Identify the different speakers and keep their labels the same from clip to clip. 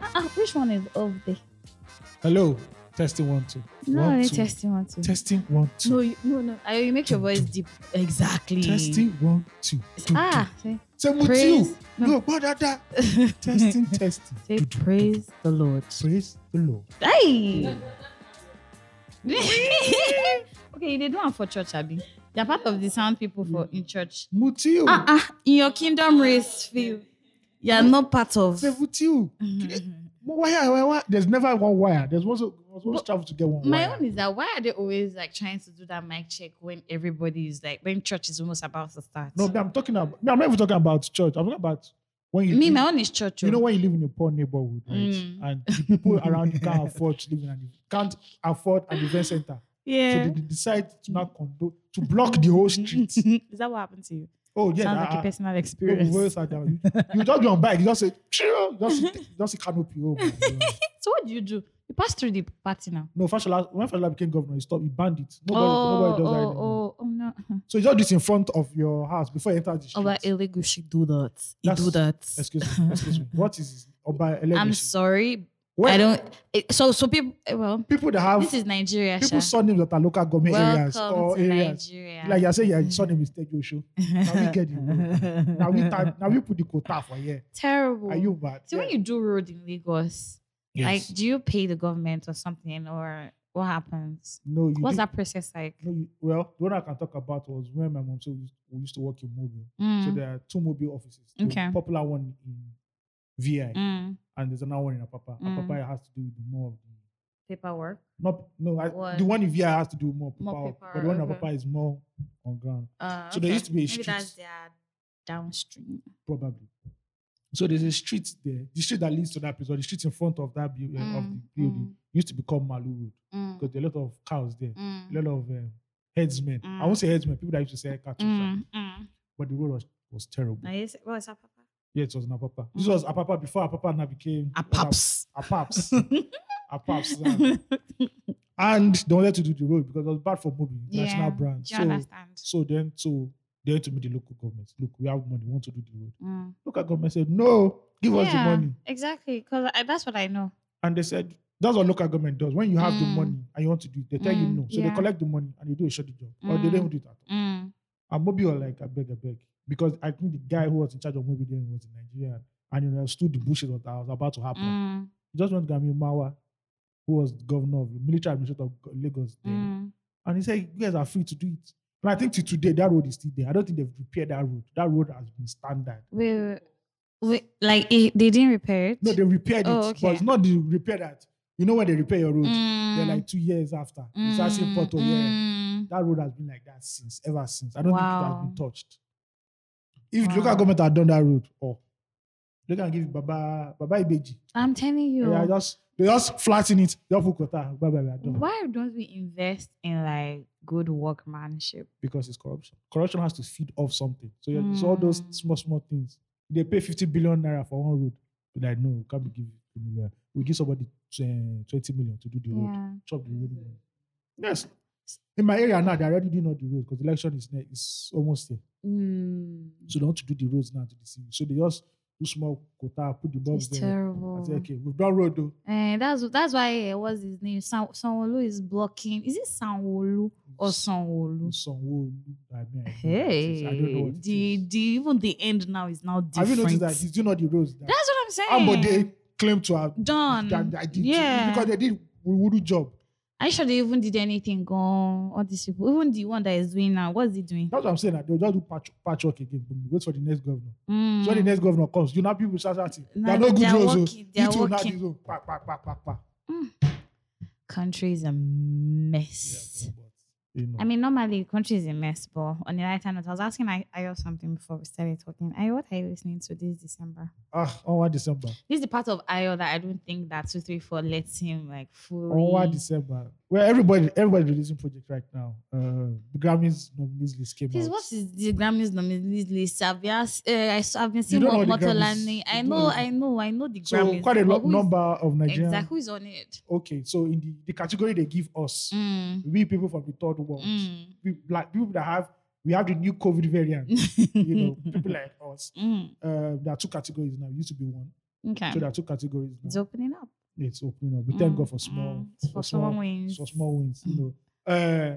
Speaker 1: Ah, which one is off day?
Speaker 2: Hello. Testing one, two.
Speaker 1: No,
Speaker 2: One,
Speaker 1: it's
Speaker 2: two.
Speaker 1: testing one two.
Speaker 2: Testing one, two.
Speaker 1: No, you, no, no. I, you make your voice deep. Exactly.
Speaker 2: Testing one, two. Do,
Speaker 1: Ah, say,
Speaker 2: do. Say with
Speaker 1: praise.
Speaker 2: you.
Speaker 1: No.
Speaker 2: No, but that, that. Testing, testing.
Speaker 1: say
Speaker 2: Do, do, do, do.
Speaker 1: praise the Lord.
Speaker 2: Praise the Lord.
Speaker 1: Hey. okay, they do one for church, Abby. They're part of the sound people for in church.
Speaker 2: Mutiu.
Speaker 1: Ah ah, in your kingdom race field, you are not part of.
Speaker 2: Say Mutiu. Wire, wire, wire. There's never one wire. There's always, always
Speaker 1: But
Speaker 2: travel to get one
Speaker 1: My
Speaker 2: wire.
Speaker 1: own is that why are they always like trying to do that mic check when everybody is like when church is almost about to start?
Speaker 2: No, I'm talking about. I'm not even talking about church. I'm talking about when you.
Speaker 1: me,
Speaker 2: do-
Speaker 1: my own is church.
Speaker 2: you know
Speaker 1: oh.
Speaker 2: when you live in a poor neighborhood, right?
Speaker 1: Mm.
Speaker 2: And the people around you can't afford to live in an can't afford an event center.
Speaker 1: Yeah.
Speaker 2: So they decide to not condo to block the whole street.
Speaker 1: is that what happened to you?
Speaker 2: Oh yeah,
Speaker 1: Sounds
Speaker 2: I-
Speaker 1: like
Speaker 2: I-
Speaker 1: a personal
Speaker 2: no, we
Speaker 1: experience.
Speaker 2: were sat down. You, you just be on bike, you just say, "Chill," just just a canopy. Oh, my God.
Speaker 1: so what do you do? You pass through the party now.
Speaker 2: no, Fashola, when Fashola became governor, he stopped, he banned it. Nobody,
Speaker 1: oh,
Speaker 2: nobody does that
Speaker 1: oh,
Speaker 2: anymore.
Speaker 1: oh, oh, no.
Speaker 2: So you just do it in front of your house before you enter the street.
Speaker 1: Oba Elegushi do that. He
Speaker 2: That's-
Speaker 1: do that.
Speaker 2: excuse me, excuse me. What is Oba
Speaker 1: I'm
Speaker 2: Elegushi?
Speaker 1: sorry.
Speaker 2: When
Speaker 1: I don't. It, so, so people. eh, Well,
Speaker 2: people that have
Speaker 1: this is Nigeria.
Speaker 2: people
Speaker 1: Sha.
Speaker 2: surnames that are local government areas
Speaker 1: Welcome
Speaker 2: or
Speaker 1: to
Speaker 2: areas.
Speaker 1: Nigeria.
Speaker 2: Like you're saying, your surname is Tejo Show. Now we get you. Now we type, now we put the quota for here.
Speaker 1: Terrible.
Speaker 2: Are you bad?
Speaker 1: so when you do road in Lagos,
Speaker 2: Yeah.
Speaker 1: like do you pay the government or something or what happens?
Speaker 2: no, you
Speaker 1: What's
Speaker 2: did-
Speaker 1: that process like?
Speaker 2: No, you, well, the one I can talk about was when my mom said we we used to work in Mobile. So
Speaker 1: Mm,
Speaker 2: there are two Mobile offices. The
Speaker 1: Okay.
Speaker 2: popular one in VI,
Speaker 1: mm,
Speaker 2: and there's another one in Apapa.
Speaker 1: Mm.
Speaker 2: Apapa has to do with the more of the
Speaker 1: paperwork.
Speaker 2: not no I,
Speaker 1: What?
Speaker 2: the one in VI has to do more
Speaker 1: More
Speaker 2: power,
Speaker 1: paper,
Speaker 2: but the one in
Speaker 1: okay.
Speaker 2: Apapa is more on ground
Speaker 1: Uh,
Speaker 2: So there used to be a
Speaker 1: Maybe
Speaker 2: street.
Speaker 1: that's their downstream.
Speaker 2: probably. So there's a street there, the street that leads to that place, or the street in front of that building of the
Speaker 1: Mm,
Speaker 2: building
Speaker 1: mm.
Speaker 2: used to become Malu Road.
Speaker 1: Mm,
Speaker 2: because there are a lot of cows there,
Speaker 1: mm,
Speaker 2: a lot of um, headsmen. I
Speaker 1: Mm.
Speaker 2: won't say headsmen, people that used to sell cattle, sha.
Speaker 1: mm, mm.
Speaker 2: but the road was, was terrible.
Speaker 1: Now, yes, what is that, Papa?
Speaker 2: Yeah, it was in Apapa. This
Speaker 1: Mm.
Speaker 2: was Apapa before Apapa now became uh, Apaps. Apaps. now. and they wanted to do the road because it was bad for Mobi, international
Speaker 1: Yeah.
Speaker 2: brand.
Speaker 1: Do you
Speaker 2: So,
Speaker 1: understand?
Speaker 2: so then, so they went to meet the local government. Look, we have money, we want to do the road.
Speaker 1: Mm.
Speaker 2: Local government said, no, give us the
Speaker 1: Yeah,
Speaker 2: money.
Speaker 1: Exactly, because that's what I know.
Speaker 2: And they said, that's what local government does. When you have the
Speaker 1: Mm.
Speaker 2: money and you want to do it, they tell you
Speaker 1: Mm,
Speaker 2: no. So they
Speaker 1: yeah.
Speaker 2: collect the money and you do a shitty job. Or they
Speaker 1: Mm.
Speaker 2: don't do it at all.
Speaker 1: Mm.
Speaker 2: And Moby was like, I beg, I beg. Because I think the guy who was in charge of Moby then was in Nigeria and he understood the bullshit that was about to happen.
Speaker 1: Mm.
Speaker 2: He just went to Gami Mawa, who was the governor of the military administrator of Go- Lagos then.
Speaker 1: Mm.
Speaker 2: And he said, You guys are free to do it. And I think to today, that road is still there. I don't think they've repaired that road. That road has been standard.
Speaker 1: Wait, wait, wait, like it, they didn't repair it.
Speaker 2: No, they repaired it,
Speaker 1: Oh,
Speaker 2: but
Speaker 1: okay.
Speaker 2: it's not the repair that. You know when they repair your road? They're
Speaker 1: Mm,
Speaker 2: like two years after.
Speaker 1: mm,
Speaker 2: It's that same portal. Yeah.
Speaker 1: mm.
Speaker 2: that road has been like that since ever since. I don't think it has
Speaker 1: Wow.
Speaker 2: been touched. If the local
Speaker 1: Wow.
Speaker 2: government had done that road, oh, they can give Baba Baba Ibeji.
Speaker 1: I'm telling you.
Speaker 2: Yeah, just they just flatten it. Just put quota. Bye bye. we are done.
Speaker 1: Why don't we invest in like good workmanship?
Speaker 2: Because it's corruption. Corruption has to feed off something. So yeah, it's all those
Speaker 1: Mm.
Speaker 2: small small things. If they pay fifty billion naira for one road. Be like no, we can't be giving fifty million. We give somebody tw- twenty million to do the road.
Speaker 1: Yeah.
Speaker 2: Chop the road. money. Yes. In my area now, they're already doing all the roads because the election is ne- is almost here.
Speaker 1: Mm.
Speaker 2: So they want to do the roads now to the city. So they just do small quota, put the bulbs
Speaker 1: It's
Speaker 2: there.
Speaker 1: terrible.
Speaker 2: I say, okay, we've done road though.
Speaker 1: Eh, that's that's why uh, what's his name? San Sanwolu is blocking. Is it Sanwolu or Sanwolu?
Speaker 2: Sanwo-Olu, I mean, I don't know what it
Speaker 1: Hey,
Speaker 2: is. I don't know what it
Speaker 1: the
Speaker 2: is.
Speaker 1: the even the end now is now
Speaker 2: Have
Speaker 1: different.
Speaker 2: you noticed that he's Ah, doing all the roads that
Speaker 1: that's what I'm saying.
Speaker 2: Ambode claim to have
Speaker 1: Done.
Speaker 2: that I did
Speaker 1: Yeah.
Speaker 2: because they did Wudu job.
Speaker 1: I sure they even did anything gone. All these people, even the one that is doing now, what's he doing?
Speaker 2: That's what I'm saying. That they'll just do patch, patchwork again. boom, Wait for the next governor.
Speaker 1: Mm.
Speaker 2: So when the next governor comes, you know people start shouting.
Speaker 1: Nah,
Speaker 2: They're no good
Speaker 1: they're
Speaker 2: roads.
Speaker 1: working,
Speaker 2: oh.
Speaker 1: they're
Speaker 2: You two now
Speaker 1: working.
Speaker 2: this road. Pa, pa, pa, pa, pa.
Speaker 1: country is a mess.
Speaker 2: Yeah, but, you know.
Speaker 1: I mean, normally the country is a mess, but on the lighter note, I was asking I Ayo something before we started talking. Ayo, what are you listening to this December?
Speaker 2: ah, on 1 December.
Speaker 1: This is the part of Ayo that I don't think that 234 lets him like fully.
Speaker 2: On 1 Oh, December. Well, everybody everybody releasing project right now. Uh, the Grammys nominees list came
Speaker 1: Please,
Speaker 2: out.
Speaker 1: what is the Grammys nominees list? I've been asked- eh, I saw- I've been
Speaker 2: You
Speaker 1: seeing Bob
Speaker 2: don't know the Grammys.
Speaker 1: Motolani. I
Speaker 2: You don't
Speaker 1: know,
Speaker 2: know the-
Speaker 1: I know, I know the
Speaker 2: so
Speaker 1: Grammys.
Speaker 2: quite a
Speaker 1: but
Speaker 2: lot
Speaker 1: who is-
Speaker 2: number of Nigerians.
Speaker 1: Exactly, who's on it?
Speaker 2: Okay, so in the, the category they give us,
Speaker 1: Mm,
Speaker 2: we people from the third world,
Speaker 1: mm,
Speaker 2: we, like people that have we have the new COVID variant, you know, people like us.
Speaker 1: mm,
Speaker 2: um, Uh, there are two categories now. It used to be one.
Speaker 1: Okay.
Speaker 2: So there are two categories. Now.
Speaker 1: it's opening up.
Speaker 2: It's opening up. We thank
Speaker 1: Mm,
Speaker 2: God for small,
Speaker 1: mm, for small Mm. wins.
Speaker 2: for small wins. You know, uh,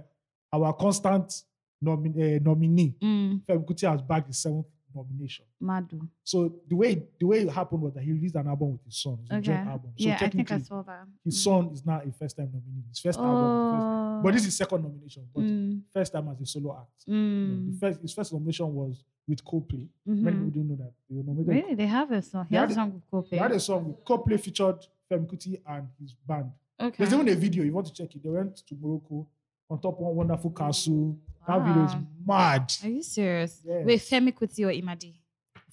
Speaker 2: our constant nomi- uh, nominee,
Speaker 1: Mm,
Speaker 2: Femi Kuti, has bagged his seventh nomination.
Speaker 1: Madu.
Speaker 2: So the way the way it happened was that he released an album with his son, his
Speaker 1: Okay.
Speaker 2: joint album. So
Speaker 1: yeah, I think I
Speaker 2: technically,
Speaker 1: saw that.
Speaker 2: his
Speaker 1: Mm.
Speaker 2: son is now a first time nominee. His first album, is the first-
Speaker 1: Oh.
Speaker 2: but this is second nomination, but
Speaker 1: Mm,
Speaker 2: first time as a solo act. You know,
Speaker 1: mm,
Speaker 2: the first, his first nomination was with Coldplay. Many people
Speaker 1: mhm.
Speaker 2: didn't know that they were nominated.
Speaker 1: Really, they have a song. He
Speaker 2: They
Speaker 1: has
Speaker 2: had
Speaker 1: a
Speaker 2: a-
Speaker 1: song with
Speaker 2: They had
Speaker 1: Coldplay.
Speaker 2: a song with Coldplay featured Femi Kuti and his band.
Speaker 1: Okay.
Speaker 2: There's even a video. You want to check it? They went to Morocco on top of one wonderful castle. That video is
Speaker 1: Wow.
Speaker 2: mad.
Speaker 1: Are you serious?
Speaker 2: Yes.
Speaker 1: Wait, Femi Kuti or Imadi?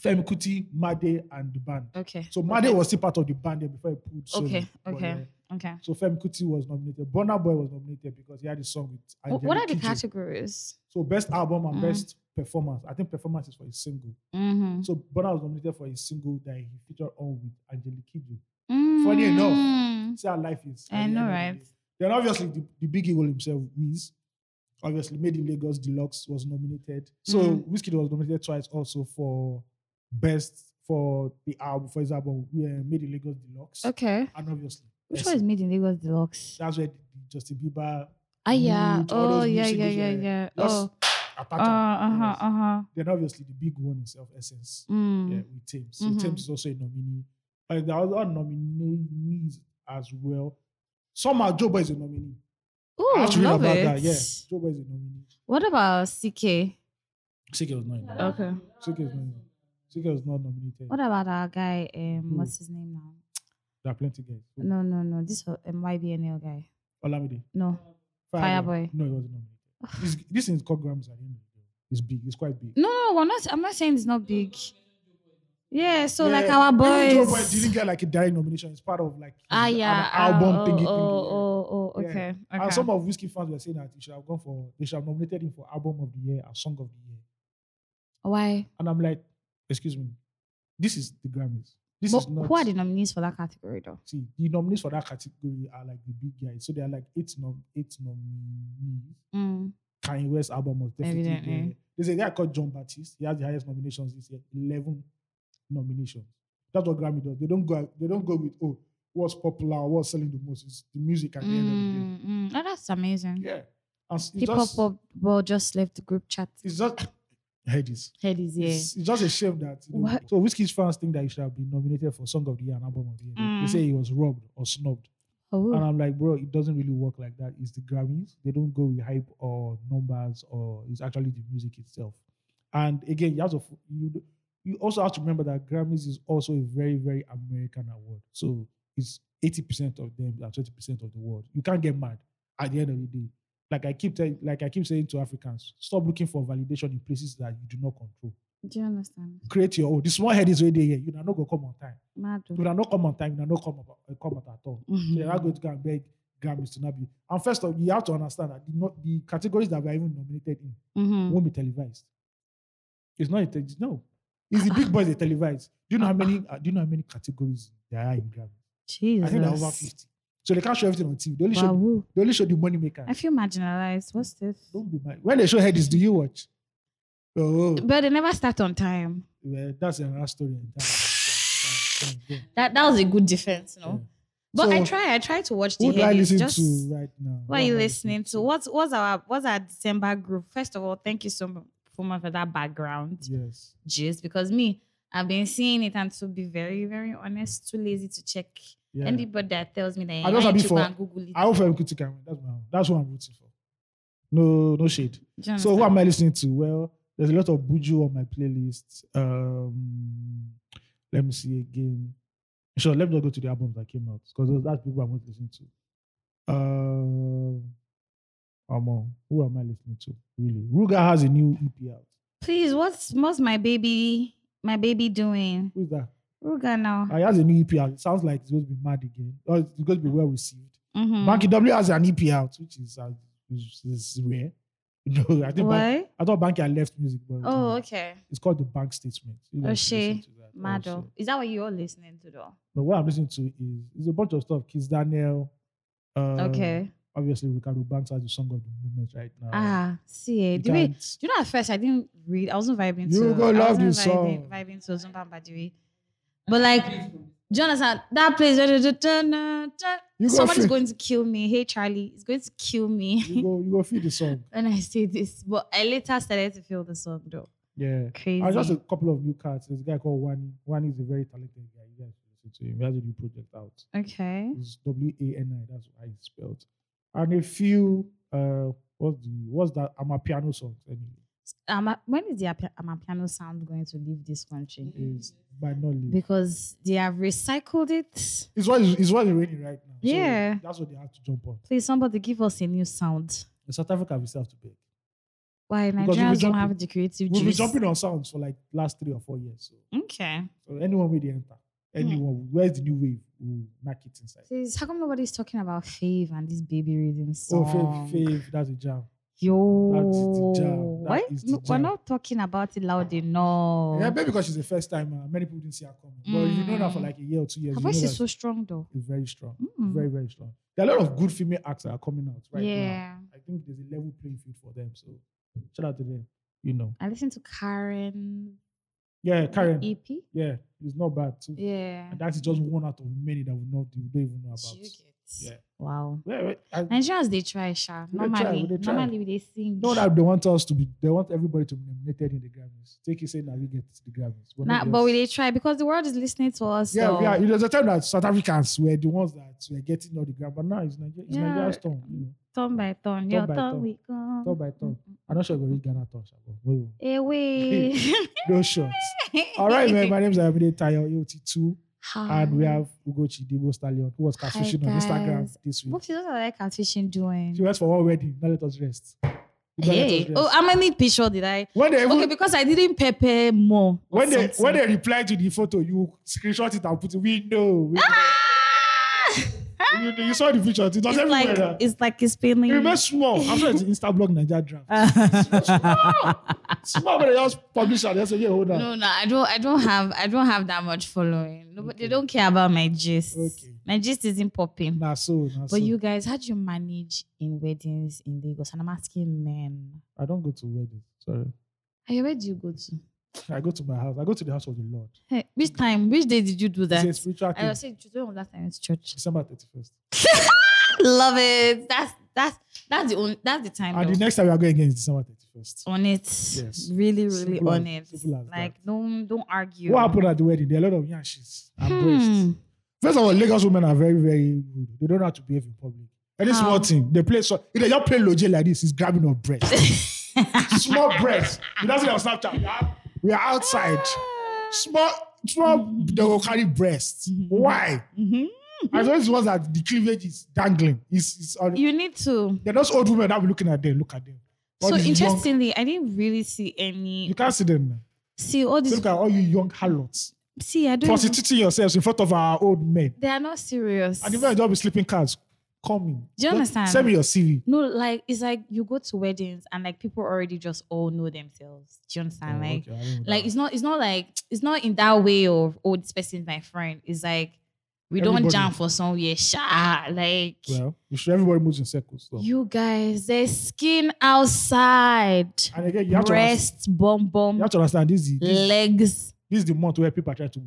Speaker 2: Femi Kuti, Made, and the band.
Speaker 1: Okay.
Speaker 2: So Made
Speaker 1: okay.
Speaker 2: was still part of the band there before he pulled solo.
Speaker 1: Okay,
Speaker 2: But,
Speaker 1: okay.
Speaker 2: yeah.
Speaker 1: Okay.
Speaker 2: So Femi Kuti was nominated. Burna Boy was nominated because he had a song with.
Speaker 1: Wh- What
Speaker 2: Angelique
Speaker 1: are the
Speaker 2: Kidjo.
Speaker 1: categories?
Speaker 2: So best album and
Speaker 1: Mhm.
Speaker 2: best performance. I think performance is for his single.
Speaker 1: Mm-hmm.
Speaker 2: So Burna was nominated for his single that he featured on with Angelique Kidjo.
Speaker 1: Funny
Speaker 2: enough, See how life is. at
Speaker 1: I
Speaker 2: the
Speaker 1: know,
Speaker 2: end of
Speaker 1: Mm-hmm.
Speaker 2: the
Speaker 1: right?
Speaker 2: day. Then obviously the, the big eagle himself, Wiz, obviously Made in Lagos Deluxe was nominated. So
Speaker 1: Mhm.
Speaker 2: Whiskey was nominated twice also for best for the album, for example, we uh, Made in Lagos Deluxe,
Speaker 1: Okay.
Speaker 2: and obviously
Speaker 1: Which
Speaker 2: Essence.
Speaker 1: one is Made in Lagos Deluxe?
Speaker 2: That's where the, the Justin Bieber
Speaker 1: Ah, yeah.
Speaker 2: Mood, Mm, all
Speaker 1: Oh,
Speaker 2: those
Speaker 1: yeah,
Speaker 2: new
Speaker 1: yeah,
Speaker 2: singles
Speaker 1: yeah,
Speaker 2: were
Speaker 1: yeah.
Speaker 2: just
Speaker 1: Oh,
Speaker 2: attacked.
Speaker 1: uh
Speaker 2: on.
Speaker 1: huh,
Speaker 2: Yes.
Speaker 1: uh huh.
Speaker 2: Then obviously the big one himself, Essence, yeah,
Speaker 1: Mm.
Speaker 2: with Thames. So
Speaker 1: Mhm.
Speaker 2: Thames is also a nominee. And there are other nominees as well. Somehow Joe Boy is a nominee.
Speaker 1: Oh,
Speaker 2: I
Speaker 1: I
Speaker 2: have to read
Speaker 1: love
Speaker 2: about
Speaker 1: it.
Speaker 2: that. Yeah, Joe Boy is a nominee.
Speaker 1: What about CK?
Speaker 2: Sike was not. nominated.
Speaker 1: Okay.
Speaker 2: Sike was not. nominated. Sike was not nominated.
Speaker 1: What about our guy? Um,
Speaker 2: Who?
Speaker 1: what's his name now?
Speaker 2: There are plenty guys. No.
Speaker 1: No, no, no. This uh, um, YBNL guy.
Speaker 2: Olamide.
Speaker 1: No. Fireboy.
Speaker 2: No, he wasn't nominated. It's, this thing is called Grammys at the end of the day. It's big. It's quite big.
Speaker 1: No, no, no. I'm not. I'm not saying it's not big. Yeah. So like
Speaker 2: Yeah,
Speaker 1: our
Speaker 2: even Joe
Speaker 1: boys.
Speaker 2: Boy didn't get like a direct nomination. It's part of like his-
Speaker 1: ah, yeah.
Speaker 2: an album
Speaker 1: oh,
Speaker 2: thingy. thingy.
Speaker 1: Oh, oh, oh,
Speaker 2: Yeah.
Speaker 1: okay. Okay.
Speaker 2: And some of Whiskey fans were saying that he should have gone for, they should have nominated him for album of the year and song of the year.
Speaker 1: Why?
Speaker 2: And I'm like, excuse me, this is the Grammys. This
Speaker 1: But
Speaker 2: is not.
Speaker 1: who are the nominees for that category though?
Speaker 2: See, the nominees for that category are like the big guys. So they are like eight nom eight nominees.
Speaker 1: Mm.
Speaker 2: Kanye West album was definitely
Speaker 1: Evidently.
Speaker 2: there. There's a guy called John Baptiste. He has the highest nominations this year, eleven nominations. That's what Grammy does. They don't go. They don't go with oh, what's popular, what's selling the most. It's the music at the end
Speaker 1: Mm, mm. Oh, that's amazing.
Speaker 2: of the day. Yeah, and it's
Speaker 1: Hip hop
Speaker 2: just,
Speaker 1: pop ball just left the group chat.
Speaker 2: It's just head is.
Speaker 1: Head is here.
Speaker 2: It's, it's just a shame that you know,
Speaker 1: What?
Speaker 2: so Whiskey's fans think that he should have been nominated for Song of the Year and Album of the Year. They-
Speaker 1: Mm.
Speaker 2: They say he was robbed or snubbed.
Speaker 1: Oh,
Speaker 2: And I'm like, bro, it doesn't really work like that. It's the Grammys. They don't go with hype or numbers, or it's actually the music itself. And again, you have to you, you also have to remember that Grammys is also a very very American award. So it's eighty percent of them and twenty percent of the world. You can't get mad at the end of the day. Like I keep telling, like I keep saying to Africans, stop looking for validation in places that you do not control.
Speaker 1: do you understand?
Speaker 2: Create your own. This one head is already here. You are not gonna come on time. You
Speaker 1: Madu.
Speaker 2: are not come on time. You are not come about, uh, come out at all.
Speaker 1: Mm-hmm.
Speaker 2: So you're not going to go and beg Grammys to not be. And first of all, you have to understand that the, no- the categories that were even nominated in
Speaker 1: Mm-hmm.
Speaker 2: won't be televised. It's not a te- no. It's the big boys they televise. Do you know how many? Uh, do you know how many categories there are in Grammy? I
Speaker 1: Jesus.
Speaker 2: think there are over fifty. So they can't show everything on TV. They only show
Speaker 1: Wahoo.
Speaker 2: they only show the money maker.
Speaker 1: I feel marginalized. What's this?
Speaker 2: Don't be mad. When they show headies, do you watch? Oh,
Speaker 1: But they never start on time.
Speaker 2: well, that's another story. entirely. Yeah, yeah, yeah.
Speaker 1: That that was a good defense, you know.
Speaker 2: Yeah.
Speaker 1: But I
Speaker 2: So,
Speaker 1: try, I try to watch the
Speaker 2: Who do I
Speaker 1: headies,
Speaker 2: listen
Speaker 1: just-
Speaker 2: to right now?
Speaker 1: What
Speaker 2: Who
Speaker 1: are you
Speaker 2: am I
Speaker 1: listening to? What's what's our what's our December group? First of all, thank you so mu- so much for that background
Speaker 2: Yes.
Speaker 1: gist because me, I've been seeing it and to be very very honest, too lazy to check
Speaker 2: Yeah.
Speaker 1: anybody that tells me that
Speaker 2: I just
Speaker 1: I
Speaker 2: have
Speaker 1: need to
Speaker 2: it for-
Speaker 1: go and Google it.
Speaker 2: I hope I'm Kuti Cameron. That's my that's who I'm rooting for. No, no shade.
Speaker 1: Do you
Speaker 2: So who
Speaker 1: understand?
Speaker 2: am I listening to? Well, there's a lot of Buju on my playlist. Um, let me see again. Sure, let me just go to the albums that came out because that's people I'm going to listen to. Um, Omo, um, who am I listening to? Really, Ruga has a new EP out.
Speaker 1: please, what's what's my baby my baby doing?
Speaker 2: Who's that?
Speaker 1: Ruga now.
Speaker 2: Uh, he has a new EP out. It sounds like it's going to be mad again. Or it's going to be well received.
Speaker 1: Mhm.
Speaker 2: Banky W has an EP out, which is uh, is, is rare. You know, I think Banky-
Speaker 1: What?
Speaker 2: I thought Banky had left music, but
Speaker 1: Oh,
Speaker 2: uh,
Speaker 1: okay.
Speaker 2: it's called the Bank Statement. You guys should
Speaker 1: Oshé, oh.
Speaker 2: listen to that
Speaker 1: Mado.
Speaker 2: also.
Speaker 1: Is that what you're listening to though?
Speaker 2: But what I'm listening to is is a bunch of stuff. Kiss Daniel. Uh,
Speaker 1: okay.
Speaker 2: Obviously, Ricardo Banks has the song of the moment right now.
Speaker 1: ah, see
Speaker 2: You
Speaker 1: it. Do we
Speaker 2: can't-
Speaker 1: Do you know at first I didn't read, I wasn't vibing
Speaker 2: You
Speaker 1: to
Speaker 2: go
Speaker 1: I
Speaker 2: love
Speaker 1: wasn't
Speaker 2: this
Speaker 1: vibing,
Speaker 2: song.
Speaker 1: vibing to Zumba Mbadiwe. But like Jonathan, that place. da- da- da- da- da- da.
Speaker 2: You go,
Speaker 1: Somebody's
Speaker 2: feed,
Speaker 1: going to kill me. Hey, Charlie, it's going to kill
Speaker 2: you
Speaker 1: me
Speaker 2: go, you go feed the song.
Speaker 1: when I say this. But I later started to feel the song though.
Speaker 2: Yeah.
Speaker 1: Crazy.
Speaker 2: And just a couple of new cats. There's a guy called Wani. Wani is a very talented guy. You guys should listen to him. He has a new project out.
Speaker 1: okay.
Speaker 2: It's W A N I. That's how it's spelled. And a few. Uh, what's the what's that? I'm a piano song. Anyway,
Speaker 1: Um, when is the Apia- Amapiano sound going to leave this country?
Speaker 2: is by not leave.
Speaker 1: Because they have recycled it.
Speaker 2: It's what it's what is raining right now. So
Speaker 1: Yeah.
Speaker 2: that's what they have to jump on.
Speaker 1: Please, somebody give us a new sound.
Speaker 2: In South Africa, we still have to beg.
Speaker 1: Why
Speaker 2: Because we'll be
Speaker 1: Nigerians don't
Speaker 2: jumping-
Speaker 1: have the creative
Speaker 2: We've been
Speaker 1: juice?
Speaker 2: jumping on sounds for like last three or four years. So,
Speaker 1: Okay.
Speaker 2: so anyone with the enter,
Speaker 1: Hmm.
Speaker 2: anyone, where's the new wave? We'll knock it inside.
Speaker 1: Please, how come nobody's talking about Fave and this baby rhythm
Speaker 2: Oh,
Speaker 1: song?
Speaker 2: fave, fave, that's a jam.
Speaker 1: Yo,
Speaker 2: jam. That
Speaker 1: why?
Speaker 2: is the
Speaker 1: No, we're
Speaker 2: jam.
Speaker 1: not talking about it loud enough.
Speaker 2: Yeah, maybe because she's the first timer, many people didn't see her coming. But if you know that for
Speaker 1: Mm.
Speaker 2: like a year or two years,
Speaker 1: Her
Speaker 2: you know
Speaker 1: voice
Speaker 2: that
Speaker 1: is so strong though.
Speaker 2: it's very strong,
Speaker 1: Mm.
Speaker 2: very very strong. There are a lot of good female acts that are coming out right now.
Speaker 1: yeah.
Speaker 2: I think there's a level playing field for them. So shout out to them. You know,
Speaker 1: I listened to Karen
Speaker 2: yeah, Karen,
Speaker 1: EP.
Speaker 2: yeah, it's not bad too.
Speaker 1: Yeah.
Speaker 2: And that's just one out of many that we not we don't even know about.
Speaker 1: She gets-
Speaker 2: Yeah.
Speaker 1: Wow.
Speaker 2: Yeah, right. I
Speaker 1: Nigerians they try, Sha.
Speaker 2: We dey try,
Speaker 1: Normally,
Speaker 2: we dey try.
Speaker 1: normally they sing.
Speaker 2: know that they want us to be. They want everybody to be nominated in the Grammys. Take it, say now we get the Grammys. But
Speaker 1: Nah,
Speaker 2: nobody
Speaker 1: but
Speaker 2: else-
Speaker 1: we they try because the world is listening to us.
Speaker 2: Yeah,
Speaker 1: so.
Speaker 2: yeah. It was a time that South Africans were the ones that were getting all the ground, but now it's Nigeria, it's
Speaker 1: Yeah. Mm,
Speaker 2: Nigeria's turn. You know,
Speaker 1: Turn by turn,
Speaker 2: Turn
Speaker 1: your
Speaker 2: by
Speaker 1: turn
Speaker 2: turn.
Speaker 1: we come.
Speaker 2: turn by turn. I'm not sure if we read Ghana turn, Sabo. Wait, wait.
Speaker 1: Away.
Speaker 2: No shots. All right, man. My name is Abide Tayo AOT2,
Speaker 1: Hi.
Speaker 2: and we have Ugochi Debo Stallion, who was catfishing
Speaker 1: Hi,
Speaker 2: on Instagram
Speaker 1: guys.
Speaker 2: this week.
Speaker 1: What is that like catfishing doing?
Speaker 2: She went for one wedding. Now let us rest. Now let us
Speaker 1: Hey,
Speaker 2: rest.
Speaker 1: oh, how many picture did I?
Speaker 2: when they even,
Speaker 1: Okay, because I didn't prepare more. or
Speaker 2: when they
Speaker 1: something.
Speaker 2: when they reply to the photo, you screenshot it and put it. We know. We know. you, you saw the picture. It was
Speaker 1: Ah! it's
Speaker 2: everywhere.
Speaker 1: like Mm.
Speaker 2: now.
Speaker 1: it's like it's spinning.
Speaker 2: It remains small. I'm sure it's Insta blog Nigeria draft. Small, but they just publish and they say, yeah, hold on.
Speaker 1: no, no, I don't. I don't have. I don't have that much following. No, but they
Speaker 2: Okay.
Speaker 1: don't care about my gist.
Speaker 2: Okay.
Speaker 1: My gist isn't popping.
Speaker 2: Nah, so, nah, so.
Speaker 1: But you guys, how do you manage in weddings in Lagos? And I'm asking men.
Speaker 2: I don't go to weddings. Sorry.
Speaker 1: Hey, where do you go to?
Speaker 2: I go to my house. I go to the house of the Lord.
Speaker 1: Hey, which time? Which day did you do
Speaker 2: It's a
Speaker 1: that?
Speaker 2: spiritual
Speaker 1: I
Speaker 2: thing.
Speaker 1: was saying, today was last time I went to church.
Speaker 2: December 31st.
Speaker 1: Love it. That's that's that's the only that's the time.
Speaker 2: And
Speaker 1: though.
Speaker 2: the next time we are going again is December 31st.
Speaker 1: on it.
Speaker 2: Yes.
Speaker 1: Really, really
Speaker 2: Simple
Speaker 1: on
Speaker 2: as-
Speaker 1: it.
Speaker 2: simple as
Speaker 1: Like
Speaker 2: that.
Speaker 1: don't don't argue.
Speaker 2: What happened at the wedding? There are a lot of yanshis and
Speaker 1: Hmm.
Speaker 2: breasts. First of all, Lagos women are very, very rude. They don't know how to behave in public. Any
Speaker 1: How?
Speaker 2: small thing, they play so if they just play loje like this, it's grabbing of breasts. small breasts. You don't see that on Snapchat. We are- We are outside.
Speaker 1: Hmm.
Speaker 2: small small they will carry breasts.
Speaker 1: Mhm.
Speaker 2: Why?
Speaker 1: Mhm.
Speaker 2: I thought it was that the cleavage is dangling. It's, it's on,
Speaker 1: You need to.
Speaker 2: they're those old women that be looking at them. Look at them. All
Speaker 1: So
Speaker 2: these young-
Speaker 1: interestingly, I didn't really see
Speaker 2: you
Speaker 1: any.
Speaker 2: can't see them. now.
Speaker 1: See all
Speaker 2: So
Speaker 1: these.
Speaker 2: look at all you young harlots
Speaker 1: See, I don't. even-
Speaker 2: prostituting yourselves in front of our old men,
Speaker 1: They are not serious.
Speaker 2: and even don't be sleeping cars. Call me.
Speaker 1: Do you
Speaker 2: Just
Speaker 1: understand?
Speaker 2: Send me your CV.
Speaker 1: No, like it's like you go to weddings and like people already just all know themselves. Do you understand?
Speaker 2: Oh,
Speaker 1: Ah, like,
Speaker 2: okay, I don't know
Speaker 1: like
Speaker 2: that.
Speaker 1: it's not it's not like it's not in that way of oh this person's my friend. It's like we don't
Speaker 2: Everybody-
Speaker 1: jam for somewhere. Sha like.
Speaker 2: well, you should everybody moves in circles. So.
Speaker 1: You guys, there's skin outside.
Speaker 2: and again, you have, to understand,
Speaker 1: Breast, bum
Speaker 2: you
Speaker 1: bum,
Speaker 2: have to understand this is this,
Speaker 1: legs.
Speaker 2: this is the month where people are trying to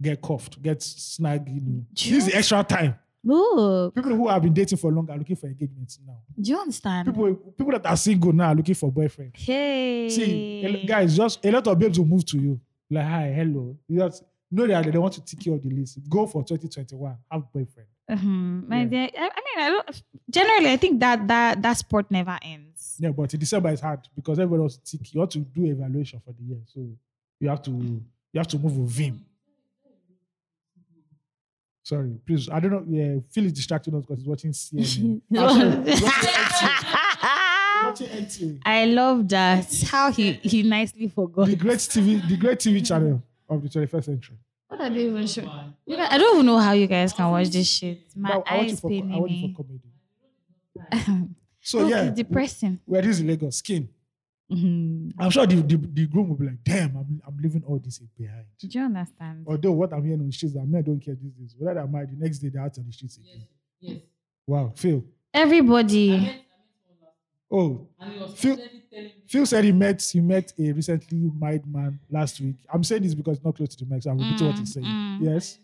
Speaker 2: get cuffed, get snagged. You know,
Speaker 1: Do you
Speaker 2: this is the extra time.
Speaker 1: Look,
Speaker 2: people who have been dating for long are looking for engagements now.
Speaker 1: do you understand?
Speaker 2: People people that are single now are looking for boyfriend.
Speaker 1: hey,
Speaker 2: See, a lo- eh, guys, just a lot of babes will move to you. Like, hi, hello. You just know that they don't want to tick you off the list. Go for 2021. Have boyfriend.
Speaker 1: Mhm, my
Speaker 2: Yeah.
Speaker 1: dear, I, I mean, I don't. Generally, I think that that that sport never ends.
Speaker 2: Yeah, but in December is hard because everybody else will tick. You have to do evaluation for the year. So you have to you have to move with vim. Sorry, please. I don't know. Yeah, Phil is distracting us because he's watching CNN. I'm Ah, sorry, watching NTA.
Speaker 1: I love that how he he nicely forgot.
Speaker 2: The great TV, the great TV channel of the 21st century.
Speaker 1: What are they even showing? You guys, I don't even know how you guys can watch this shit. My
Speaker 2: Now, I want you
Speaker 1: eyes
Speaker 2: for, co- I
Speaker 1: paining
Speaker 2: want you
Speaker 1: me.
Speaker 2: for comedy. So
Speaker 1: Look,
Speaker 2: yeah,
Speaker 1: it's depressing.
Speaker 2: where this is Lagos skin.
Speaker 1: Mhm.
Speaker 2: I'm sure the, the, the groom will be like, damn, I'm, I'm leaving all this behind.
Speaker 1: Do you understand?
Speaker 2: Although what I'm hearing on the streets that men don't care these days. Whether they're married, the next day they're out on the streets again.
Speaker 3: Yes.
Speaker 2: Wow, Phil.
Speaker 3: I
Speaker 1: Everybody.
Speaker 3: met
Speaker 2: Oh,
Speaker 3: and he was
Speaker 2: Phil-
Speaker 3: constantly telling me
Speaker 2: Phil said he met he met a recently married man last week. I'm saying this because it's not close to the mic, so I'm repeating what
Speaker 1: Mm,
Speaker 2: he's saying.
Speaker 1: mm.
Speaker 2: Yes.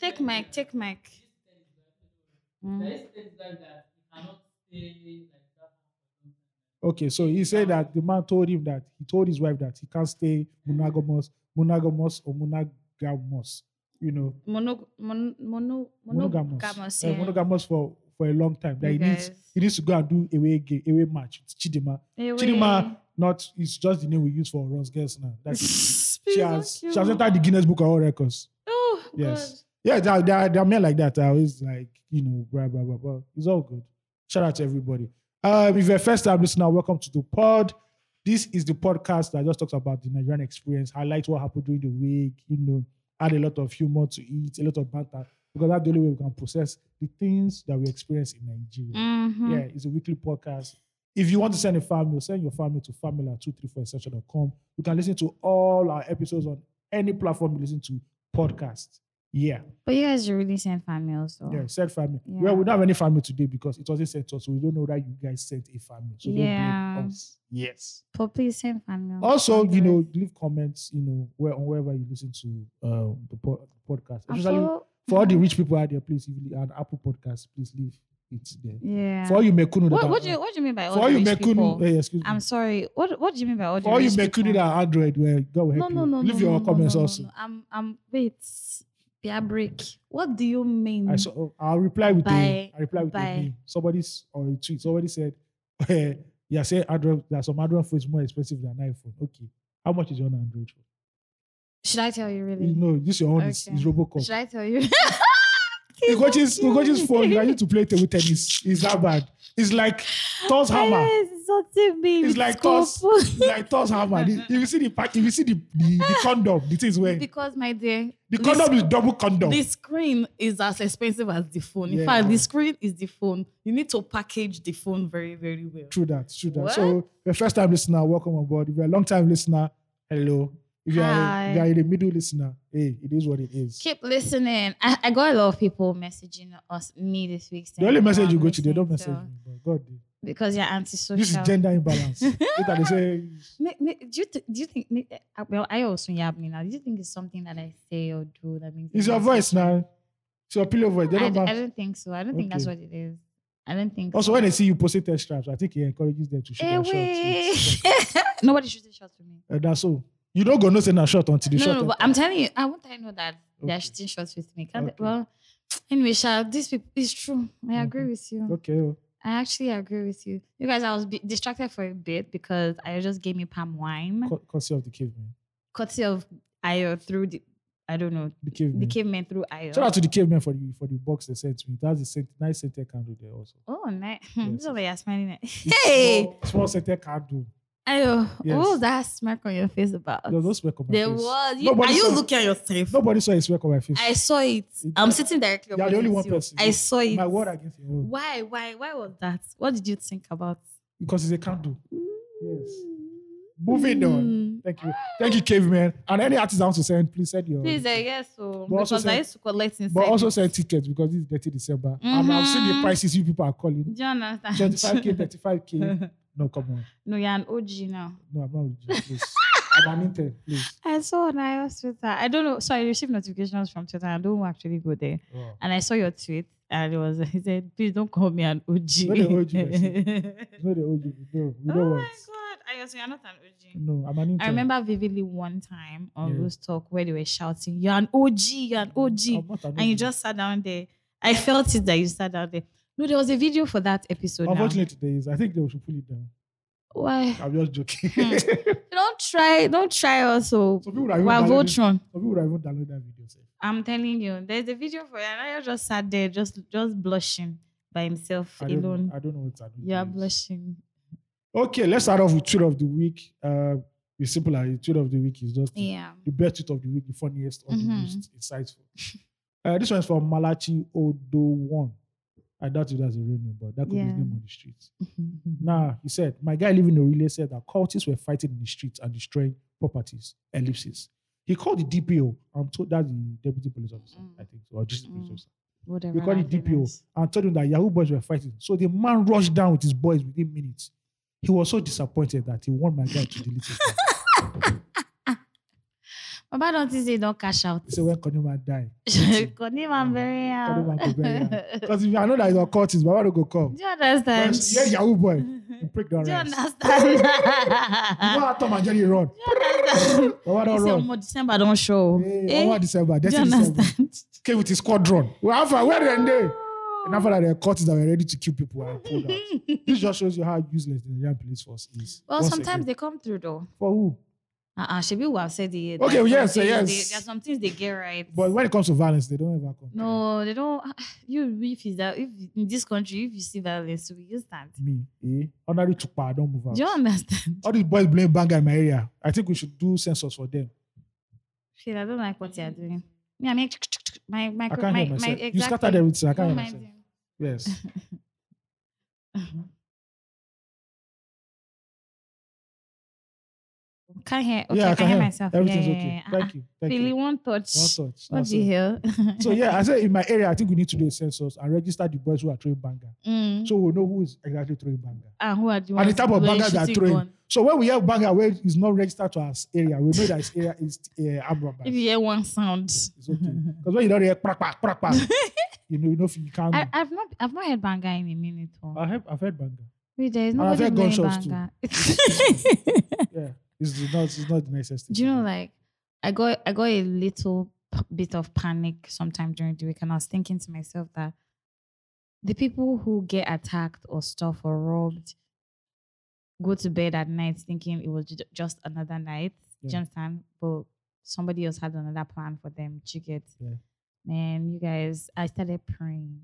Speaker 1: Take mic, take mic.
Speaker 3: There
Speaker 1: Mm.
Speaker 3: is incident that he cannot stay like that.
Speaker 2: Okay, so he said that the man told him that he told his wife that he can't stay monogamous, monogamous or monogamous, you know,
Speaker 1: Mono, mon, mono,
Speaker 2: monogamous,
Speaker 1: monogamous.
Speaker 2: uh,
Speaker 1: yeah.
Speaker 2: monogamous for for a long time. That he needs
Speaker 1: Because-
Speaker 2: he needs to go and do away game, away match with Chidima.
Speaker 1: Anyway.
Speaker 2: Chidima, not it's just the name we use for Ron's girls now. That's
Speaker 1: Please,
Speaker 2: she
Speaker 1: don't
Speaker 2: has she
Speaker 1: you.
Speaker 2: has entered the Guinness Book of World Records.
Speaker 1: Oh,
Speaker 2: Yes.
Speaker 1: God.
Speaker 2: Yeah, there, are- there, are- there are men like that. I always like, you know, blah, blah, blah, blah. It's all good. Shout out to everybody. Um, if you're a first time listener, welcome to the pod. This is the podcast that just talks about the Nigerian experience, highlights what happened during the week, you know, add a lot of humor to it, a lot of banter, because that's the only way we can process the things that we experience in Nigeria.
Speaker 1: Mhm.
Speaker 2: Yeah, it's a weekly podcast. If you want to send a family, send your family to family234essential.com. You can listen to all our episodes on any platform you listen to podcasts. Yeah.
Speaker 1: But you guys should really send family though.
Speaker 2: Yeah, send family.
Speaker 1: Yeah.
Speaker 2: Well, we don't have any family today because it wasn't sent to us. So we don't know that you guys sent a family. So don't
Speaker 1: Yeah.
Speaker 2: blame us. Yes.
Speaker 1: But please send family.
Speaker 2: Also, you know, leave comments, you know, where on wherever you listen to um, the po- podcast. Especially for all the rich people out there, please, if you an Apple podcast, please leave it there.
Speaker 1: Yeah.
Speaker 2: For all you mekunu, that
Speaker 1: what,
Speaker 2: are-
Speaker 1: what do you What do you mean by
Speaker 2: for
Speaker 1: all
Speaker 2: all you
Speaker 1: the rich people?
Speaker 2: mekunu, eh, excuse me.
Speaker 1: I'm sorry. What What do you mean by all the
Speaker 2: For all you
Speaker 1: rich
Speaker 2: mekunu
Speaker 1: people?
Speaker 2: that are Android, well, God will
Speaker 1: No,
Speaker 2: help
Speaker 1: no,
Speaker 2: you.
Speaker 1: no.
Speaker 2: leave
Speaker 1: no,
Speaker 2: your
Speaker 1: no,
Speaker 2: comments
Speaker 1: no, no,
Speaker 2: also.
Speaker 1: No. I'm. I'm. Wait. Be a break. What do you mean?
Speaker 2: I saw, oh, I'll reply with a,
Speaker 1: Mm. Bye.
Speaker 2: I'll reply with a
Speaker 1: Bye.
Speaker 2: meme. Somebody's or a tweet. Somebody said, eh, "Yeah, say Android. There are some Android phones more expensive than iPhone." Okay, how much is your Android phone?
Speaker 1: Should I tell you really?
Speaker 2: You know, this your own is,
Speaker 1: Okay.
Speaker 2: is RoboCop.
Speaker 1: Should I tell you?
Speaker 2: Ugochi's Ugochi's
Speaker 1: Ugochi's
Speaker 2: phone. You need to play table tennis. It's that bad. It's like Thor's hammer.
Speaker 1: Yes, it's something big.
Speaker 2: It's like toss. It's like Thor's hammer. The- If you see the pack, if you see the the, the condom, the thing is where
Speaker 1: Because my dear,
Speaker 2: the
Speaker 4: this-
Speaker 2: condom is double condom.
Speaker 4: The screen is as expensive as the phone. In
Speaker 2: Yeah.
Speaker 4: fact, the screen is the phone. You need to package the phone very, very well.
Speaker 2: True that. True that. So, if you're a first time listener, welcome on board. If you're a long time listener, hello. If you're,
Speaker 1: Hi.
Speaker 2: if you're in the middle listener, hey, it is what it is.
Speaker 1: keep listening. I, I got a lot of people messaging us me this week.
Speaker 2: the
Speaker 1: saying,
Speaker 2: only
Speaker 1: "Oh,
Speaker 2: message
Speaker 1: I'm
Speaker 2: you go to, they don't message
Speaker 1: listening,"
Speaker 2: me. But God, they-
Speaker 1: because you're antisocial.
Speaker 2: this is gender imbalance. Later they say,
Speaker 1: Ma- ma- do you th- do you think? ma- uh, well, I also yab me now. Do you think it's something that I say or do that means?
Speaker 2: it's your voice now. It's your pillow voice. They
Speaker 1: I,
Speaker 2: don't
Speaker 1: d- I
Speaker 2: matter.
Speaker 1: don't think so. I don't think that's
Speaker 2: Okay.
Speaker 1: what it is. I don't think.
Speaker 2: Also,
Speaker 1: so.
Speaker 2: when they see you posting test straps, I think it encourages them to shoot
Speaker 1: Eh,
Speaker 2: their shots.
Speaker 1: wait. Nobody should shot to me.
Speaker 2: And that's all. You don't go no send a shot until the
Speaker 1: no,
Speaker 2: shot.
Speaker 1: no, but
Speaker 2: enter.
Speaker 1: I'm telling you, I won't I know that
Speaker 2: Okay.
Speaker 1: they're shooting shots with me. Can't
Speaker 2: Okay.
Speaker 1: well anyway, Sha, these people it's true. I agree
Speaker 2: Mhm.
Speaker 1: with you.
Speaker 2: Okay. oh.
Speaker 1: I actually agree with you. You guys, I was b- distracted for a bit because I just gave me palm wine,
Speaker 2: Cut, cut you off the caveman.
Speaker 1: courtesy of Ayo through the I don't know
Speaker 2: The caveman.
Speaker 1: the caveman through
Speaker 2: Mm-hmm. Shout out
Speaker 1: Ayo.
Speaker 2: to the caveman for the for the box they sent me. That's the scent, nice scented candle there also.
Speaker 1: Oh, nice.
Speaker 2: Yes.
Speaker 1: This is why you're smiling. At.
Speaker 2: It's
Speaker 1: Hey,
Speaker 2: small, small scented candle.
Speaker 1: Ayo,
Speaker 2: Yes.
Speaker 1: what was that smirk on your face about?
Speaker 2: There was no smirk on my
Speaker 4: There
Speaker 2: face.
Speaker 4: was. You,
Speaker 2: Nobody
Speaker 4: are you
Speaker 2: saw-
Speaker 4: looking at yourself?
Speaker 2: Nobody saw a smirk on my face.
Speaker 4: I saw it. I'm sitting directly.
Speaker 2: You're the only
Speaker 4: opposite
Speaker 2: one
Speaker 4: you.
Speaker 2: person.
Speaker 4: I saw it.
Speaker 2: my word against your own
Speaker 4: Why? Why? Why was
Speaker 1: that. What did you think about?
Speaker 2: because it's a candle. Yes.
Speaker 1: Mm.
Speaker 2: Moving
Speaker 1: Hmm.
Speaker 2: on. Thank you, thank you, caveman. And any artist wants to send, please send your.
Speaker 1: Please, I guess so.
Speaker 2: But
Speaker 1: because
Speaker 2: also say-
Speaker 1: I used to collect inside.
Speaker 2: but also
Speaker 1: it.
Speaker 2: send tickets because it's dirty December, and I've seen the
Speaker 1: Mhm.
Speaker 2: prices you people are calling.
Speaker 1: do you understand?
Speaker 2: 25k, 35k. No, come on.
Speaker 1: no, you're an OG now.
Speaker 2: No, I'm not with you. Please. I'm an intern, please.
Speaker 1: I saw on iOS Twitter. I don't know. So I received notifications from Twitter. I don't actually go there.
Speaker 2: Oh.
Speaker 1: And I saw your tweet, and it was he said, "Please don't call me an OG."
Speaker 2: Not an OG, I No, the OG. No, we
Speaker 1: oh
Speaker 2: don't
Speaker 1: my
Speaker 2: want.
Speaker 1: god! I guess you're not an OG.
Speaker 2: No, I'm an intern.
Speaker 1: I remember vividly one time on
Speaker 2: Yeah.
Speaker 1: Rose Talk where they were shouting, "You're an OG! You're an OG!"
Speaker 2: I'm not an
Speaker 1: And you
Speaker 2: OG.
Speaker 1: just sat down there. I felt it that you sat down there. No, there was a video for that episode. Now.
Speaker 2: Unfortunately, there is. I think they should pull it down.
Speaker 1: Why?
Speaker 2: I'm just joking.
Speaker 1: Hmm.
Speaker 2: some
Speaker 1: Don't try. Don't try. Also,
Speaker 2: people would have even
Speaker 1: while
Speaker 2: downloaded, some
Speaker 1: Voltron.
Speaker 2: people would have even downloaded that video. sef.
Speaker 1: I'm telling you, there's a video for it. And I just sat there, just just blushing by himself
Speaker 2: I don't,
Speaker 1: alone.
Speaker 2: know, I don't know what's happening.
Speaker 1: You're blushing.
Speaker 2: Okay, let's start off with tweet of the week. Uh, it's simple. Like, the tweet of the week is just the-
Speaker 1: Yeah.
Speaker 2: the best tweet of the week, the funniest or the
Speaker 1: Mhm.
Speaker 2: most insightful. uh, this one is from Malachi Odo One. I doubt if that's a real name, but that could be his
Speaker 1: Yeah.
Speaker 2: name on the streets. Nah, Mm-hmm. he said, my guy living in Orile said that cultists were fighting in the streets and destroying properties, ellipses. He called the DPO and told that the deputy police officer,
Speaker 1: Mm.
Speaker 2: I think, or just the police
Speaker 1: Mm.
Speaker 2: officer.
Speaker 1: Whatever.
Speaker 2: He called
Speaker 1: that
Speaker 2: the
Speaker 1: thing
Speaker 2: DPO
Speaker 1: is.
Speaker 2: and told him that Yahoo boys were fighting. So the man rushed down with his boys within minutes. He was so disappointed that he warned my guy to delete it.
Speaker 1: Baba don't say don't cash out.
Speaker 2: He said, when Konima die,
Speaker 1: Konima very
Speaker 2: Konima
Speaker 1: out.
Speaker 2: go bury am.
Speaker 1: Do
Speaker 2: Because if I know that your court is, Baba don't go come.
Speaker 1: you understand?
Speaker 2: Yeah, Yahoo boy. You
Speaker 1: Do
Speaker 2: prick down
Speaker 1: you
Speaker 2: rice. You
Speaker 1: understand?
Speaker 2: know how Tom and Jerry run. Baba
Speaker 4: He
Speaker 2: don't
Speaker 4: say,
Speaker 2: run.
Speaker 4: "Omo, December don't show.
Speaker 2: Hey,
Speaker 4: Eh?
Speaker 2: over December,
Speaker 1: Do you
Speaker 2: December. December.
Speaker 1: understand?
Speaker 2: Came with his squadron. Well, Alpha, where they they? And after that, there are courts that were ready to kill people and pulled out. this just shows you how useless the Nigerian police force is.
Speaker 1: Well,
Speaker 2: Once
Speaker 1: sometimes
Speaker 2: again.
Speaker 1: they come through though.
Speaker 2: for who?
Speaker 1: Uh-uh, Shebi will have said it.
Speaker 2: Okay,
Speaker 1: There's
Speaker 2: yes,
Speaker 1: some things
Speaker 2: yes.
Speaker 1: They, there are some things they get right.
Speaker 2: But when it comes to violence, they don't ever come.
Speaker 1: no, they don't. ah, You, if it's that, if in this country, if you see violence, we just stand.
Speaker 2: me, eh? Honorary Chupa, I don't move out.
Speaker 1: Do you understand?
Speaker 2: All these boys blame Banga in my area. I think we should do census for them.
Speaker 1: Shit, I don't like what you're doing. Yeah, I mean, my my
Speaker 2: I can't
Speaker 1: my,
Speaker 2: hear
Speaker 1: my
Speaker 2: myself.
Speaker 1: exactly.
Speaker 2: You scattered everything. I can't
Speaker 1: Don't
Speaker 2: hear
Speaker 1: mind
Speaker 2: myself. Yes.
Speaker 1: them. Can't hear. Okay,
Speaker 2: yeah,
Speaker 1: I can hear
Speaker 2: him.
Speaker 1: myself. Yeah,
Speaker 2: Everything's
Speaker 1: yeah,
Speaker 2: okay.
Speaker 1: yeah.
Speaker 2: Thank you. Thank
Speaker 1: Really,
Speaker 2: you.
Speaker 1: one touch.
Speaker 2: One touch.
Speaker 1: What
Speaker 2: That's
Speaker 1: the
Speaker 2: it.
Speaker 1: hell?
Speaker 2: So yeah, I said in my area, I think we need to do a census and register the boys who are throwing banger.
Speaker 1: Mm.
Speaker 2: So we'll know who is exactly throwing banger.
Speaker 1: and who are the
Speaker 2: and
Speaker 1: ones
Speaker 2: the type of
Speaker 4: Where
Speaker 2: banger
Speaker 4: you
Speaker 2: that
Speaker 4: shooting
Speaker 2: throwing.
Speaker 4: gun.
Speaker 2: So when we hear banger where it's not registered to our area, we know that his area is uh, armed robbers.
Speaker 4: If you hear one sound,
Speaker 2: It's okay. Um, Because when you don't hear crack, crack, crack, crack, you know, you know, if you can't.
Speaker 1: I, I've not I've not heard banger in a minute. Oh.
Speaker 2: I have, I've heard banger.
Speaker 1: Wait, there is
Speaker 2: uh, and I've
Speaker 1: nobody
Speaker 2: heard
Speaker 1: playing
Speaker 2: gunshots
Speaker 1: banger.
Speaker 2: Yeah. It's not, it's not the nicest thing.
Speaker 1: Do you know like I got I got a little p- bit of panic sometime during the week and I was thinking to myself that the people who get attacked or stuff or robbed go to bed at night thinking it was ju- just another night. Do
Speaker 2: Yeah.
Speaker 1: you understand? But somebody else had another plan for them. Do you get?
Speaker 2: Yeah.
Speaker 1: Man, you guys, I started praying.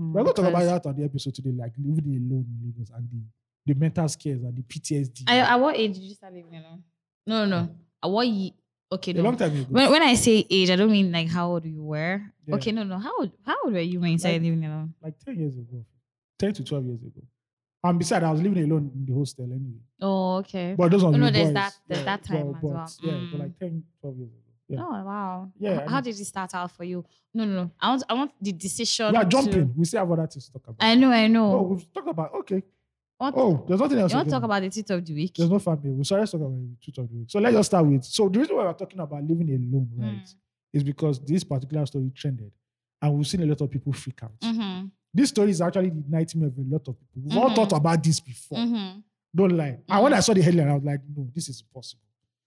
Speaker 1: Mm,
Speaker 2: We're going to talk about
Speaker 1: because-
Speaker 2: that on the episode today, like living alone in Lagos and the, the mental scares and the PTSD.
Speaker 1: I, at what age did you start living alone?
Speaker 4: no, no, no. At what ye- okay,
Speaker 2: a
Speaker 4: no.
Speaker 2: long time ago.
Speaker 1: When, when I say age, I don't mean like how old you were.
Speaker 2: Yeah.
Speaker 1: Okay, no, no. How old, how old were you when you
Speaker 2: Like-
Speaker 1: started living alone?
Speaker 2: like 10 years ago. 10 to 12 years ago. And besides, I was living alone in the hostel anyway.
Speaker 1: Oh, okay.
Speaker 2: But those are
Speaker 1: Oh, no,
Speaker 2: the
Speaker 1: there's
Speaker 2: boys.
Speaker 1: that- there's that time
Speaker 2: well,
Speaker 1: as
Speaker 2: but,
Speaker 1: well.
Speaker 2: Yeah,
Speaker 1: Mm.
Speaker 2: but like 10, 12 years ago. Yeah.
Speaker 1: Oh wow.
Speaker 2: Yeah,
Speaker 1: H-
Speaker 2: I
Speaker 1: How
Speaker 2: know.
Speaker 1: did it start out for you? No, no, no. I want I want the decision.
Speaker 2: We are
Speaker 1: to-
Speaker 2: jumping. We still have other things to talk about.
Speaker 1: I know, I
Speaker 2: Oh,
Speaker 1: know.
Speaker 2: we've talked about okay.
Speaker 1: What-
Speaker 2: Oh, there's nothing else.
Speaker 1: you want to
Speaker 2: again.
Speaker 1: talk about the tweet of the week?
Speaker 2: There's no family. We're sorry, let's talk about the truth of the week. So let's just start with. So the reason why we're talking about living alone, right,
Speaker 1: Mm.
Speaker 2: is because this particular story trended, and we've seen a lot of people freak out.
Speaker 1: Mhm,
Speaker 2: This story is actually the nightmare of a lot of people. We've all
Speaker 1: Mhm.
Speaker 2: thought about this before.
Speaker 1: mhm.
Speaker 2: Don't lie. And when I saw the headline, I was like, no, this is impossible.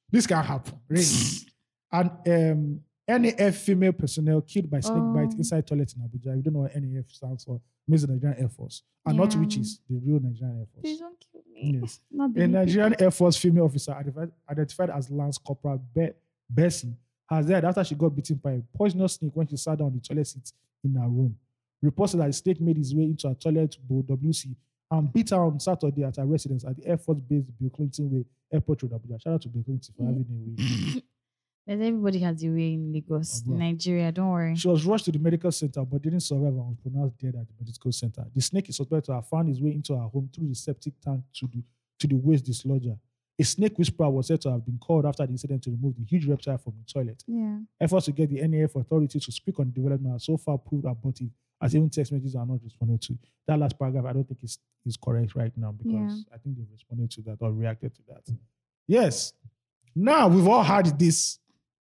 Speaker 2: This can't happen. Really. and um, NAF female personnel killed by snake bite
Speaker 1: Oh.
Speaker 2: inside toilet in Abuja. You don't know what NAF stands for. Means the Nigerian Air Force, and not
Speaker 1: Yeah.
Speaker 2: witches, the real Nigerian Air Force.
Speaker 1: Please don't kill me.
Speaker 2: Yes.
Speaker 1: Not
Speaker 2: A
Speaker 1: baby.
Speaker 2: Nigerian Air Force female officer identified, identified as Lance Corporal Be- Bessie has died after she got bitten by a poisonous snake when she sat down on the toilet seat in her room. Reports that the snake made its way into her toilet bowl WC and beat her on Saturday at her residence at the Air Force Base, Bill Clinton Way, Airport Road, Abuja. Shout out to Bill Clinton for having a way.
Speaker 1: There's everybody has a way in Lagos,
Speaker 2: Oh, bro.
Speaker 1: Nigeria. Don't worry.
Speaker 2: She was rushed to the medical center but didn't survive and was pronounced dead at the medical center. The snake is suspected to have found his way into her home through the septic tank to the to the waste dislodger. A snake whisperer was said to have been called after the incident to remove the huge reptile from the toilet.
Speaker 1: Yeah.
Speaker 2: Efforts to get the NAF authority to speak on development are so far proved abortive as even text messages are not responded to. That last paragraph I don't think is, is correct right now because
Speaker 1: Yeah.
Speaker 2: I think they responded to that or reacted to that. Yes. Now we've all had this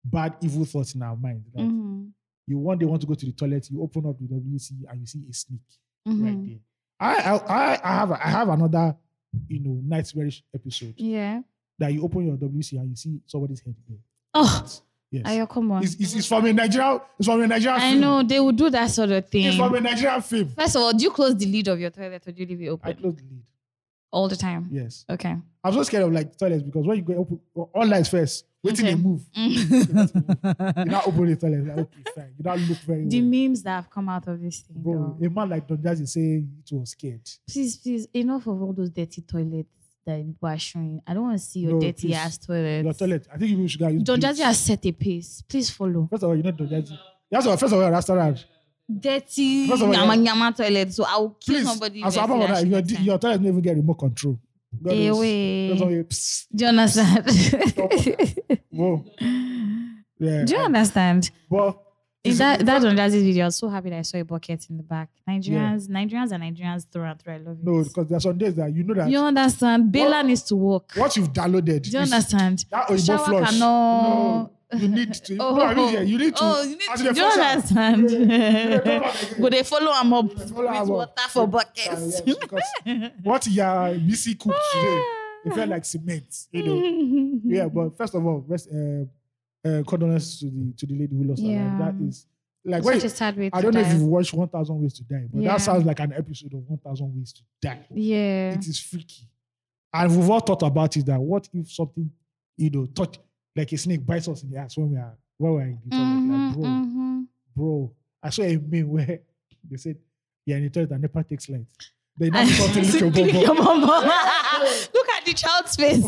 Speaker 2: bad evil thoughts in our mind. Like,
Speaker 1: Mhm,
Speaker 2: you one day want to go to the toilet, you open up the WC and you see a snake right
Speaker 1: mhm.
Speaker 2: there. I, I I- I have I have another you know nightmarish episode
Speaker 1: Yeah.
Speaker 2: that you open your WC and you see somebody's head there.
Speaker 1: Oh,
Speaker 2: Yes,
Speaker 1: Ayo, come on.
Speaker 2: it's, it's, it's from a Nigerian. It's from a Nigerian.
Speaker 1: I
Speaker 2: film.
Speaker 1: know they will do that sort of
Speaker 2: It's
Speaker 1: thing.
Speaker 2: from a Nigerian film.
Speaker 1: First of all, do you close the lid of your toilet or do you leave it
Speaker 2: I
Speaker 1: open
Speaker 2: closed the lid.
Speaker 1: all the time?
Speaker 2: Yes,
Speaker 1: Okay.
Speaker 2: I'm so scared of like toilets because when you go open all lights first, waiting
Speaker 1: Okay.
Speaker 2: they move.
Speaker 1: Mm.
Speaker 2: You now open the toilet. Like, okay, fine. You now look very.
Speaker 1: the
Speaker 2: well.
Speaker 1: memes that have come out of this thing.
Speaker 2: Bro,
Speaker 1: though.
Speaker 2: a man like Don Jazzy saying it was scared.
Speaker 1: Please, please, enough of all those dirty toilets that people are showing. I don't want to see your
Speaker 2: No,
Speaker 1: dirty
Speaker 2: please.
Speaker 1: ass toilets.
Speaker 2: Your toilet. I think you should go and use.
Speaker 1: Don
Speaker 2: bleach.
Speaker 1: Jazzy has set a pace. Please follow.
Speaker 2: First of all, you know Don Jazzy. That's all. First of all, that's that.
Speaker 1: Dirty
Speaker 2: First of all,
Speaker 1: nyama
Speaker 2: yeah.
Speaker 1: nyama toilet. So I will kill
Speaker 2: Please,
Speaker 1: somebody.
Speaker 2: as
Speaker 1: if I
Speaker 2: apart
Speaker 1: see
Speaker 2: from that,
Speaker 1: shit
Speaker 2: your,
Speaker 1: next time.
Speaker 2: your toilet don't even get remote control. God
Speaker 1: Eh,
Speaker 2: knows.
Speaker 1: wait.
Speaker 2: That's all you- psst,
Speaker 1: Do you understand?
Speaker 2: Stop on whoa,
Speaker 1: Do
Speaker 2: yeah.
Speaker 1: you understand?
Speaker 2: But
Speaker 1: In
Speaker 2: it's-
Speaker 1: that that Don Jazzy's video, I was so happy that I saw a bucket in the back. Nigerians, Nigerians, and Nigerians through and through. I love
Speaker 2: no,
Speaker 1: it.
Speaker 2: because there are some days that you know that
Speaker 1: You understand? Bela
Speaker 2: What-
Speaker 1: needs to work.
Speaker 2: what you've downloaded.
Speaker 1: Do you
Speaker 2: is
Speaker 1: understand?
Speaker 2: That Oyibo
Speaker 1: Shower
Speaker 2: flush.
Speaker 1: cannot.
Speaker 2: No. you need to.
Speaker 1: Oh,
Speaker 2: no, I mean, yeah, you need to.
Speaker 4: oh, you need
Speaker 2: as
Speaker 4: to-
Speaker 2: the
Speaker 4: do
Speaker 1: Do you
Speaker 2: first hand,
Speaker 1: understand?
Speaker 2: yeah, talk about it again.
Speaker 4: Go they follow him up
Speaker 2: They
Speaker 4: with
Speaker 2: follow am up.
Speaker 4: water for
Speaker 2: Ah,
Speaker 4: buckets.
Speaker 2: yes, because what you are busy cooked today, it felt like cement, you know. yeah,
Speaker 1: Mm-hmm.
Speaker 2: but first of all, rest, uh, uh, condolences to the to the lady who lost her life.
Speaker 1: Yeah.
Speaker 2: That is like
Speaker 1: Such
Speaker 2: wait,
Speaker 1: a sad way to
Speaker 2: I don't know
Speaker 1: die.
Speaker 2: if you've watched One Thousand Ways to Die, but
Speaker 1: Yeah.
Speaker 2: that sounds like an episode of One Thousand Ways to Die.
Speaker 1: yeah.
Speaker 2: It is freaky, and we've all thought about it. That what if something, you know, touch like a snake bites us in the ass when we are when we are in the toilet,
Speaker 1: Mhm,
Speaker 2: like, bro,
Speaker 1: mhm.
Speaker 2: bro. I saw a meme where they said, "Yeah, in the toilet, and Nepa takes light." They now start to lick your
Speaker 4: Lick
Speaker 2: bum.
Speaker 4: your bum bum. Look at the child's face.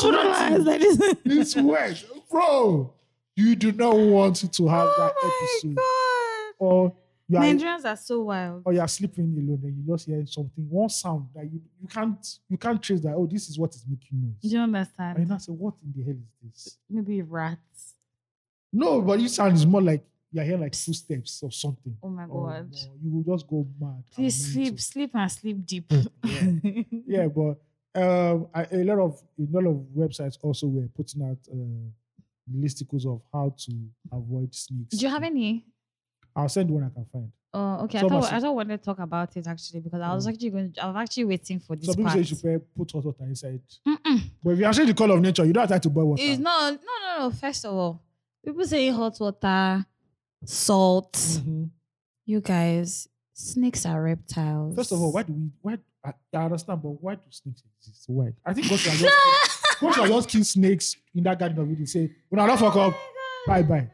Speaker 2: Sweating.
Speaker 4: Like this.
Speaker 2: It's wet, bro. You do not want to have that
Speaker 4: Oh
Speaker 2: episode,
Speaker 4: my
Speaker 2: or you
Speaker 1: God.
Speaker 2: are
Speaker 1: Nigerians are so wild.
Speaker 2: or you are sleeping alone and you just hear something, one sound that you, you can't you can't trace that. Oh, this is what is making
Speaker 1: Do
Speaker 2: noise.
Speaker 1: you
Speaker 2: And you
Speaker 1: understand?
Speaker 2: now say, what in the hell is this?
Speaker 1: Maybe rats.
Speaker 2: No, but this sound is more like you're hearing like footsteps or something.
Speaker 1: Oh my
Speaker 2: Oh,
Speaker 1: God.
Speaker 2: no, you will just go mad. and
Speaker 1: Please
Speaker 2: mental.
Speaker 1: sleep, sleep and sleep deep.
Speaker 2: Yeah, but um, I, a lot of a lot of websites also were putting out uh, listicles of how to avoid snakes.
Speaker 1: Do you have any?
Speaker 2: I'll send one I can find.
Speaker 1: Oh, okay.
Speaker 2: Some
Speaker 1: I
Speaker 2: are
Speaker 1: thought
Speaker 2: s-
Speaker 1: I thought we wanted to talk about it actually because I was
Speaker 2: Mm.
Speaker 1: actually going. I was actually waiting for this
Speaker 2: Some people
Speaker 1: part.
Speaker 2: say you should pay- put hot water inside.
Speaker 1: Mm-mm.
Speaker 2: But if you answer the call of nature, you don't have time to boil water.
Speaker 1: It's not. No, no, no. First of all, people say hot water, salt.
Speaker 2: Mhm.
Speaker 1: You guys, snakes are reptiles.
Speaker 2: First of all, why do we? Why I, I understand, but why do snakes exist? Why? I think God should have just, God should have just kill snakes in that garden of Eden. Say, when I don't fuck up,
Speaker 1: Oh
Speaker 2: bye bye.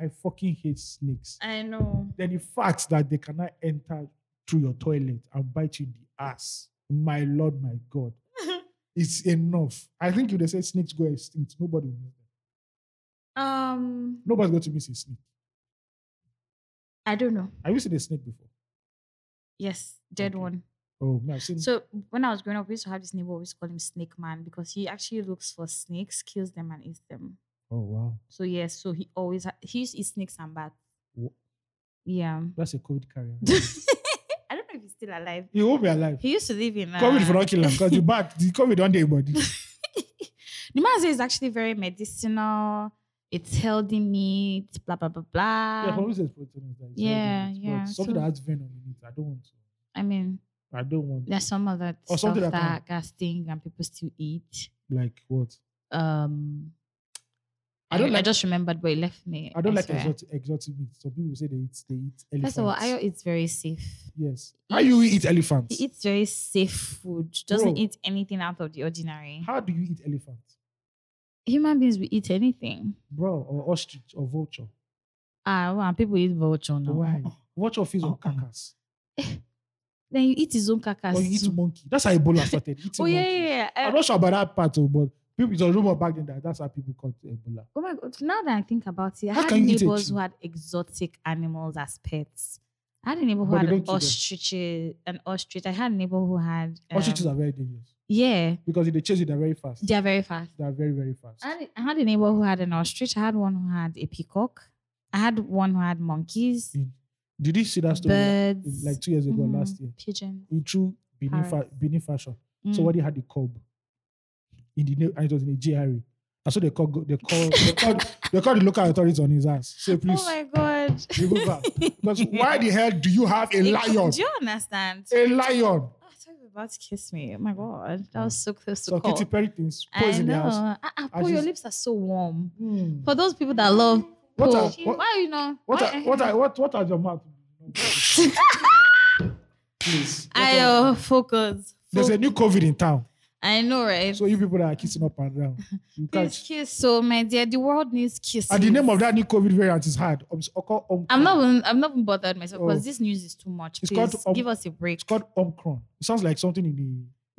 Speaker 2: I fucking hate snakes.
Speaker 1: I know.
Speaker 2: Then the fact that they cannot enter through your toilet and bite you in the ass, my lord, my god, it's enough. I think if they say snakes go extinct, nobody will miss them.
Speaker 1: Um,
Speaker 2: Nobody's going to miss a snake.
Speaker 1: I don't know.
Speaker 2: Have you seen a snake before?
Speaker 1: Yes, dead
Speaker 2: Okay.
Speaker 1: one.
Speaker 2: Oh, man, I've seen.
Speaker 1: So when I was growing up, we used to have this neighbor. We used to call him Snake Man because he actually looks for snakes, kills them, and eats them.
Speaker 2: oh wow,
Speaker 1: So yes, so he always ha- he used to eat snakes and bats.
Speaker 2: Wha-
Speaker 1: Yeah.
Speaker 2: that's a COVID carrier.
Speaker 1: I don't know if he's still alive.
Speaker 2: he won't be alive.
Speaker 1: He used to live in. Uh,
Speaker 2: COVID for not killing him because the bat, the COVID don't dey body.
Speaker 1: the man says it's actually very medicinal. It's healthy meat. Blah blah blah blah.
Speaker 2: Yeah, for me, it's protein. Like,
Speaker 1: Yeah, yeah,
Speaker 2: Something
Speaker 1: so-
Speaker 2: that has venom in it. I don't want to.
Speaker 1: I mean,
Speaker 2: I don't want
Speaker 1: there's some other
Speaker 2: Or
Speaker 1: stuff
Speaker 2: something
Speaker 1: that, that
Speaker 2: that
Speaker 1: got sting and people still eat.
Speaker 2: like what?
Speaker 1: Um,
Speaker 2: I don't
Speaker 1: I
Speaker 2: like.
Speaker 1: just remembered, but it left me.
Speaker 2: I don't like
Speaker 1: swear.
Speaker 2: exotic, exotic meat. Some people say they eat they eat elephants.
Speaker 1: First of all, Ayo eats very safe.
Speaker 2: yes. How you eat
Speaker 1: He
Speaker 2: elephants?
Speaker 1: eats very safe food. Doesn't
Speaker 2: Bro.
Speaker 1: eat anything out of the ordinary.
Speaker 2: How do you eat elephants,
Speaker 1: Human beings, we eat anything.
Speaker 2: bro? Or ostrich or vulture?
Speaker 1: Ah, well, and people eat vulture now.
Speaker 2: Why? Vulture feeds on
Speaker 1: Oh, um,
Speaker 4: Uh-uh.
Speaker 2: carcass.
Speaker 1: Then you eat his own carcass.
Speaker 2: Or you eat
Speaker 1: too.
Speaker 2: monkey. That's how Ebola started. Eating
Speaker 1: oh yeah,
Speaker 2: monkey.
Speaker 1: yeah, yeah.
Speaker 2: I'm
Speaker 1: Uh,
Speaker 2: not sure about that part, though, but people, it's a rumor back then that that's how people caught Ebola.
Speaker 1: oh my god! Now that I think about it, I
Speaker 2: How
Speaker 1: had
Speaker 2: can you eat a
Speaker 1: neighbors
Speaker 2: tree?
Speaker 1: who had exotic animals as pets. I had a neighbor who
Speaker 2: But
Speaker 1: had
Speaker 2: they don't
Speaker 1: an
Speaker 2: kill them.
Speaker 1: ostrich, an ostrich. I had a neighbor who had um,
Speaker 2: Ostriches are very dangerous
Speaker 1: Yeah,
Speaker 2: because if they chase you, they're very fast.
Speaker 1: they are very fast.
Speaker 2: They're very very fast.
Speaker 1: I had, I had a neighbor who had an ostrich. I had one who had a peacock. I had one who had monkeys,
Speaker 2: Did you see that story?
Speaker 1: birds,
Speaker 2: like two years ago
Speaker 1: mhm,
Speaker 2: last year
Speaker 1: pigeons.
Speaker 2: in true Benin, fa-
Speaker 1: Parrots.
Speaker 2: Benin fashion.
Speaker 1: Mm.
Speaker 2: Somebody had a cob in the na- and it was in a JRE. And so they called go- they called they called they called the local authorities on his ass. Say please
Speaker 1: Oh my god!
Speaker 2: remove her. Because why the hell do you have a
Speaker 1: It-
Speaker 2: lion?
Speaker 1: Do you understand?
Speaker 2: A lion.
Speaker 1: Oh, I thought you were about to kiss me. Oh my god, that was so close to
Speaker 2: So
Speaker 1: call.
Speaker 2: Kitty Perry things
Speaker 1: I
Speaker 2: poison the house.
Speaker 1: know. Ah, ah,
Speaker 2: I
Speaker 1: Paul, your
Speaker 2: just-
Speaker 1: lips are so warm.
Speaker 2: Hmm.
Speaker 1: For those people that love
Speaker 2: What
Speaker 1: Paul,
Speaker 2: are- what-
Speaker 1: why you know?
Speaker 2: What
Speaker 1: why-
Speaker 2: are, what are, what what are your mouth? please. what
Speaker 1: I
Speaker 2: are-
Speaker 1: uh, focus.
Speaker 2: there's a new COVID in town.
Speaker 1: I know, right?
Speaker 2: So you people that are kissing up and down. You can't
Speaker 1: Please kiss, so my dear. The world needs kisses.
Speaker 2: And the name of that new COVID variant is hard. Um, It's called Omicron.
Speaker 1: I'm not. Even, I'm not even bothered myself because
Speaker 2: Oh.
Speaker 1: this news is too much.
Speaker 2: It's
Speaker 1: Please
Speaker 2: called, um,
Speaker 1: give us a break.
Speaker 2: It's called Omicron. It sounds like something in the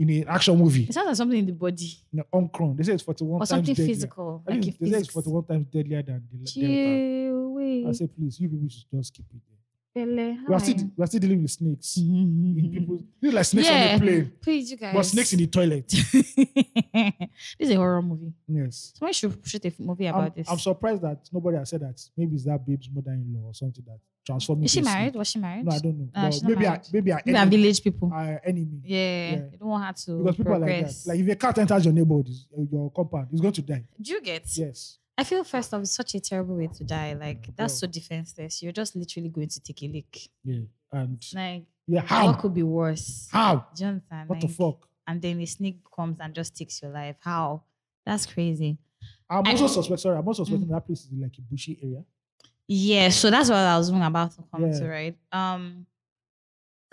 Speaker 2: in an action movie.
Speaker 1: It sounds like something in the body
Speaker 2: No, Omicron. They say it's 41
Speaker 1: or
Speaker 2: times
Speaker 1: something
Speaker 2: deadlier.
Speaker 1: physical,
Speaker 2: I
Speaker 1: like in
Speaker 2: think they say it's
Speaker 1: physics.
Speaker 2: 41 times deadlier than the Delta.
Speaker 1: Gee whiz,
Speaker 2: I say, please, you people should just keep it. there.
Speaker 1: Pele,
Speaker 2: We
Speaker 1: hi.
Speaker 2: are still we are still dealing with snakes. In people, this is like snakes
Speaker 1: Mm-hmm. Yeah.
Speaker 2: on the plane,
Speaker 1: Please, you guys.
Speaker 2: but snakes in the toilet.
Speaker 1: this is a horror movie.
Speaker 2: Yes.
Speaker 1: Someone should shoot a movie about
Speaker 2: I'm,
Speaker 1: this.
Speaker 2: I'm surprised that nobody has said that. Maybe it's that babe's mother-in-law or something that transformed.
Speaker 1: Is she
Speaker 2: into a snake.
Speaker 1: married? Was she married?
Speaker 2: No, I don't know.
Speaker 1: Ah,
Speaker 2: But
Speaker 1: she's not
Speaker 2: maybe, I,
Speaker 1: married.
Speaker 2: maybe, I
Speaker 1: Maybe are
Speaker 2: enemy,
Speaker 1: village people.
Speaker 2: our uh, enemy.
Speaker 1: yeah,
Speaker 2: yeah.
Speaker 1: you don't want her to
Speaker 2: because people are like that.
Speaker 1: progress.
Speaker 2: Like if a cat enters your neighborhood, is- uh, your compound, it's going to die.
Speaker 1: Do you get?
Speaker 2: Yes.
Speaker 1: I feel first off, it's such a terrible way to die. Like
Speaker 2: Yeah,
Speaker 1: that's so
Speaker 2: bro.
Speaker 1: defenseless. You're just literally going to take a leak.
Speaker 2: Yeah. And
Speaker 1: Like
Speaker 2: yeah,
Speaker 1: what
Speaker 2: how?
Speaker 1: could be worse?
Speaker 2: How?
Speaker 1: Jonathan.
Speaker 2: What the
Speaker 1: like,
Speaker 2: fuck?
Speaker 1: And then a snake comes and just takes your life. How? That's crazy.
Speaker 2: I'm
Speaker 1: I- Mm.
Speaker 2: also suspect. Sorry, I'm also suspecting that place is in like a bushy area.
Speaker 1: Yeah, so that's what I was even about to come
Speaker 2: Yeah.
Speaker 1: to, right? Um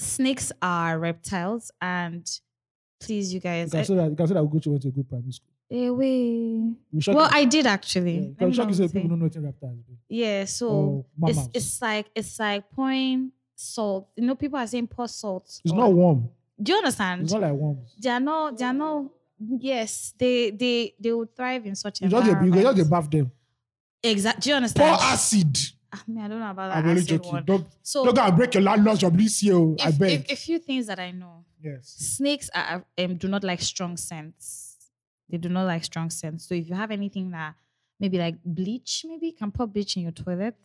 Speaker 1: snakes are reptiles and please you
Speaker 2: You
Speaker 1: guys
Speaker 2: can
Speaker 1: I,
Speaker 2: say that. You can say that Ugochi went to a good primary school.
Speaker 1: Eh, wait.
Speaker 2: You shock
Speaker 1: Well,
Speaker 2: you-
Speaker 1: I did actually.
Speaker 2: yeah,
Speaker 1: Let
Speaker 2: because
Speaker 1: me
Speaker 2: shock
Speaker 1: not
Speaker 2: is that
Speaker 1: say.
Speaker 2: people don't know Oh, what raptors. do.
Speaker 1: Yeah, so
Speaker 2: or
Speaker 1: it's
Speaker 2: mammals. It's,
Speaker 1: it's like it's like pouring salt. You know, people are saying pour salt. or-
Speaker 2: not warm.
Speaker 1: Do you understand?
Speaker 2: It's not like worms.
Speaker 1: they are not. They are not. Yes, they they they will thrive in such
Speaker 2: You just they, you just they
Speaker 1: environment.
Speaker 2: bath them.
Speaker 1: Exactly. Do you
Speaker 2: Pour
Speaker 1: understand?
Speaker 2: acid.
Speaker 1: I mean, I don't know about that.
Speaker 2: I'm only
Speaker 1: acid
Speaker 2: joking.
Speaker 1: one.
Speaker 2: Don't,
Speaker 1: So
Speaker 2: don't go and break your landlord's your BCO. oh, I
Speaker 1: if,
Speaker 2: beg.
Speaker 1: if- a few things that I know.
Speaker 2: yes.
Speaker 1: Snakes are um, do not like strong scents. They do not like strong scents. So if you have anything that maybe like bleach, maybe you can put bleach in your toilet.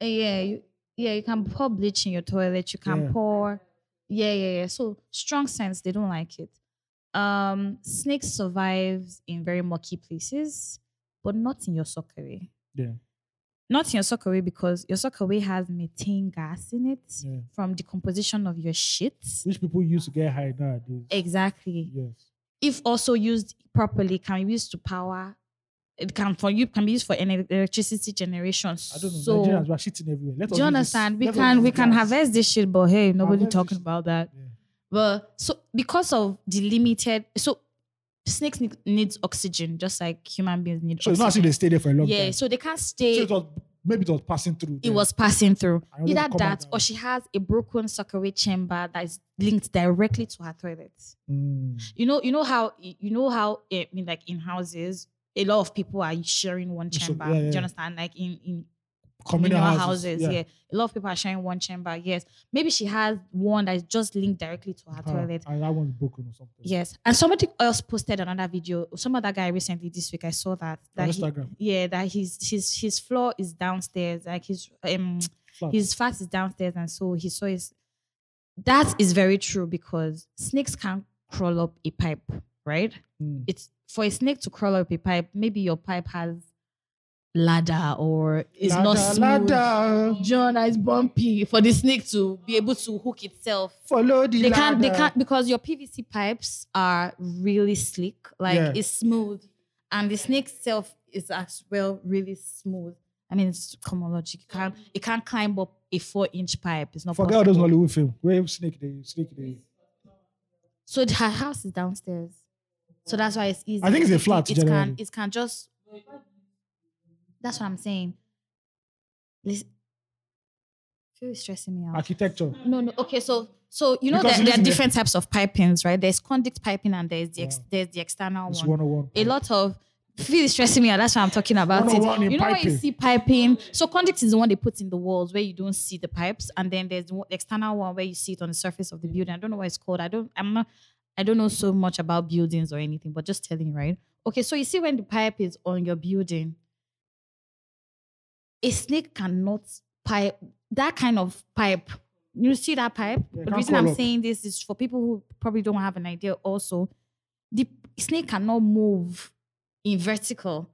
Speaker 1: Eh, Yeah, you, yeah, you can pour bleach in your toilet. You can
Speaker 2: Yeah.
Speaker 1: pour, yeah, yeah, yeah. So strong scents, they don't like it. Um, snakes survives in very murky places, but not in your sockaway.
Speaker 2: Yeah.
Speaker 1: Not in your sockaway because your sockaway has methane gas in it
Speaker 2: Yeah.
Speaker 1: from decomposition of your shit.
Speaker 2: Which people used to get high nowadays.
Speaker 1: Exactly.
Speaker 2: Yes.
Speaker 1: If also used properly, can be used to power. It can for you can be used for ener- electricity generation.
Speaker 2: I don't know.
Speaker 1: So
Speaker 2: Nigerians we are shitting everywhere. Let
Speaker 1: do
Speaker 2: us
Speaker 1: you
Speaker 2: use this-
Speaker 1: understand? We
Speaker 2: let us
Speaker 1: can
Speaker 2: use
Speaker 1: we
Speaker 2: this
Speaker 1: can
Speaker 2: gas.
Speaker 1: harvest this shit, but hey, nobody
Speaker 2: Harvest
Speaker 1: talking
Speaker 2: this-
Speaker 1: about that.
Speaker 2: Yeah.
Speaker 1: But so because of the limited, so snakes need, needs oxygen just like human beings need.
Speaker 2: So it's not as if
Speaker 1: oxygen.
Speaker 2: they stayed there for a long
Speaker 1: yeah,
Speaker 2: time.
Speaker 1: so they can't
Speaker 2: So
Speaker 1: stay.
Speaker 2: it was maybe it was passing through.
Speaker 1: it
Speaker 2: them.
Speaker 1: was passing through.
Speaker 2: I wanted to
Speaker 1: Either
Speaker 2: come out
Speaker 1: that,
Speaker 2: now.
Speaker 1: or she has a broken suckaway chamber that is linked directly to her toilet.
Speaker 2: Mm.
Speaker 1: You know, you know how you know how eh, I mean, like in houses, a lot of people are sharing one
Speaker 2: So-
Speaker 1: chamber.
Speaker 2: yeah, yeah,
Speaker 1: Do
Speaker 2: yeah.
Speaker 1: you understand? Like in in
Speaker 2: Communal houses.
Speaker 1: yeah. a lot of people are sharing one chamber. Yes, maybe she has one that is just linked directly to her
Speaker 2: Ah,
Speaker 1: toilet.
Speaker 2: And that one's broken or something.
Speaker 1: Yes, and somebody else posted another video. Some other guy recently this week I saw that
Speaker 2: On
Speaker 1: that he-
Speaker 2: Instagram.
Speaker 1: yeah that his his his floor is downstairs. Like his um
Speaker 2: Flat.
Speaker 1: his fat is downstairs and so he saw his that is very true because snakes can crawl up a pipe right
Speaker 2: Mm.
Speaker 1: it's for a snake to crawl up a pipe maybe your pipe has ladder or it's not smooth
Speaker 2: Ladder, ladder,
Speaker 1: Jonah is bumpy for the snake to be able to hook itself
Speaker 2: follow the
Speaker 1: they can't they
Speaker 2: ladder.
Speaker 1: can't because your pvc pipes are really slick like
Speaker 2: Yeah.
Speaker 1: it's smooth and the snake itself is as well really smooth i mean it's common logic you can't it can't climb up a four inch pipe it's not
Speaker 2: Forget all
Speaker 1: possible.
Speaker 2: those Nollywood film. Where snake they snake they.
Speaker 1: so the- her house is downstairs so that's why it's easy
Speaker 2: I think it's a
Speaker 1: It-
Speaker 2: flat,
Speaker 1: it,
Speaker 2: generally.
Speaker 1: can it can just that's what i'm saying listen feel is stressing me out
Speaker 2: Architecture.
Speaker 1: No, no. Okay, so so you know that
Speaker 2: Because
Speaker 1: there are
Speaker 2: listen, the-
Speaker 1: different types of pipings, right? There's conduct piping and there's the ex-
Speaker 2: Yeah.
Speaker 1: there's the external
Speaker 2: It's
Speaker 1: one.
Speaker 2: 101.
Speaker 1: A lot of feel is stressing me out. That's why I'm talking about it.
Speaker 2: 101 in
Speaker 1: You know when you
Speaker 2: piping.
Speaker 1: see piping. So conduct is the one they put in the walls where you don't see the pipes, and then there's the one- the external one where you see it on the surface of the building. I don't know what it's called. I don't. I'm not. I don't know so much about buildings or anything, but just telling you, right? Okay, so you see when the pipe is on your building, a snake cannot pipe that kind of pipe. You see that pipe? But the
Speaker 2: Yeah, can't
Speaker 1: reason I'm
Speaker 2: crawl up.
Speaker 1: saying this is for people who probably don't have an idea also. The snake cannot move in vertical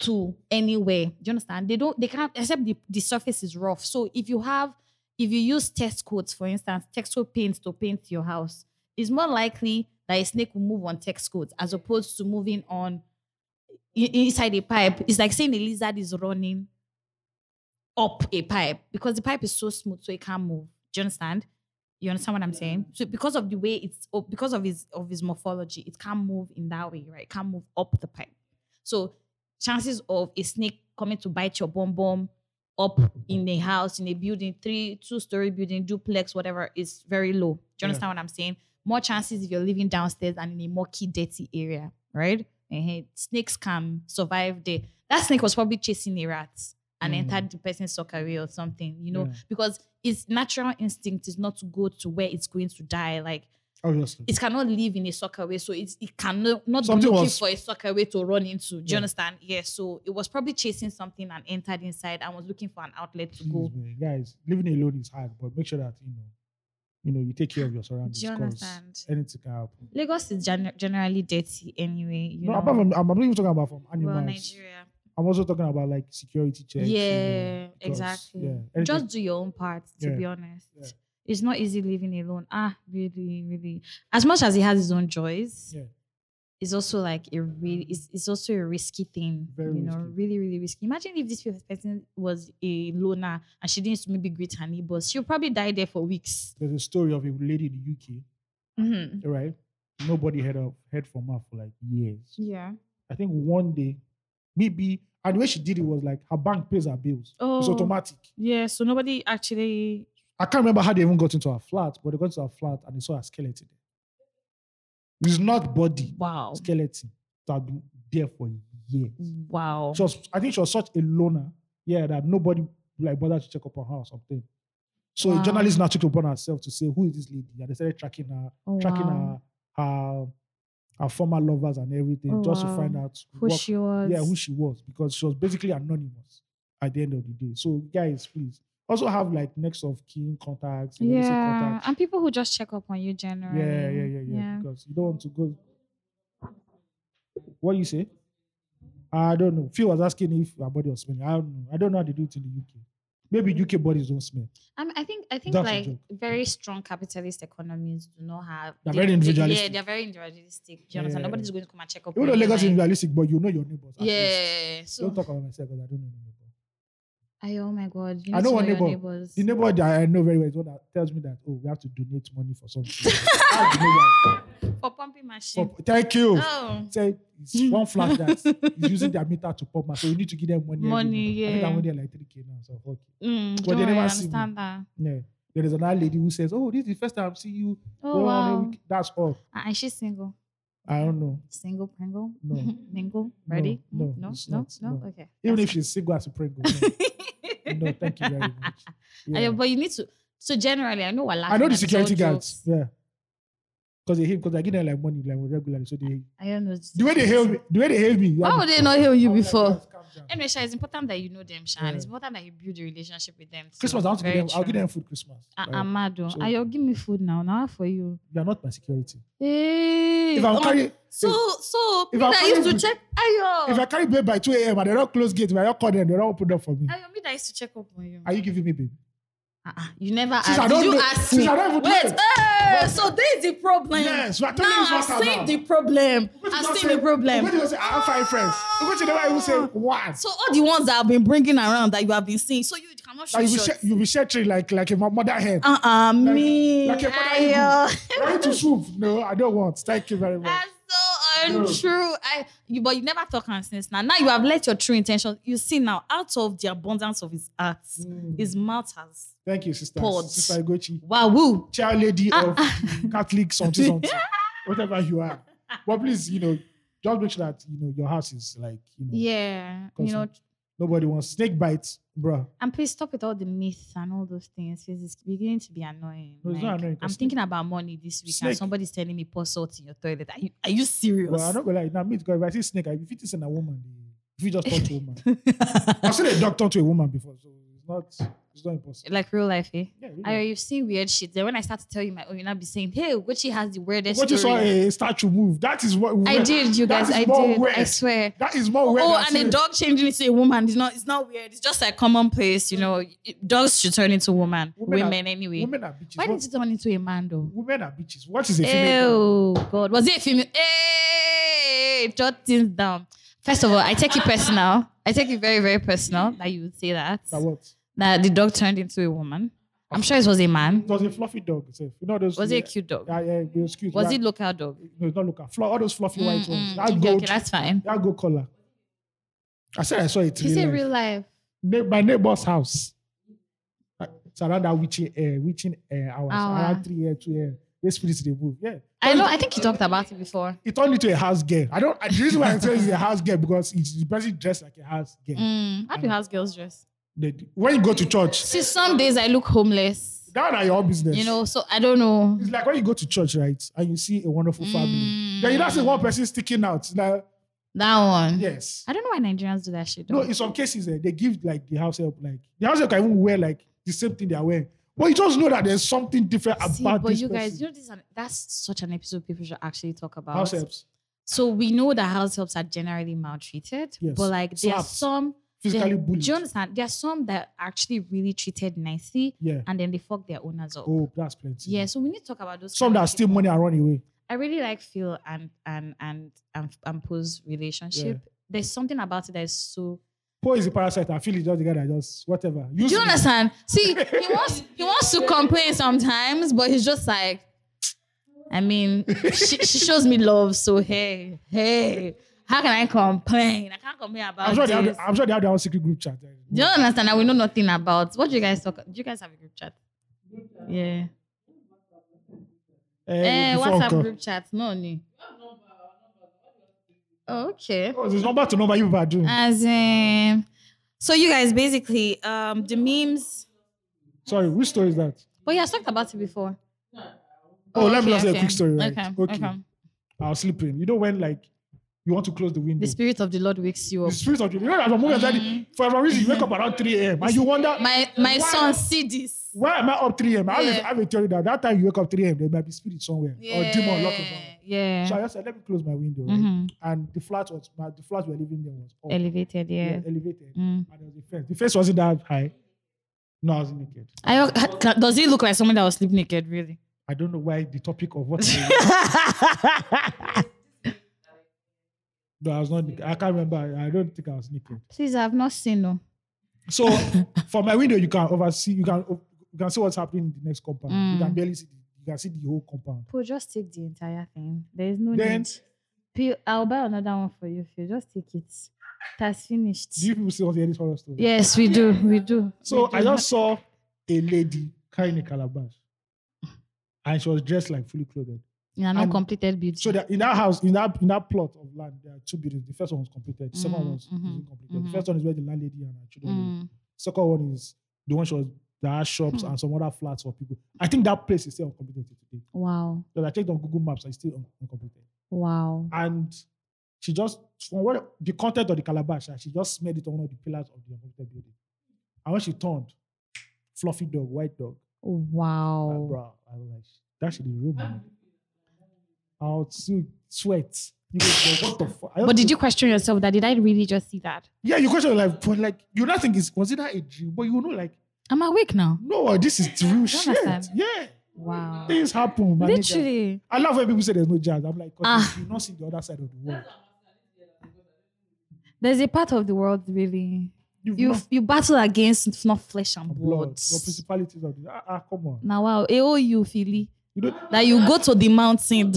Speaker 1: to anywhere. Do you understand? They don't they can't except the, the surface is rough. So if you have if you use test coats, for instance, textile paint to paint your house, it's more likely that a snake will move on text coats as opposed to moving on i- inside a pipe. It's like saying a lizard is running up a pipe because the pipe is so smooth, so it can't move. Do you understand? You understand what I'm saying? So because of the way it's oh, because of his of his morphology, it can't move in that way, right? It can't move up the pipe. So chances of a snake coming to bite your bum bum up in a house, in a building, three, two-story building, duplex, whatever, is very low. Do you
Speaker 2: Yeah.
Speaker 1: understand what I'm saying? More chances if you're living downstairs and in a murky, dirty area, right? Eh-heh. Snakes can survive there. That snake was probably chasing a rat and
Speaker 2: Mm.
Speaker 1: entered the person's sockaway or something, you know,
Speaker 2: Yeah.
Speaker 1: because its natural instinct is not to go to where it's going to die. Like
Speaker 2: Obviously.
Speaker 1: it cannot live in a sockaway, so it, it cannot not
Speaker 2: Something
Speaker 1: be looking
Speaker 2: was-
Speaker 1: for a sockaway to run into. Do you
Speaker 2: Yeah.
Speaker 1: understand? Yeah. So it was probably chasing something and entered inside and was looking for an outlet to go.
Speaker 2: Please, man, guys, living alone is hard, but make sure that you know, you know, you take care of your surroundings.
Speaker 1: Do you
Speaker 2: 'cause
Speaker 1: understand?
Speaker 2: Anything can happen.
Speaker 1: Lagos is gen- generally dirty anyway. You
Speaker 2: no,
Speaker 1: know.
Speaker 2: apart from I'm not even talking about from animals.
Speaker 1: well, Nigeria.
Speaker 2: I'm also talking about like security checks. you know,
Speaker 1: Yeah,
Speaker 2: because,
Speaker 1: exactly.
Speaker 2: Yeah, anything-
Speaker 1: Just do your own part, to
Speaker 2: Yeah.
Speaker 1: be honest.
Speaker 2: Yeah.
Speaker 1: It's not easy living alone. Ah, really, really. As much as it has its own joys,
Speaker 2: Yeah.
Speaker 1: it's also like a really it's, it's also a risky thing.
Speaker 2: Very
Speaker 1: you know,
Speaker 2: risky.
Speaker 1: really, really risky. Imagine if this person was a loner and she didn't maybe greet her neighbors. She'll probably die there for weeks.
Speaker 2: there's a story of a lady in the UK
Speaker 1: Mhm.
Speaker 2: right? Nobody heard of heard from her for like years.
Speaker 1: Yeah.
Speaker 2: I think one day, maybe, and the way she did it was like her bank pays her bills. It's
Speaker 4: Oh.
Speaker 2: automatic.
Speaker 4: Yeah, so nobody actually.
Speaker 2: I can't remember how they even got into her flat, but they got to her flat and they saw her skeleton. It's not body,
Speaker 1: Wow.
Speaker 2: skeleton that had been there for years.
Speaker 1: Wow.
Speaker 2: She was, I think she was such a loner, yeah, that nobody like bothered to check up on her or something. So
Speaker 1: Wow.
Speaker 2: a journalist now checked upon herself to say, who is this lady? And they started tracking her
Speaker 1: Oh,
Speaker 2: tracking
Speaker 1: wow.
Speaker 2: her, her her former lovers and everything
Speaker 1: Oh,
Speaker 2: just to
Speaker 1: wow.
Speaker 2: find out
Speaker 1: who
Speaker 2: what-
Speaker 1: she was.
Speaker 2: yeah who she was because she was basically anonymous at the end of the day. So guys, please also have like next of kin contacts, emergency
Speaker 1: yeah.
Speaker 2: contacts.
Speaker 1: And people who just check up on you
Speaker 2: Yeah,
Speaker 1: generally.
Speaker 2: yeah, yeah, yeah, Because you don't want to go. What do you say? I don't know. Phil was asking if her body was smelling. I don't know. I don't know how they do it in the UK. Maybe UK bodies don't smell.
Speaker 1: I, mean, I think I think
Speaker 2: That's a
Speaker 1: like
Speaker 2: joke.
Speaker 1: very strong capitalist economies do not have.
Speaker 2: They're very individualistic.
Speaker 1: yeah, they're very individualistic. Do you understand?
Speaker 2: Yeah.
Speaker 1: Nobody's going to come and check up.
Speaker 2: Even
Speaker 1: on
Speaker 2: though
Speaker 1: you,
Speaker 2: Lagos is
Speaker 1: like-
Speaker 2: realistic, but you know your neighbors. at least.
Speaker 1: yeah.
Speaker 2: Don't
Speaker 1: So,
Speaker 2: talk about myself because I don't know my neighbor.
Speaker 1: I, oh my god, you
Speaker 2: I
Speaker 1: need
Speaker 2: know
Speaker 1: to
Speaker 2: one
Speaker 1: know your
Speaker 2: neighbor.
Speaker 1: neighbors.
Speaker 2: The neighbor that I know very well is one that tells me that, oh, we have to donate money for something. That's the neighbor.
Speaker 1: for pumping machine.
Speaker 2: For- thank you.
Speaker 1: oh,
Speaker 2: Say it's one flat that is using their meter to pump, so you need to give them money. every
Speaker 1: Money,
Speaker 2: month. I think
Speaker 1: yeah.
Speaker 2: I'm only like 3K now, so okay.
Speaker 1: mm,
Speaker 2: But
Speaker 1: don't
Speaker 2: they
Speaker 1: worry,
Speaker 2: never
Speaker 1: I
Speaker 2: see me.
Speaker 1: understand that.
Speaker 2: Yeah. There is another lady who says, oh, this is the first time I'm seeing you.
Speaker 1: Oh
Speaker 2: Well, I
Speaker 1: wow, Ah,
Speaker 2: mean, That's all.
Speaker 1: and and she's single,
Speaker 2: I don't know.
Speaker 1: single pringle,
Speaker 2: No.
Speaker 1: mingle, ready?
Speaker 2: no,
Speaker 1: no,
Speaker 2: it's
Speaker 1: no,
Speaker 2: not,
Speaker 1: no?
Speaker 2: no.
Speaker 1: okay.
Speaker 2: Even if she's single as a pringle. No, no thank you very much.
Speaker 1: I-
Speaker 2: Yeah.
Speaker 1: but you need to. So generally, I know what
Speaker 2: I know the security guards. Yeah. Because they hate, because I give them like money like regularly. So they
Speaker 1: I don't know.
Speaker 2: the way they hail me, the way they hail me. you
Speaker 1: Why
Speaker 2: have-
Speaker 1: would they not heal you
Speaker 2: I'm like,
Speaker 1: before?
Speaker 2: "Guys, calm down."
Speaker 1: Anyway, Sha, it's important that you know them, Sha. and It's
Speaker 2: Yeah.
Speaker 1: important that you build a relationship with them. too.
Speaker 2: Christmas, I want to give
Speaker 1: Very
Speaker 2: them, I'll
Speaker 1: true.
Speaker 2: give them food Christmas.
Speaker 1: Ah,
Speaker 2: Like,
Speaker 1: ah, mad one.
Speaker 2: So-
Speaker 1: Ah, you give me food now. Now for you.
Speaker 2: you are not my security.
Speaker 1: Hey.
Speaker 2: If I'm
Speaker 1: oh,
Speaker 2: carrying,
Speaker 4: So, so
Speaker 2: If
Speaker 4: me
Speaker 2: I
Speaker 4: that
Speaker 2: can't
Speaker 4: used to
Speaker 2: even-
Speaker 4: check.
Speaker 1: Ayo.
Speaker 2: if I carry babe by 2 a.m. and they don't close gate, when I don't call them, they don't open up for me.
Speaker 1: Ayo, me that used to check up on you.
Speaker 2: Are you giving me babe?
Speaker 1: Ah, ah, you never
Speaker 2: Since I
Speaker 1: asked.
Speaker 2: don't
Speaker 1: Did you
Speaker 2: know-
Speaker 1: ask
Speaker 2: since
Speaker 1: me?
Speaker 2: I don't even
Speaker 1: Wait.
Speaker 2: know.
Speaker 4: Hey, so this is the problem.
Speaker 2: Yes, we are telling you
Speaker 4: now
Speaker 2: what's
Speaker 4: I've seen
Speaker 2: about.
Speaker 4: the problem. I've seen the problem.
Speaker 2: What do you say? I have five friends. What do you say? What?
Speaker 4: So all the ones that I've been bringing around that you have been seeing, so you cannot
Speaker 2: Like
Speaker 4: shoot
Speaker 2: you, be
Speaker 4: shots.
Speaker 2: sh- you be shattering like like a mother head.
Speaker 4: Uh
Speaker 1: Uh-uh,
Speaker 4: uh, me.
Speaker 2: like a mother eagle.
Speaker 4: Ayo.
Speaker 2: Ready to swoop? No, I don't want. Thank you very much.
Speaker 1: uh, That's so untrue. I, you, but you never talk and since now. Now you have let your true intention. You see now, out of the abundance of his heart,
Speaker 2: Mm.
Speaker 4: His mouth has.
Speaker 2: Thank you, sister.
Speaker 4: Pods.
Speaker 2: Sister Gochi.
Speaker 1: wow, woo.
Speaker 2: child lady of Catholic something something, whatever you are. But please, you know, just make sure that you know your house is like you know
Speaker 1: Yeah. You know,
Speaker 2: nobody wants snake bites, bruh.
Speaker 1: And please stop with all the myths and all those things. Because it's beginning to be annoying.
Speaker 2: No, it's not annoying, 'cause
Speaker 1: I'm
Speaker 2: snake-
Speaker 1: thinking about money this week,
Speaker 2: Snake-
Speaker 1: and somebody's telling me pour salt in your toilet. Are you, are you serious?
Speaker 2: But I'm not gonna lie, now me because if I see snake, I- if it is in a woman, if you just talk to a woman, I've seen a dog talk to a woman before, so it's not it's not impossible.
Speaker 1: like real life, eh?
Speaker 2: Yeah,
Speaker 1: I,
Speaker 2: really.
Speaker 1: you've seen weird shit. Then when I start to tell you my own, you'll not be saying, "Hey, Gucci has the weirdest."
Speaker 2: What you saw
Speaker 1: story."
Speaker 2: a statue move? That is what
Speaker 1: I did, you
Speaker 2: That
Speaker 1: guys.
Speaker 2: is
Speaker 1: I
Speaker 2: more
Speaker 1: did. I
Speaker 2: weird.
Speaker 1: swear.
Speaker 2: That is more weird.
Speaker 4: Oh,
Speaker 2: than
Speaker 4: and a
Speaker 2: seeing-
Speaker 4: dog changing into a woman is not. It's not weird. It's just like commonplace. You know, It- dogs should turn into woman,
Speaker 2: Women are-
Speaker 4: women, anyway.
Speaker 2: Women are bitches.
Speaker 1: Why
Speaker 2: What,
Speaker 1: did you turn into a man though?
Speaker 2: women are bitches. What is a female?
Speaker 1: Oh God, was it a female? Hey, jot things down. First of all, I take it personal. I take it very, very personal that you would say that
Speaker 2: That what?
Speaker 1: that the dog turned into a woman. I'm sure it was a man.
Speaker 2: It was a fluffy dog. itself. You know those. ah,
Speaker 1: Was it a cute dog?
Speaker 2: Yeah, yeah, it was cute.
Speaker 1: Was
Speaker 2: yeah.
Speaker 1: it local dog?
Speaker 2: No, it's not local. Flo- all those fluffy white ones.
Speaker 1: Mm-mm.
Speaker 2: That
Speaker 1: Mm, Okay,
Speaker 2: gold,
Speaker 1: okay, that's fine.
Speaker 2: that gold color. I said I saw it. in
Speaker 1: Is it
Speaker 2: real
Speaker 1: real life?
Speaker 2: life. Ne- my neighbor's house. Uh, It's around that witching air, witching air hours.
Speaker 1: Hour.
Speaker 2: Around three air, two air. The spirits they move. Yeah.
Speaker 1: I know. I think you talked about it before.
Speaker 2: It turned into a house girl. I don't. I- The reason why I say it's a house girl because it's the person dressed like a house girl.
Speaker 1: Mm, how do house girls dress?
Speaker 2: They do- when you go to church,
Speaker 1: See, some days I look homeless.
Speaker 2: that are your own business.
Speaker 1: You know, so I don't know.
Speaker 2: It's like when you go to church, right, and you see a wonderful
Speaker 1: Mm.
Speaker 2: family. Then you don't see one person sticking out. Now,
Speaker 1: That one.
Speaker 2: yes.
Speaker 1: I don't know why Nigerians do that shit.
Speaker 2: No,
Speaker 1: though.
Speaker 2: in some cases, eh, they give like the house help, like the house help can even wear like the same thing they are wearing. But you just know that there's something different
Speaker 1: See,
Speaker 2: about
Speaker 1: but
Speaker 2: this
Speaker 1: you guys,
Speaker 2: person.
Speaker 1: you know, this is an, that's such an episode people should actually talk about.
Speaker 2: house helps.
Speaker 1: So we know that house helps are generally maltreated,
Speaker 2: Yes.
Speaker 1: but like there are
Speaker 2: Slapped.
Speaker 1: some.
Speaker 2: Physically
Speaker 1: there,
Speaker 2: bullied.
Speaker 1: Do you understand? There are some that are actually really treated nicely,
Speaker 2: yeah.
Speaker 1: and then they fuck their owners up.
Speaker 2: Oh, that's plenty.
Speaker 1: Yeah, so we need to talk about those.
Speaker 2: Some
Speaker 1: kind of
Speaker 2: that steal
Speaker 1: people.
Speaker 2: money and run away.
Speaker 1: I really like Phil and and and and, and Poe's relationship. There's something about it that is so.
Speaker 2: Poor is a parasite. I feel it's just the guy that just whatever.
Speaker 1: Do
Speaker 2: Use
Speaker 1: you
Speaker 2: me.
Speaker 1: understand? See, he wants he wants to complain sometimes, but he's just like, I mean, she, she shows me love, so hey, hey, how can I complain? I can't complain about
Speaker 2: I'm sure, they have,
Speaker 1: this.
Speaker 2: their- I'm sure they have their own secret group chat. Eh,
Speaker 1: Do you understand? I will know nothing about. What do you guys talk? Do you guys have a group chat? Yeah. Eh,
Speaker 2: before
Speaker 1: WhatsApp
Speaker 2: Uncle.
Speaker 1: group chat? No, no. Oh, okay.
Speaker 2: Oh, there's number to number you people are doing.
Speaker 1: As in,
Speaker 4: So you guys basically um the memes.
Speaker 2: Sorry, which story is that?
Speaker 1: but yeah, I've talked about it before.
Speaker 2: Oh, let me
Speaker 1: okay,
Speaker 2: just say a
Speaker 1: okay.
Speaker 2: quick story. Right?
Speaker 1: Okay,
Speaker 2: okay.
Speaker 1: okay.
Speaker 2: I was sleeping. You know when like you want to close the window.
Speaker 1: The spirit of the Lord wakes you
Speaker 2: The
Speaker 1: up.
Speaker 2: spirit of the you know at the moment that for every reason you wake up around 3 a.m. and you wonder
Speaker 1: My my son see this.
Speaker 2: why am I up 3 a.m. I always-
Speaker 1: Yeah.
Speaker 2: I have a theory that that time you wake up 3 a.m. there might be spirit somewhere or Oh, demon locking somewhere.
Speaker 1: Yeah.
Speaker 2: So I just said let me close my window. Right?
Speaker 1: Mhm.
Speaker 2: And the flat was my, the flat we're living in was up,
Speaker 1: Elevated,
Speaker 2: yeah,
Speaker 1: yeah.
Speaker 2: elevated.
Speaker 1: Mm.
Speaker 2: And there was a fence. The fence wasn't that high. No, I was naked.
Speaker 1: I, I- does he look like someone that was sleep naked, really?
Speaker 2: I don't know why the topic of what. no, I was not. naked. I can't remember. I don't think I was naked.
Speaker 1: Please, I've not seen no.
Speaker 2: So from my window, you can oversee. You can you can see what's happening in the next compound. You
Speaker 1: Mm.
Speaker 2: can barely see. The, you can see the whole compound.
Speaker 1: Pooh, just take the entire thing. There is no
Speaker 2: Then
Speaker 1: need. Pio, I'll buy another one for you, Phil. Just take it. That's finished.
Speaker 2: do you people still hear this horror story?
Speaker 1: yes, we do. We do.
Speaker 2: So
Speaker 1: We do.
Speaker 2: I just saw a lady carrying a calabash, and she was dressed like fully clothed.
Speaker 1: Yeah, not
Speaker 2: and-
Speaker 1: completed beauty.
Speaker 2: So that in that house, in that in that plot of land, there are two buildings. The first one was completed. The second
Speaker 1: Mm,
Speaker 2: one was
Speaker 1: mhm,
Speaker 2: incompleted.
Speaker 1: mhm.
Speaker 2: The first one is where the landlady and her children. live.
Speaker 1: Mm.
Speaker 2: Second one is the one she was there are shops
Speaker 1: Hmm.
Speaker 2: and some other flats for people. I think that place is still uncompleted till today.
Speaker 1: Wow.
Speaker 2: Because I checked on Google Maps, it's still un- uncompleted.
Speaker 1: Wow.
Speaker 2: And she just from what the content of the calabash, and she just smeared it on one of the pillars of the uncompleted building. And when she turned, fluffy dog, white dog, uh,
Speaker 1: Wow.
Speaker 2: bro, I was like, that should be real money. I would still sweat. You go, "Bro, what the fuck? I don't
Speaker 1: But did
Speaker 2: think-
Speaker 1: you question yourself that did I really just see that?
Speaker 2: Yeah, you question like, but like, you not think is was it that a dream? But you know, like,
Speaker 1: I'm awake now.
Speaker 2: no, this is real shit.
Speaker 1: understand?
Speaker 2: Yeah,
Speaker 1: Wow.
Speaker 2: things happen. my nigga.
Speaker 1: Literally.
Speaker 2: I love when people say there's no jazz. I'm like, 'cause
Speaker 1: Ah.
Speaker 2: you not see the other side of the world.
Speaker 1: There's a part of the world really.
Speaker 2: You've
Speaker 1: You
Speaker 2: not
Speaker 1: you battle against not flesh and
Speaker 2: seen
Speaker 1: blood.
Speaker 2: blood, the principalities of the ah, ah, come on.
Speaker 1: Now wow, eh, oh you Philly.
Speaker 2: You don't
Speaker 4: That you go to the mountain.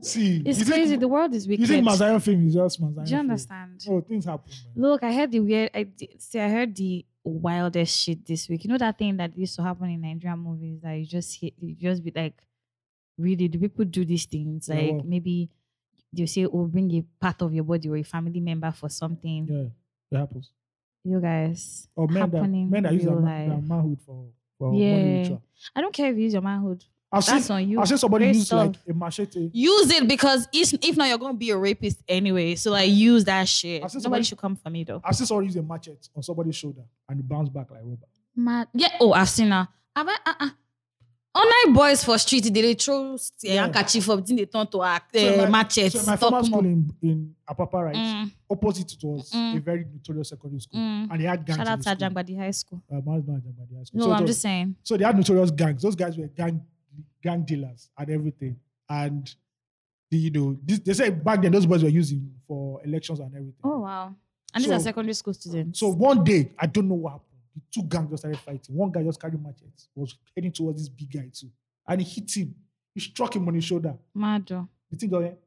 Speaker 2: see.
Speaker 1: It's
Speaker 2: you
Speaker 1: crazy.
Speaker 2: Think,
Speaker 1: the world is wicked.
Speaker 2: you think Mazayan fame is just Mazayan?
Speaker 1: Do you understand?
Speaker 2: No, things happen. Man.
Speaker 1: Look, I heard the weird. I di- see. I heard the wildest shit this week. You know that thing that used to happen in Nigerian movies that you just hit, you just be like, really, do people do these things?
Speaker 2: Yeah,
Speaker 1: Like
Speaker 2: what?
Speaker 1: maybe you say, oh, bring a part of your body or a family member for something.
Speaker 2: Yeah, it happens.
Speaker 1: You guys,
Speaker 2: Or men that
Speaker 1: happening
Speaker 2: men that use their,
Speaker 1: real
Speaker 2: man, um, their
Speaker 1: life.
Speaker 2: manhood for for money
Speaker 1: Yeah.
Speaker 2: ritual.
Speaker 1: I don't care if you use your manhood.
Speaker 2: I've seen
Speaker 1: That's on you.
Speaker 2: I've seen somebody
Speaker 1: Great
Speaker 2: use like
Speaker 1: stuff.
Speaker 2: a machete.
Speaker 4: Use it because if, if not, you're gonna be a rapist anyway. So like, use that shit.
Speaker 2: I see
Speaker 4: Nobody
Speaker 2: somebody-
Speaker 4: should come for me though.
Speaker 2: I've seen somebody use a machete on somebody's shoulder and it bounced back like rubber.
Speaker 1: Ma-
Speaker 4: Yeah. Oh, I've seen her. Have I?
Speaker 1: ah,
Speaker 4: Uh, uh. Online boys for street, they dey throw yeah.
Speaker 1: eh,
Speaker 2: Yeah.
Speaker 4: handkerchief up, then they turn to uh,
Speaker 2: So my-
Speaker 4: machetes.
Speaker 2: So in my
Speaker 4: Stop
Speaker 2: former
Speaker 4: them
Speaker 2: school
Speaker 4: up.
Speaker 2: in, in Apapa, right,
Speaker 4: Mm,
Speaker 2: opposite it was a
Speaker 4: Mm.
Speaker 2: very notorious secondary school.
Speaker 4: mm.
Speaker 2: And they had gangs.
Speaker 1: Shout
Speaker 2: in
Speaker 1: out
Speaker 2: the
Speaker 1: to
Speaker 2: school.
Speaker 1: Ajambadi High School.
Speaker 2: Uh, my husband and my dad's school.
Speaker 1: No,
Speaker 2: so, it
Speaker 1: I'm
Speaker 2: was-
Speaker 1: just saying.
Speaker 2: so they had notorious gangs. Those guys were gang gang dealers and everything. And the, you know, this, they say back then those boys were using for elections and everything.
Speaker 1: Oh wow. And these
Speaker 2: So-
Speaker 1: are secondary school students.
Speaker 2: So one day, I don't know what happened. The two gangs just started fighting. One guy just carried machetes, was heading towards this big guy too, and he hit him. He struck him on his shoulder.
Speaker 1: Mado.
Speaker 2: The thing just went,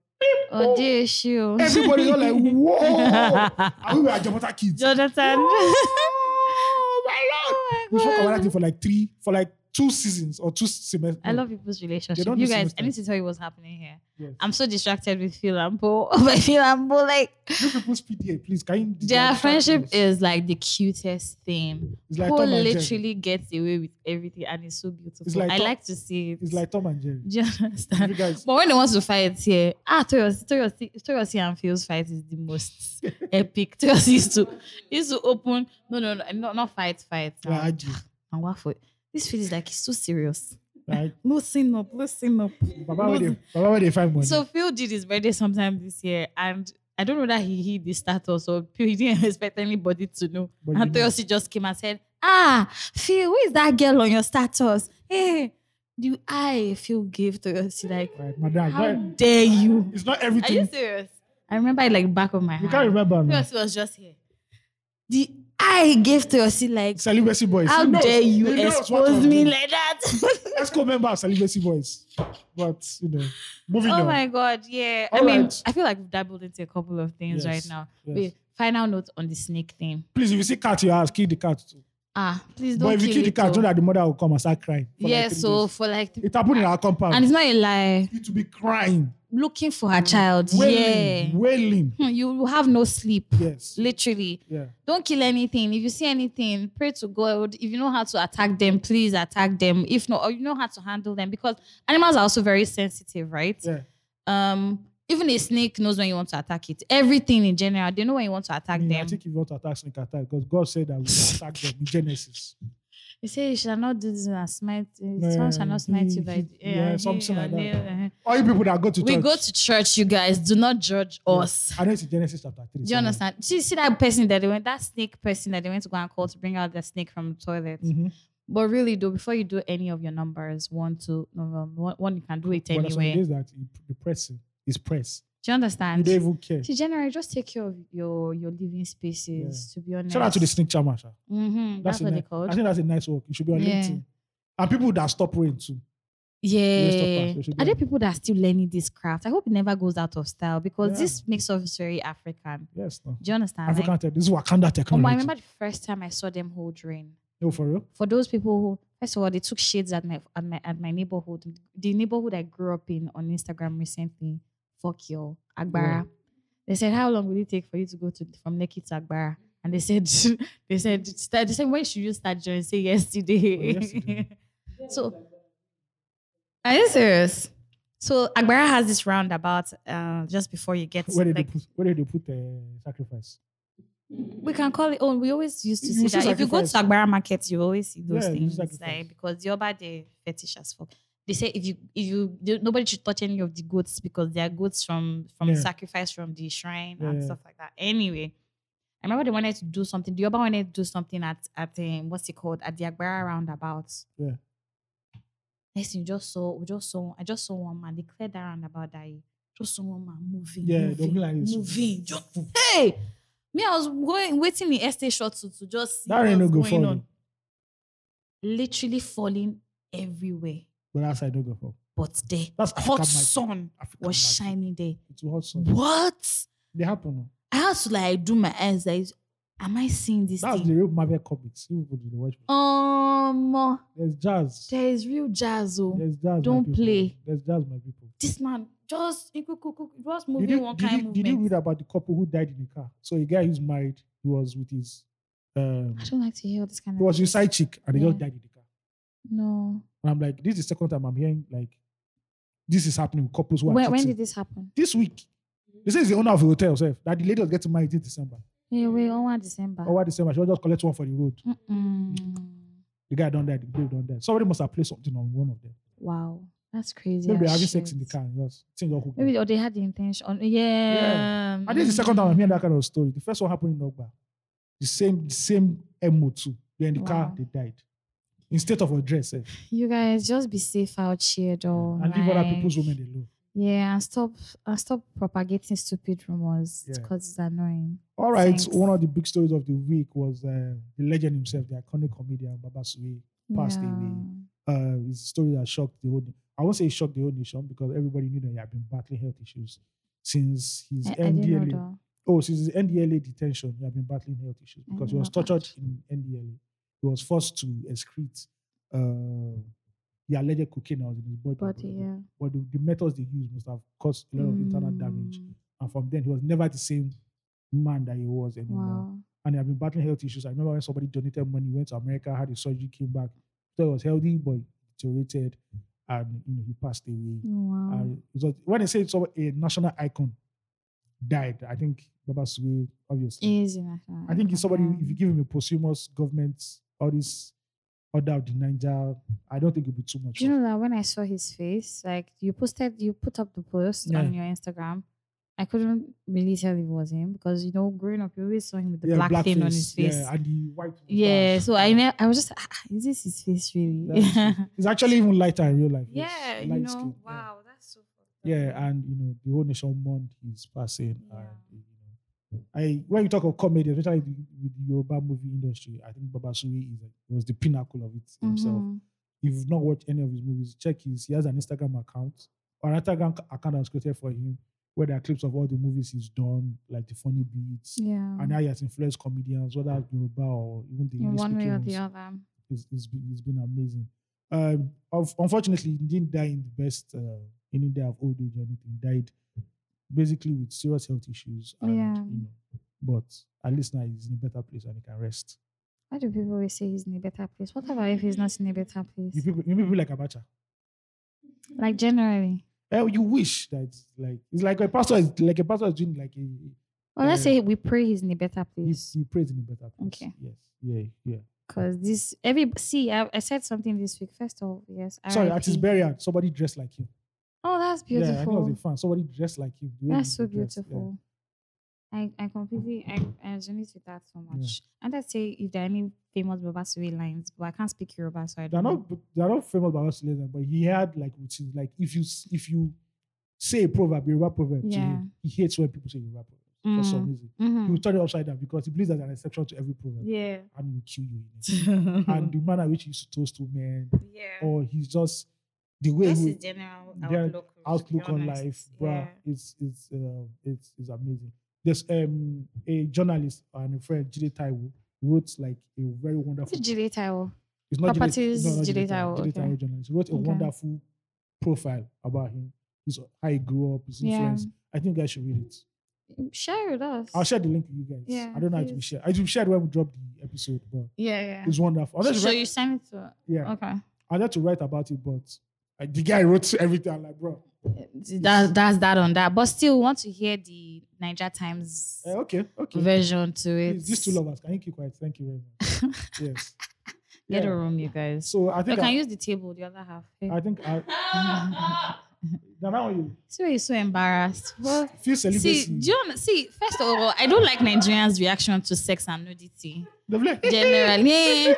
Speaker 1: Oh dear, shoe.
Speaker 2: everybody was like, "Whoa!" and we were Ajabota kids.
Speaker 1: Oh. Jonathan.
Speaker 2: Oh my lord!
Speaker 1: Oh
Speaker 2: We
Speaker 1: my
Speaker 2: fought
Speaker 1: God.
Speaker 2: over that thing for like three, for like two seasons or two semesters.
Speaker 1: I love people's relationship.
Speaker 2: don't
Speaker 1: You
Speaker 2: do
Speaker 1: guys,
Speaker 2: semester.
Speaker 1: I need to tell you what's happening here.
Speaker 2: Yes.
Speaker 1: I'm so distracted with Phil and Bo. By Phil and Bo, like
Speaker 2: You people's PDA, please. Can you?
Speaker 1: their friendship
Speaker 2: It's
Speaker 1: is like the cutest thing.
Speaker 2: like
Speaker 1: Bo
Speaker 2: Tom and Jerry.
Speaker 1: literally gets away with everything, and it's so beautiful.
Speaker 2: It's like
Speaker 1: I
Speaker 2: Tom-
Speaker 1: like to see it.
Speaker 2: It's like Tom and Jerry.
Speaker 1: Do you
Speaker 2: If
Speaker 1: understand?
Speaker 2: You guys,
Speaker 1: But when they want to fight here, ah, Toyosi, Toyosi, Toyosi and Phil's fight is the most epic. Toyosi used to used to open. No, no, no, not, not fight, fight.
Speaker 2: like, I do.
Speaker 1: and what for? This feels like it's so serious.
Speaker 2: Like,
Speaker 1: Loosen up, loosen up.
Speaker 2: Baba, where they, Baba, where they find money?
Speaker 1: So Phil did his birthday sometime this year, and I don't know that he hid the status or Phil he didn't expect anybody to know.
Speaker 2: But you
Speaker 1: and
Speaker 2: know.
Speaker 1: Toyosi just came and said, Ah, Phil, who is that girl on your status? Hey, do I Phil gave Toyosi like,
Speaker 2: Right, madam,
Speaker 1: how
Speaker 2: why-
Speaker 1: dare you?
Speaker 2: it's not
Speaker 1: Are you
Speaker 2: everything.
Speaker 1: serious? I remember it like back of my
Speaker 2: You can't
Speaker 1: hand.
Speaker 2: remember. now.
Speaker 1: Toyosi was just here. The I gave Toyosi like,
Speaker 2: Celibacy boys.
Speaker 1: how
Speaker 2: He knows-
Speaker 1: dare you
Speaker 2: he knows what
Speaker 1: expose
Speaker 2: to
Speaker 1: me
Speaker 2: do.
Speaker 1: like that?
Speaker 2: Esco member of Celibacy Boys. But, you know, moving
Speaker 1: Oh
Speaker 2: on.
Speaker 1: my god, yeah. I
Speaker 2: All
Speaker 1: mean,
Speaker 2: right.
Speaker 1: I feel like we've dabbled into a couple of things
Speaker 2: Yes,
Speaker 1: right now.
Speaker 2: yes.
Speaker 1: Wait, final note on the snake thing.
Speaker 2: Please, if you see cat in your house, kill the cat. Too.
Speaker 1: Ah, please don't.
Speaker 2: But if you
Speaker 1: kill
Speaker 2: kill the
Speaker 1: it,
Speaker 2: cat, know
Speaker 1: oh.
Speaker 2: that the mother will come and start crying. for like
Speaker 1: yeah,
Speaker 2: three
Speaker 1: so
Speaker 2: days.
Speaker 1: for like, th-
Speaker 2: It happened in our compound.
Speaker 1: and it's not a lie.
Speaker 2: it will be crying,
Speaker 1: Looking for
Speaker 2: Mm.
Speaker 1: her child,
Speaker 2: wailing,
Speaker 1: yeah.
Speaker 2: wailing.
Speaker 1: Hmm, You will have no sleep.
Speaker 2: Yes.
Speaker 1: Literally,
Speaker 2: Yeah.
Speaker 1: don't kill anything. If you see anything, pray to God. If you know how to attack them, please attack them. If not, or you know how to handle them because animals are also very sensitive, right?
Speaker 2: Yeah.
Speaker 1: Um, even a snake knows when you want to attack it. Everything in general, they know when you want to attack
Speaker 2: I, mean, I
Speaker 1: them.
Speaker 2: think if you want to attack snake attack, because God said that we should attack them in Genesis.
Speaker 1: He said, "You shall not do this and smite.
Speaker 2: Yeah,
Speaker 1: Uh, Someone shall not smite you by
Speaker 2: he- yeah, something like that. All you people that go to
Speaker 1: We
Speaker 2: church,
Speaker 1: go to church, you guys. Do not judge us.
Speaker 2: I know it's in Genesis chapter 3.
Speaker 1: Do you
Speaker 2: somewhere.
Speaker 1: understand? Do you see that person that they went, that snake person that they went to go and call to bring out the snake from the toilet.
Speaker 2: Mhm.
Speaker 1: But really, though, before you do any of your numbers, one, two, no, no, one, one you can do it
Speaker 2: But
Speaker 1: anyway.
Speaker 2: it
Speaker 1: Do
Speaker 2: is that you- the pressing is press.
Speaker 1: you
Speaker 2: You
Speaker 1: understand?
Speaker 2: don't even care.
Speaker 1: See, generally, just take care of your your living spaces. To be honest,
Speaker 2: Shout out to the snake charmer. sha.
Speaker 1: Mm-hmm, that's,
Speaker 2: a
Speaker 1: what
Speaker 2: ni-
Speaker 1: they called.
Speaker 2: I think that's a nice work. You should be on
Speaker 1: Yeah.
Speaker 2: LinkedIn. And people that stop praying too. rest of
Speaker 1: Yeah.
Speaker 2: us, we should
Speaker 1: Are
Speaker 2: go.
Speaker 1: there people that are still learning this craft? I hope it never goes out of style because
Speaker 2: Yeah.
Speaker 1: this makes us very African.
Speaker 2: Yes. No.
Speaker 1: Do you understand?
Speaker 2: African
Speaker 1: Like,
Speaker 2: tech. This is Wakanda
Speaker 1: oh,
Speaker 2: technology.
Speaker 1: but I remember the first time I saw them hold rain.
Speaker 2: No, for real.
Speaker 1: For those people who, first of all, they took shades at my at my at my neighborhood, the neighborhood I grew up in on Instagram recently. Fuck you, Agbara. They said, how long will it take for you to go to from Lekki to Agbara? And they said, they said, they said, when should you start joining? Say yesterday.
Speaker 2: Oh, yesterday.
Speaker 1: so Are you serious? So Agbara has this roundabout uh, just before you get
Speaker 2: Where did
Speaker 1: like
Speaker 2: they put? Where did they put the sacrifice?
Speaker 1: we can call it oh we always used to
Speaker 2: You
Speaker 1: see
Speaker 2: see
Speaker 1: that if you go to
Speaker 2: sacrifice.
Speaker 1: Agbara market you always see those
Speaker 2: Yeah, you
Speaker 1: things
Speaker 2: see sacrifice.
Speaker 1: like because the Yoruba they fetish as fuck. They say if you if you they- nobody should touch any of the goats because they are goats from from
Speaker 2: Yeah.
Speaker 1: sacrifice from the shrine and
Speaker 2: Yeah.
Speaker 1: stuff like that. Anyway, I remember they wanted to do something. The Yoruba wanted to do something at at um, what's it called at the Agbara roundabout.
Speaker 2: Yeah.
Speaker 1: Next thing you just saw, we just saw, I just saw one man. They cleared that roundabout that year. Just saw one man moving.
Speaker 2: Yeah,
Speaker 1: moving,
Speaker 2: they'll be like this.
Speaker 1: moving. Just, hey, me, I was going waiting in estate shuttle to just see
Speaker 2: That ain't no
Speaker 1: what's
Speaker 2: go
Speaker 1: going
Speaker 2: for.
Speaker 1: on.
Speaker 2: me.
Speaker 1: Literally falling everywhere,
Speaker 2: But outside don't go for.
Speaker 1: but there,
Speaker 2: That's
Speaker 1: hot
Speaker 2: African
Speaker 1: sun
Speaker 2: African
Speaker 1: was
Speaker 2: magic.
Speaker 1: shining there.
Speaker 2: It's hot sun.
Speaker 1: What?
Speaker 2: They happen. oh.
Speaker 1: I had to like do my eyes like, am I seeing this
Speaker 2: That's the
Speaker 1: thing?
Speaker 2: real Marvel comics. You people do the watch.
Speaker 1: Um,
Speaker 2: There's jazz.
Speaker 1: there is real jazz. Oh,
Speaker 2: There's jazz. my
Speaker 1: Don't
Speaker 2: people.
Speaker 1: play.
Speaker 2: There's jazz, my people.
Speaker 1: this man just just
Speaker 2: Did
Speaker 1: moving
Speaker 2: you,
Speaker 1: one
Speaker 2: did,
Speaker 1: kind
Speaker 2: you,
Speaker 1: movement.
Speaker 2: did you read about the couple who died in the car? So a guy who's married, he was with his, um,
Speaker 1: I don't like to hear this kind
Speaker 2: he
Speaker 1: of
Speaker 2: was his side chick, and he
Speaker 1: Yeah.
Speaker 2: just died in the car.
Speaker 1: no.
Speaker 2: And I'm like, this is the second time I'm hearing like, this is happening with couples who are
Speaker 1: When, when
Speaker 2: cheating.
Speaker 1: did this happen?
Speaker 2: this week. They say it's the owner of a hotel self that the lady was getting married this December.
Speaker 1: Yeah, wait, on one December.
Speaker 2: Over December, she was just collect Oh, one for the road.
Speaker 1: Mm-mm.
Speaker 2: The guy done that, the babe done that. Somebody must have placed something on one of them.
Speaker 1: Wow, that's crazy.
Speaker 2: Maybe
Speaker 1: as
Speaker 2: they're having sex in the
Speaker 1: shit.
Speaker 2: car. and Just, things just hook
Speaker 1: Maybe
Speaker 2: up.
Speaker 1: or they had the intention. on- Yeah. Mm.
Speaker 2: And this is the second time I'm hearing that kind of story. The first one happened in Ogba. The same, the same MO2. They're in the car,
Speaker 1: Wow.
Speaker 2: they died. Instead of a dress, eh,
Speaker 1: You guys just be safe out here, though.
Speaker 2: and leave other
Speaker 1: like-
Speaker 2: people's women alone.
Speaker 1: Yeah, and stop and stop propagating stupid rumors
Speaker 2: Yeah.
Speaker 1: because it's annoying.
Speaker 2: All right,
Speaker 1: Thanks.
Speaker 2: one of the big stories of the week was uh, the legend himself, the iconic comedian Baba Sui. Passed
Speaker 1: yeah.
Speaker 2: away. uh, it's a story that shocked the whole. I won't say it shocked the whole nation because everybody knew that he had been battling health issues since his
Speaker 1: I, I didn't
Speaker 2: NDLA.
Speaker 1: Eh, know
Speaker 2: Oh, since his NDLA detention, he had been battling health issues because he
Speaker 1: didn't
Speaker 2: was
Speaker 1: know that.
Speaker 2: tortured in NDLA. He was forced to excrete uh, the alleged cocaine that was in his body.
Speaker 1: that, but yeah.
Speaker 2: But the, the methods they used must have caused a lot of internal damage.
Speaker 1: Mm,
Speaker 2: And from then, he was never the same man that he was anymore
Speaker 1: Wow.
Speaker 2: and they have been battling health issues. I remember when somebody donated money, went to America, had a surgery, came back, so he was healthy, but deteriorated, and you know he passed away.
Speaker 1: Wow.
Speaker 2: And it was, when they say so, a national icon died, I think Baba Sui, obviously.
Speaker 1: Easy, my friend.
Speaker 2: I think it's somebody.
Speaker 1: Yeah.
Speaker 2: If you give him a posthumous government, all these order of the Niger. I don't think it'll be too much.
Speaker 1: Do you know that when I saw his face, like you posted, you put up the post
Speaker 2: Yeah.
Speaker 1: on your Instagram. I couldn't really tell if it was him because you know, growing up, you always saw him with the
Speaker 2: Yeah,
Speaker 1: black, thing on
Speaker 2: blackface,
Speaker 1: his face.
Speaker 2: Yeah, and the white.
Speaker 1: Yeah,
Speaker 2: mustache.
Speaker 1: so I ne- I was just, ah, ah, is this his face really?
Speaker 2: That's
Speaker 1: Yeah,
Speaker 2: It's actually even lighter in real life. yes.
Speaker 1: you
Speaker 2: Light
Speaker 1: know,
Speaker 2: skin, yeah.
Speaker 1: wow, that's so. fucked up.
Speaker 2: Yeah, and you know the whole nation mourned his passing.
Speaker 1: Yeah.
Speaker 2: And you know, I when you talk of comedy, especially with with the Yoruba movie industry, I think Babasuri is like, was the pinnacle of it himself.
Speaker 1: Mhm.
Speaker 2: If you've not watched any of his movies, check his. He has an Instagram account or an Instagram account that's created for him, where there are clips of all the movies he's done, like the funny beats,
Speaker 1: Yeah,
Speaker 2: and how he has influenced comedians, whether Yoruba or even the
Speaker 1: in
Speaker 2: English
Speaker 1: one way
Speaker 2: speaking
Speaker 1: or
Speaker 2: ones
Speaker 1: the other.
Speaker 2: it's, it's, been, it's been amazing. Um, of, unfortunately, he didn't die in the best uh, any day of old age or anything. He died basically with serious health issues. And,
Speaker 1: Yeah.
Speaker 2: you know, but at least now he's in a better place and he can rest.
Speaker 1: Why do people always say he's in a better place? What about if he's not in a better
Speaker 2: You
Speaker 1: place?
Speaker 2: people, you people like Abacha.
Speaker 1: Like generally,
Speaker 2: Eh, you wish that like it's like a pastor is like a pastor is doing like a
Speaker 1: well, let's
Speaker 2: Yeah.
Speaker 1: say we pray he's in a better
Speaker 2: he,
Speaker 1: place
Speaker 2: he prays in a better place.
Speaker 1: Okay.
Speaker 2: Yes. Yeah. Yeah.
Speaker 1: because this every see I, I said something this week. First of all, yes,
Speaker 2: Sorry, at his
Speaker 1: RIP.
Speaker 2: burial, somebody dressed like him.
Speaker 1: Oh, that's
Speaker 2: Yeah, I think I
Speaker 1: beautiful.
Speaker 2: was a fan. Somebody dressed like him. the way
Speaker 1: That's
Speaker 2: he
Speaker 1: so
Speaker 2: dressed, yeah.
Speaker 1: beautiful. I, I completely I, I resonate with that so
Speaker 2: Yeah.
Speaker 1: much. And I'd say if there are any famous Babasuri lines, but I can't speak Yoruba, so I
Speaker 2: they're
Speaker 1: don't know.
Speaker 2: not they're not famous about us later, but he had like routines. Like if you s- if you say a proverb, a Yoruba proverb to
Speaker 1: Yeah.
Speaker 2: him, he hates when people say Yoruba proverb for some
Speaker 1: Mm.
Speaker 2: reason. He
Speaker 1: Mhm.
Speaker 2: will turn it upside down because he believes there's an exception to every proverb
Speaker 1: Yeah.
Speaker 2: and he will kill you in it. and the manner which he used to toast to men,
Speaker 1: Yeah.
Speaker 2: or he's just the way he would
Speaker 1: general
Speaker 2: their outlook on life, bruh, it's it's uh, it's it's amazing. There's um a journalist and a friend, Jide Taiwo, wrote like a very wonderful It's not
Speaker 1: Properties,
Speaker 2: Jide, no, not
Speaker 1: Jide
Speaker 2: Jide Taiwo,
Speaker 1: Taiwo,
Speaker 2: Jide
Speaker 1: okay.
Speaker 2: Taiwo journalist. He wrote a
Speaker 1: Okay.
Speaker 2: wonderful profile about him. His how he grew up, his
Speaker 1: Yeah.
Speaker 2: influence. I think you guys should read it.
Speaker 1: Share with us.
Speaker 2: I'll share the link with you guys.
Speaker 1: Yeah,
Speaker 2: I don't know how to be
Speaker 1: please.
Speaker 2: shared. I should share it when we drop the episode, but
Speaker 1: Yeah, yeah.
Speaker 2: it's wonderful. I wanted to
Speaker 1: So
Speaker 2: write-
Speaker 1: you send it to
Speaker 2: yeah,
Speaker 1: okay.
Speaker 2: I had to write about it, but uh, the guy wrote everything. I'm like, bro, eh,
Speaker 1: That, that's that on that. But still want to hear the Niger Times
Speaker 2: eh, okay, okay.
Speaker 1: version to it.
Speaker 2: Please, these two lovers, can you keep quiet? Thank you very much. yes.
Speaker 1: Get a
Speaker 2: Yeah.
Speaker 1: room, you guys.
Speaker 2: So I
Speaker 1: You
Speaker 2: think
Speaker 1: can
Speaker 2: I,
Speaker 1: use the table, the other half. Eh. Hey.
Speaker 2: I think I now, now you
Speaker 1: See why you're so embarrassed. Well,
Speaker 2: feel celibacy.
Speaker 4: See, do you wanna- see, first of all, I don't like Nigerians' reaction to sex and nudity.
Speaker 2: Lovely.
Speaker 4: Generally,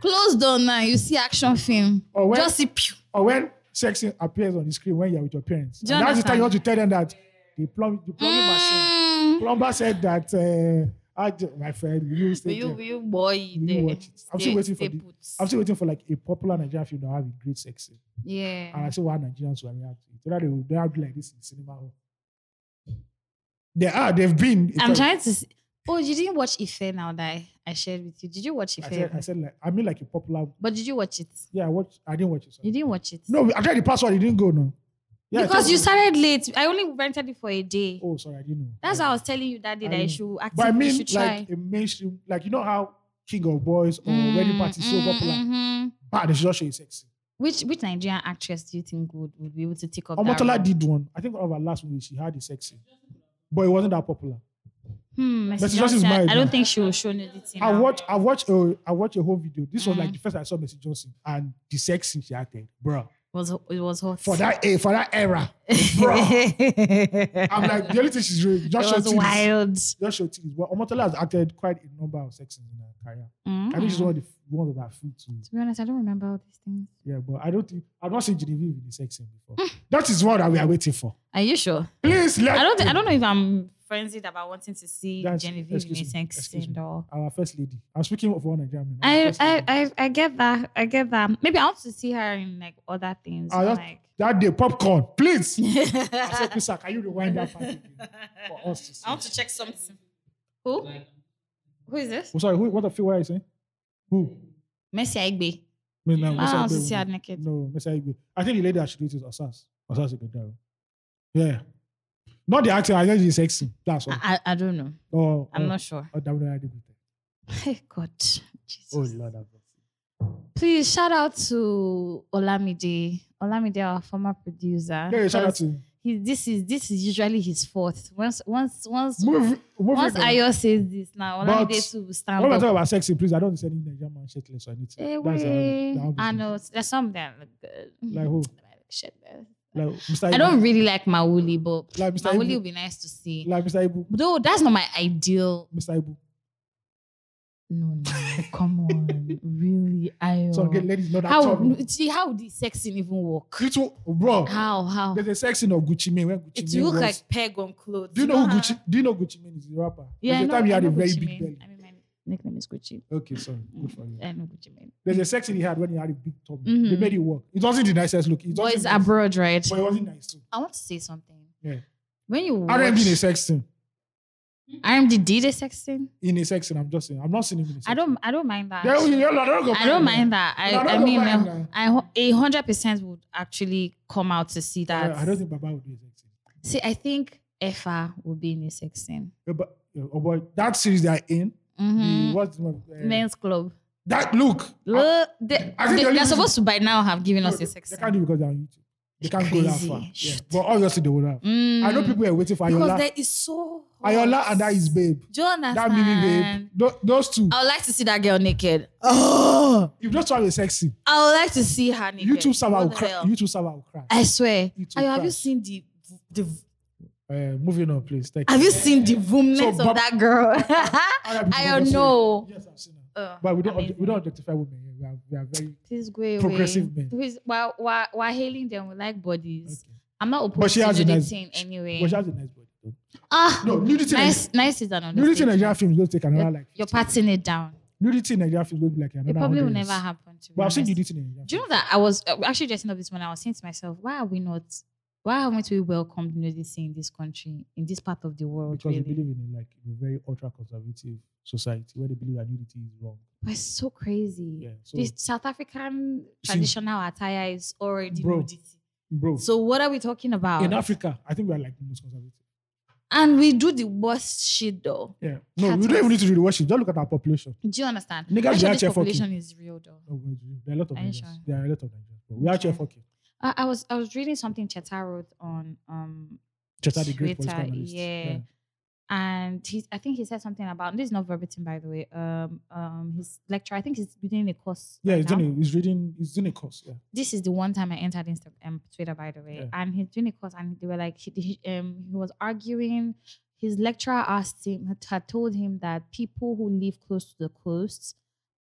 Speaker 4: close door now, you see action film.
Speaker 2: or when,
Speaker 4: Just see, pew.
Speaker 2: or when sex appears on the screen when you're with your parents.
Speaker 4: Do you
Speaker 2: And that's the time
Speaker 4: understand?
Speaker 2: you want to tell them that the plumb the plumbing machine
Speaker 4: Mm.
Speaker 2: plumber said that uh, I, ju- my friend will you
Speaker 4: Will
Speaker 2: stay
Speaker 4: you,
Speaker 2: there.
Speaker 4: will you boy
Speaker 2: Will you
Speaker 4: there?
Speaker 2: watch it? I'm still
Speaker 4: Stay-
Speaker 2: waiting for
Speaker 4: stay
Speaker 2: the-
Speaker 4: put.
Speaker 2: I'm still waiting for like a popular Nigerian film that will have a great sex scene.
Speaker 1: yeah.
Speaker 2: And I see why Nigerians will react to it. Whether they will they will be like this in cinema hall. They are, they've been.
Speaker 1: I'm trying to. See. Oh, you didn't watch Ife now that I, I shared with you. Did you watch
Speaker 2: I
Speaker 1: Ife?
Speaker 2: said, I said like I mean like a popular
Speaker 1: but did you watch it?
Speaker 2: yeah, I watched I didn't watch it. sorry.
Speaker 1: You didn't watch it.
Speaker 2: No, I tried the password, it didn't go no. I
Speaker 1: because
Speaker 2: tried-
Speaker 1: you started late. I only rented it for a day.
Speaker 2: Oh sorry, I didn't know.
Speaker 1: That's what I was telling you that day
Speaker 2: I
Speaker 1: that you
Speaker 2: know.
Speaker 1: should
Speaker 2: But I
Speaker 1: actively
Speaker 2: mean,
Speaker 1: should try. Mm,
Speaker 2: like a mainstream, like you know how King of Boys or Wedding Party Ah, is so popular.
Speaker 1: mhm.
Speaker 2: But they should just show you sexy.
Speaker 1: Which which Nigerian actress do you think would, would be able to take up? that
Speaker 2: Omotola
Speaker 1: role?
Speaker 2: did one. I think one of our last movies she had a sexy, but it wasn't that popular.
Speaker 1: Hmm, Mercy
Speaker 2: Mercy Johnson is
Speaker 1: Johnson, I-
Speaker 2: married
Speaker 1: I
Speaker 2: now.
Speaker 1: don't think she will show nudity.
Speaker 2: I
Speaker 1: now.
Speaker 2: watched, I watched, a, I watched a whole video. This was like
Speaker 1: Mhm.
Speaker 2: the first I saw Messi Johnson and the sex scene she acted, bro.
Speaker 1: It was it was hot.
Speaker 2: For that, eh, for that era, bro. I'm like the only thing she's doing
Speaker 1: it
Speaker 2: just show
Speaker 1: was
Speaker 2: titties.
Speaker 1: wild.
Speaker 2: Just show titties. But Omotola has acted quite a number of sex scenes in her career. I think she's
Speaker 1: Mm.
Speaker 2: one of the f- ones that are free to.
Speaker 1: To be honest, I don't remember all these things.
Speaker 2: Yeah, but I don't think I've not seen Genevieve in the sex scene before.
Speaker 1: Mm.
Speaker 2: that is what we are waiting for.
Speaker 1: Are you sure?
Speaker 2: Please let
Speaker 1: I don't. Th- I don't know if I'm frenzied about wanting to see
Speaker 2: That's-
Speaker 1: Genevieve in
Speaker 2: excuse
Speaker 1: a
Speaker 2: me,
Speaker 1: sex
Speaker 2: excuse
Speaker 1: scene,
Speaker 2: me.
Speaker 1: though.
Speaker 2: our first lady. I'm speaking of one Nigerian. man, our
Speaker 1: I,
Speaker 2: first
Speaker 1: I
Speaker 2: lady.
Speaker 1: I I get that. I get that. Maybe I want to see her in like other things.
Speaker 2: I
Speaker 1: or,
Speaker 2: just-
Speaker 1: like
Speaker 2: that day popcorn, please. Ah, I said, please, sir, can you rewind that part again for us to see?
Speaker 4: I want to check something. Who?
Speaker 3: Like,
Speaker 1: who is this?
Speaker 2: Oh, sorry, who, what the fuck were you saying? Who?
Speaker 4: Mercy Aigbe.
Speaker 2: Me
Speaker 1: I
Speaker 2: now,
Speaker 1: want
Speaker 2: Mesa
Speaker 1: to
Speaker 2: Igbe,
Speaker 1: see her
Speaker 2: no.
Speaker 1: naked.
Speaker 2: No, Mesa Igbe. I think the lady that she dates is Osas. Osas Igedaro. Yeah. Not the actor, I guess he's sexy. That's
Speaker 1: Ah,
Speaker 2: all. Oh,
Speaker 4: I, I don't know.
Speaker 2: Or,
Speaker 4: I'm
Speaker 2: or,
Speaker 4: not sure.
Speaker 2: Or WNI Adibute.
Speaker 1: Hey God, Jesus.
Speaker 2: Oh, Lord have mercy.
Speaker 1: Please shout out to Olamide, Olamide, our former producer.
Speaker 2: Yeah, shout
Speaker 1: because
Speaker 2: out to
Speaker 1: he, this is this is usually his fault. Once once once
Speaker 2: Move, move
Speaker 1: once
Speaker 2: on.
Speaker 1: Ayo says this now,
Speaker 2: But
Speaker 1: Olamide too will stand
Speaker 2: When I
Speaker 1: up.
Speaker 2: talk about sexy, please, I don't see any Nigerian man shirtless or anything.
Speaker 1: Eh,
Speaker 2: That's
Speaker 1: wey.
Speaker 2: how-
Speaker 1: I
Speaker 2: how-
Speaker 1: know there's some that look good.
Speaker 2: Like who?
Speaker 1: Shit, man.
Speaker 2: Like Mr.
Speaker 1: I don't really like Mauli, but
Speaker 2: Like Mr.
Speaker 1: Mauli
Speaker 2: Ibu.
Speaker 1: would be nice to see.
Speaker 2: Like Mr. Ibu.
Speaker 1: Though that's not my ideal.
Speaker 2: Mr. Ibu.
Speaker 1: No, no, come on, really, Ayo.
Speaker 2: So again, ladies, not
Speaker 1: how
Speaker 2: at all.
Speaker 1: see how would the sex scene even work?
Speaker 2: You too, bro.
Speaker 1: How how?
Speaker 2: There's a sex scene of Gucci Mane. When Gucci
Speaker 4: It
Speaker 2: Mane
Speaker 4: look
Speaker 2: was-
Speaker 4: like peg on clothes.
Speaker 2: Do you know who
Speaker 4: how-
Speaker 2: Gucci? Do you know Gucci Mane is the rapper?
Speaker 1: Yeah, I
Speaker 2: There's a
Speaker 1: know,
Speaker 2: time he
Speaker 1: I
Speaker 2: had
Speaker 1: know
Speaker 2: a very
Speaker 1: Gucci
Speaker 2: big
Speaker 1: Mane.
Speaker 2: belly.
Speaker 1: I mean, my nickname is Gucci.
Speaker 2: Okay, sorry. Good for you.
Speaker 1: I know Gucci Mane.
Speaker 2: There's a sex scene he had when he had a big tummy. They
Speaker 1: Mhm.
Speaker 2: made it work. It wasn't the nicest look. It
Speaker 1: Boys
Speaker 2: wasn't nice.
Speaker 1: abroad, right?
Speaker 2: But it wasn't nice too.
Speaker 1: I want to say something.
Speaker 2: Yeah.
Speaker 1: When you watch,
Speaker 2: R&B in a sex scene.
Speaker 1: RMD did a sex scene.
Speaker 2: In a sex scene, I'm just saying. I'm not seeing him in a sex
Speaker 1: I don't I don't mind that.
Speaker 2: Scene. They will- they will- I don't, go
Speaker 1: I don't
Speaker 2: find him.
Speaker 1: mind that. I,
Speaker 2: No, no,
Speaker 1: I
Speaker 2: no,
Speaker 1: mean,
Speaker 2: fine,
Speaker 1: um,
Speaker 2: no.
Speaker 1: I ho- a hundred percent would actually come out to see that.
Speaker 2: I don't think Baba would do a sex scene.
Speaker 1: see, I think Effa would be in a sex scene.
Speaker 2: Yeah, But yeah, oh boy, that series they are in.
Speaker 1: Mhm.
Speaker 2: The, what's the, name of- uh,
Speaker 1: Men's club.
Speaker 2: that look.
Speaker 1: Look, they,
Speaker 2: I think the
Speaker 1: they,
Speaker 2: only
Speaker 1: are
Speaker 2: reason-
Speaker 1: supposed to by now have given
Speaker 2: No,
Speaker 1: us
Speaker 2: they,
Speaker 1: a sex
Speaker 2: they
Speaker 1: scene.
Speaker 2: can't do it because they're on YouTube. They
Speaker 1: It's
Speaker 2: can't go that
Speaker 1: crazy.
Speaker 2: far. Yeah.
Speaker 1: Shit.
Speaker 2: But obviously they would have. I know
Speaker 1: Mm.
Speaker 2: people were waiting for
Speaker 4: Because
Speaker 2: Ayola.
Speaker 4: there is so hot.
Speaker 2: Ayola and that is babe.
Speaker 1: Do you
Speaker 2: That mini
Speaker 1: understand?
Speaker 2: babe. Tho- Those two.
Speaker 1: I would like to see that girl naked. Oh,
Speaker 2: If those two are sexy,
Speaker 1: I would like to see her naked.
Speaker 2: YouTube server
Speaker 1: What
Speaker 2: will
Speaker 1: the
Speaker 2: cry.
Speaker 1: hell?
Speaker 2: YouTube server will cry.
Speaker 1: I swear.
Speaker 2: It will
Speaker 4: Ayo, have
Speaker 2: cry.
Speaker 4: you seen the the
Speaker 2: Uh, moving on, please. Thank
Speaker 4: Have you seen the
Speaker 2: So,
Speaker 4: voomness
Speaker 2: Bob-
Speaker 4: of that girl?
Speaker 2: Other people
Speaker 1: I don't
Speaker 2: also-
Speaker 1: know.
Speaker 2: Yes, I've seen her.
Speaker 1: Ugh,
Speaker 2: But we don't
Speaker 1: amazing.
Speaker 2: we don't objectify women. here. We are we are very.
Speaker 1: Please go away.
Speaker 2: Progressive men.
Speaker 1: Please, while, while, while hailing them, we like bodies.
Speaker 2: Okay.
Speaker 1: I'm not opposed
Speaker 2: But she
Speaker 1: to
Speaker 2: has a
Speaker 1: nudity
Speaker 2: nice.
Speaker 1: in any way.
Speaker 2: But she has a nice body. though.
Speaker 1: ah,
Speaker 2: No, nudity. in
Speaker 1: nice, nice is an
Speaker 2: Nigeria- Nudity in
Speaker 1: understatement.
Speaker 2: Nigerian films going to take another like.
Speaker 1: You're patting it down.
Speaker 2: Nudity in Nigerian films going to be like another.
Speaker 1: It probably will
Speaker 2: 100 years.
Speaker 1: never happen to me.
Speaker 2: But I've seen nudity in Nigerian.
Speaker 1: Do you know
Speaker 2: films.
Speaker 1: that I was uh, actually dressing up this morning? I was saying to myself, why are we not, why haven't we welcomed nudity in this country, in this part of the world?
Speaker 2: Because we
Speaker 1: really?
Speaker 2: believe in a, like a very ultra conservative society where they believe that nudity is wrong.
Speaker 1: But it's so crazy.
Speaker 2: Yeah. So,
Speaker 1: This South African
Speaker 2: See-
Speaker 1: traditional attire is already
Speaker 2: Bro.
Speaker 1: nudity.
Speaker 2: bro,
Speaker 1: So what are we talking about?
Speaker 2: in Africa, I think we are like the most conservative.
Speaker 1: And we do the worst shit though.
Speaker 2: Yeah. No,
Speaker 1: Cat
Speaker 2: we don't
Speaker 1: was-
Speaker 2: even need to do the worship. Just look at our population.
Speaker 1: Do you understand? Much
Speaker 2: Niggas be out
Speaker 1: of this
Speaker 2: here
Speaker 1: population is real though.
Speaker 2: Oh, God, There are a lot of
Speaker 1: Are you
Speaker 2: Nigerians.
Speaker 1: sure?
Speaker 2: There are a lot of Nigerians. But we are actually
Speaker 1: Okay.
Speaker 2: fucking.
Speaker 1: I, I was I was reading something Cheta wrote on um
Speaker 2: Cheta, the great
Speaker 1: Twitter,
Speaker 2: political analyst.
Speaker 1: yeah. and he I think he said something about this is not verbatim by the way. Um um his lecture, I think he's doing a course.
Speaker 2: Yeah,
Speaker 1: right
Speaker 2: he's
Speaker 1: now.
Speaker 2: doing, a, he's reading, he's doing a course. Yeah.
Speaker 1: this is the one time I entered Instagram um, Twitter, by the way.
Speaker 2: Yeah.
Speaker 1: And he's doing a course, and they were like, he, he, um, he was arguing. His lecturer asked him, had- had told him that people who live close to the coast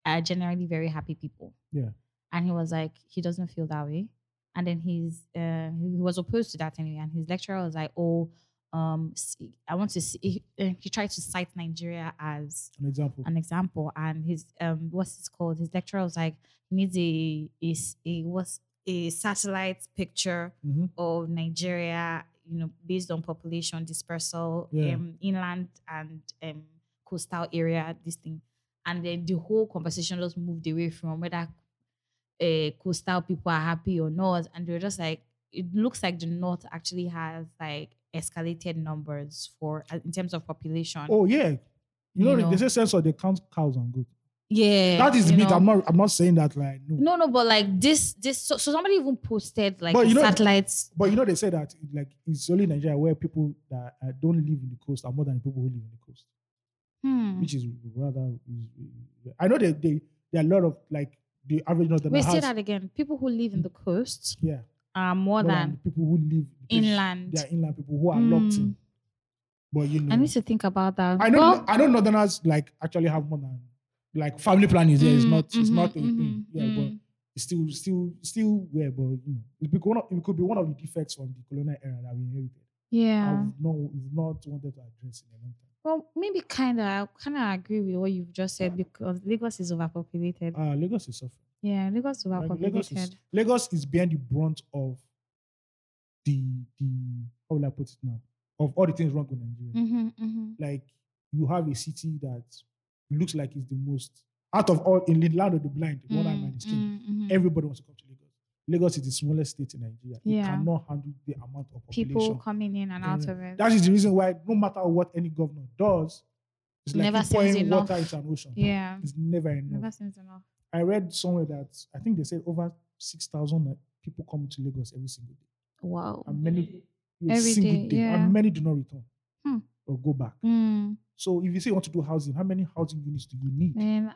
Speaker 1: are generally very happy people.
Speaker 2: Yeah.
Speaker 1: And he was like, he doesn't feel that way. And then he's, uh, he he was opposed to that anyway. And his lecturer was like, oh, um, s- I want to see. He, uh, he tried to cite Nigeria as
Speaker 2: An example.
Speaker 1: an example and his um what's it called his lecturer was like he needs a is a what's a satellite picture
Speaker 2: Mhm.
Speaker 1: of nigeria you know based on population dispersal
Speaker 2: Yeah.
Speaker 1: um inland and um coastal area this thing and then the whole conversation just moved away from whether uh, coastal people are happy or not and they're just like it looks like the north actually has like escalated numbers for uh, in terms of population
Speaker 2: Oh, yeah. You know,
Speaker 1: You know.
Speaker 2: they say censor, they count cows and goats.
Speaker 1: yeah
Speaker 2: That is
Speaker 1: you
Speaker 2: me.
Speaker 1: know?
Speaker 2: I'm not, I'm not saying that like, no.
Speaker 1: No, no, but like this, this. So, so somebody even posted like
Speaker 2: But you
Speaker 1: the
Speaker 2: know-
Speaker 1: satellites.
Speaker 2: But you know, they say that like it's only Nigeria where people that uh, don't live in the coast are more than the people who live in the coast.
Speaker 1: Hmm.
Speaker 2: which is rather. I know that they there are a lot of like the average northern
Speaker 1: Wait, say
Speaker 2: house.
Speaker 1: that again. People who live in the coast
Speaker 2: yeah,
Speaker 1: are more
Speaker 2: more than
Speaker 1: than
Speaker 2: the people who live in the place.
Speaker 1: inland. Mm.
Speaker 2: They are inland people who are locked in. But you know,
Speaker 1: I need to think about that.
Speaker 2: I know
Speaker 1: Well,
Speaker 2: I know northerners like actually have more than like family planning is there. It's
Speaker 1: mm,
Speaker 2: not it's
Speaker 1: mhm,
Speaker 2: not a
Speaker 1: mhm,
Speaker 2: thing. Yeah, but
Speaker 1: mm.
Speaker 2: it's still still still where. But you know, it, be one of, it could be one of the defects from the colonial era that we inherited.
Speaker 1: yeah.
Speaker 2: I've not we've not wanted to address in a long time.
Speaker 1: Well, maybe kind of. I kind of agree with what you've just said because Lagos is overpopulated.
Speaker 2: Uh, Lagos is suffering.
Speaker 1: yeah, Lagos is
Speaker 2: Like, Lagos is
Speaker 1: overpopulated.
Speaker 2: Lagos is bearing the brunt of the the how will I put it now of all the things wrong with Nigeria.
Speaker 1: Mhm, mhm.
Speaker 2: Like you have a city that looks like it's the most out of all in the land of the blind. What am I
Speaker 1: Mm,
Speaker 2: saying?
Speaker 1: mm, mhm.
Speaker 2: Everybody wants to come to Lagos. Lagos is the smallest state in Nigeria. It
Speaker 1: Yeah.
Speaker 2: cannot handle the amount of population.
Speaker 1: People coming in and out
Speaker 2: Yeah.
Speaker 1: of it.
Speaker 2: That is the reason why no matter what any governor does, it's like
Speaker 1: Never
Speaker 2: you
Speaker 1: sends
Speaker 2: pouring
Speaker 1: enough.
Speaker 2: water into an ocean.
Speaker 1: yeah,
Speaker 2: It's never enough.
Speaker 1: never seems enough.
Speaker 2: I read somewhere that I uh, think they said over six thousand people come to Lagos every single day,
Speaker 1: Wow.
Speaker 2: and many a
Speaker 1: Every
Speaker 2: single
Speaker 1: day, yeah.
Speaker 2: and many do not return
Speaker 1: Hmm.
Speaker 2: or go back.
Speaker 1: Mm.
Speaker 2: So if you say you want to do housing, how many housing units do you need?
Speaker 1: And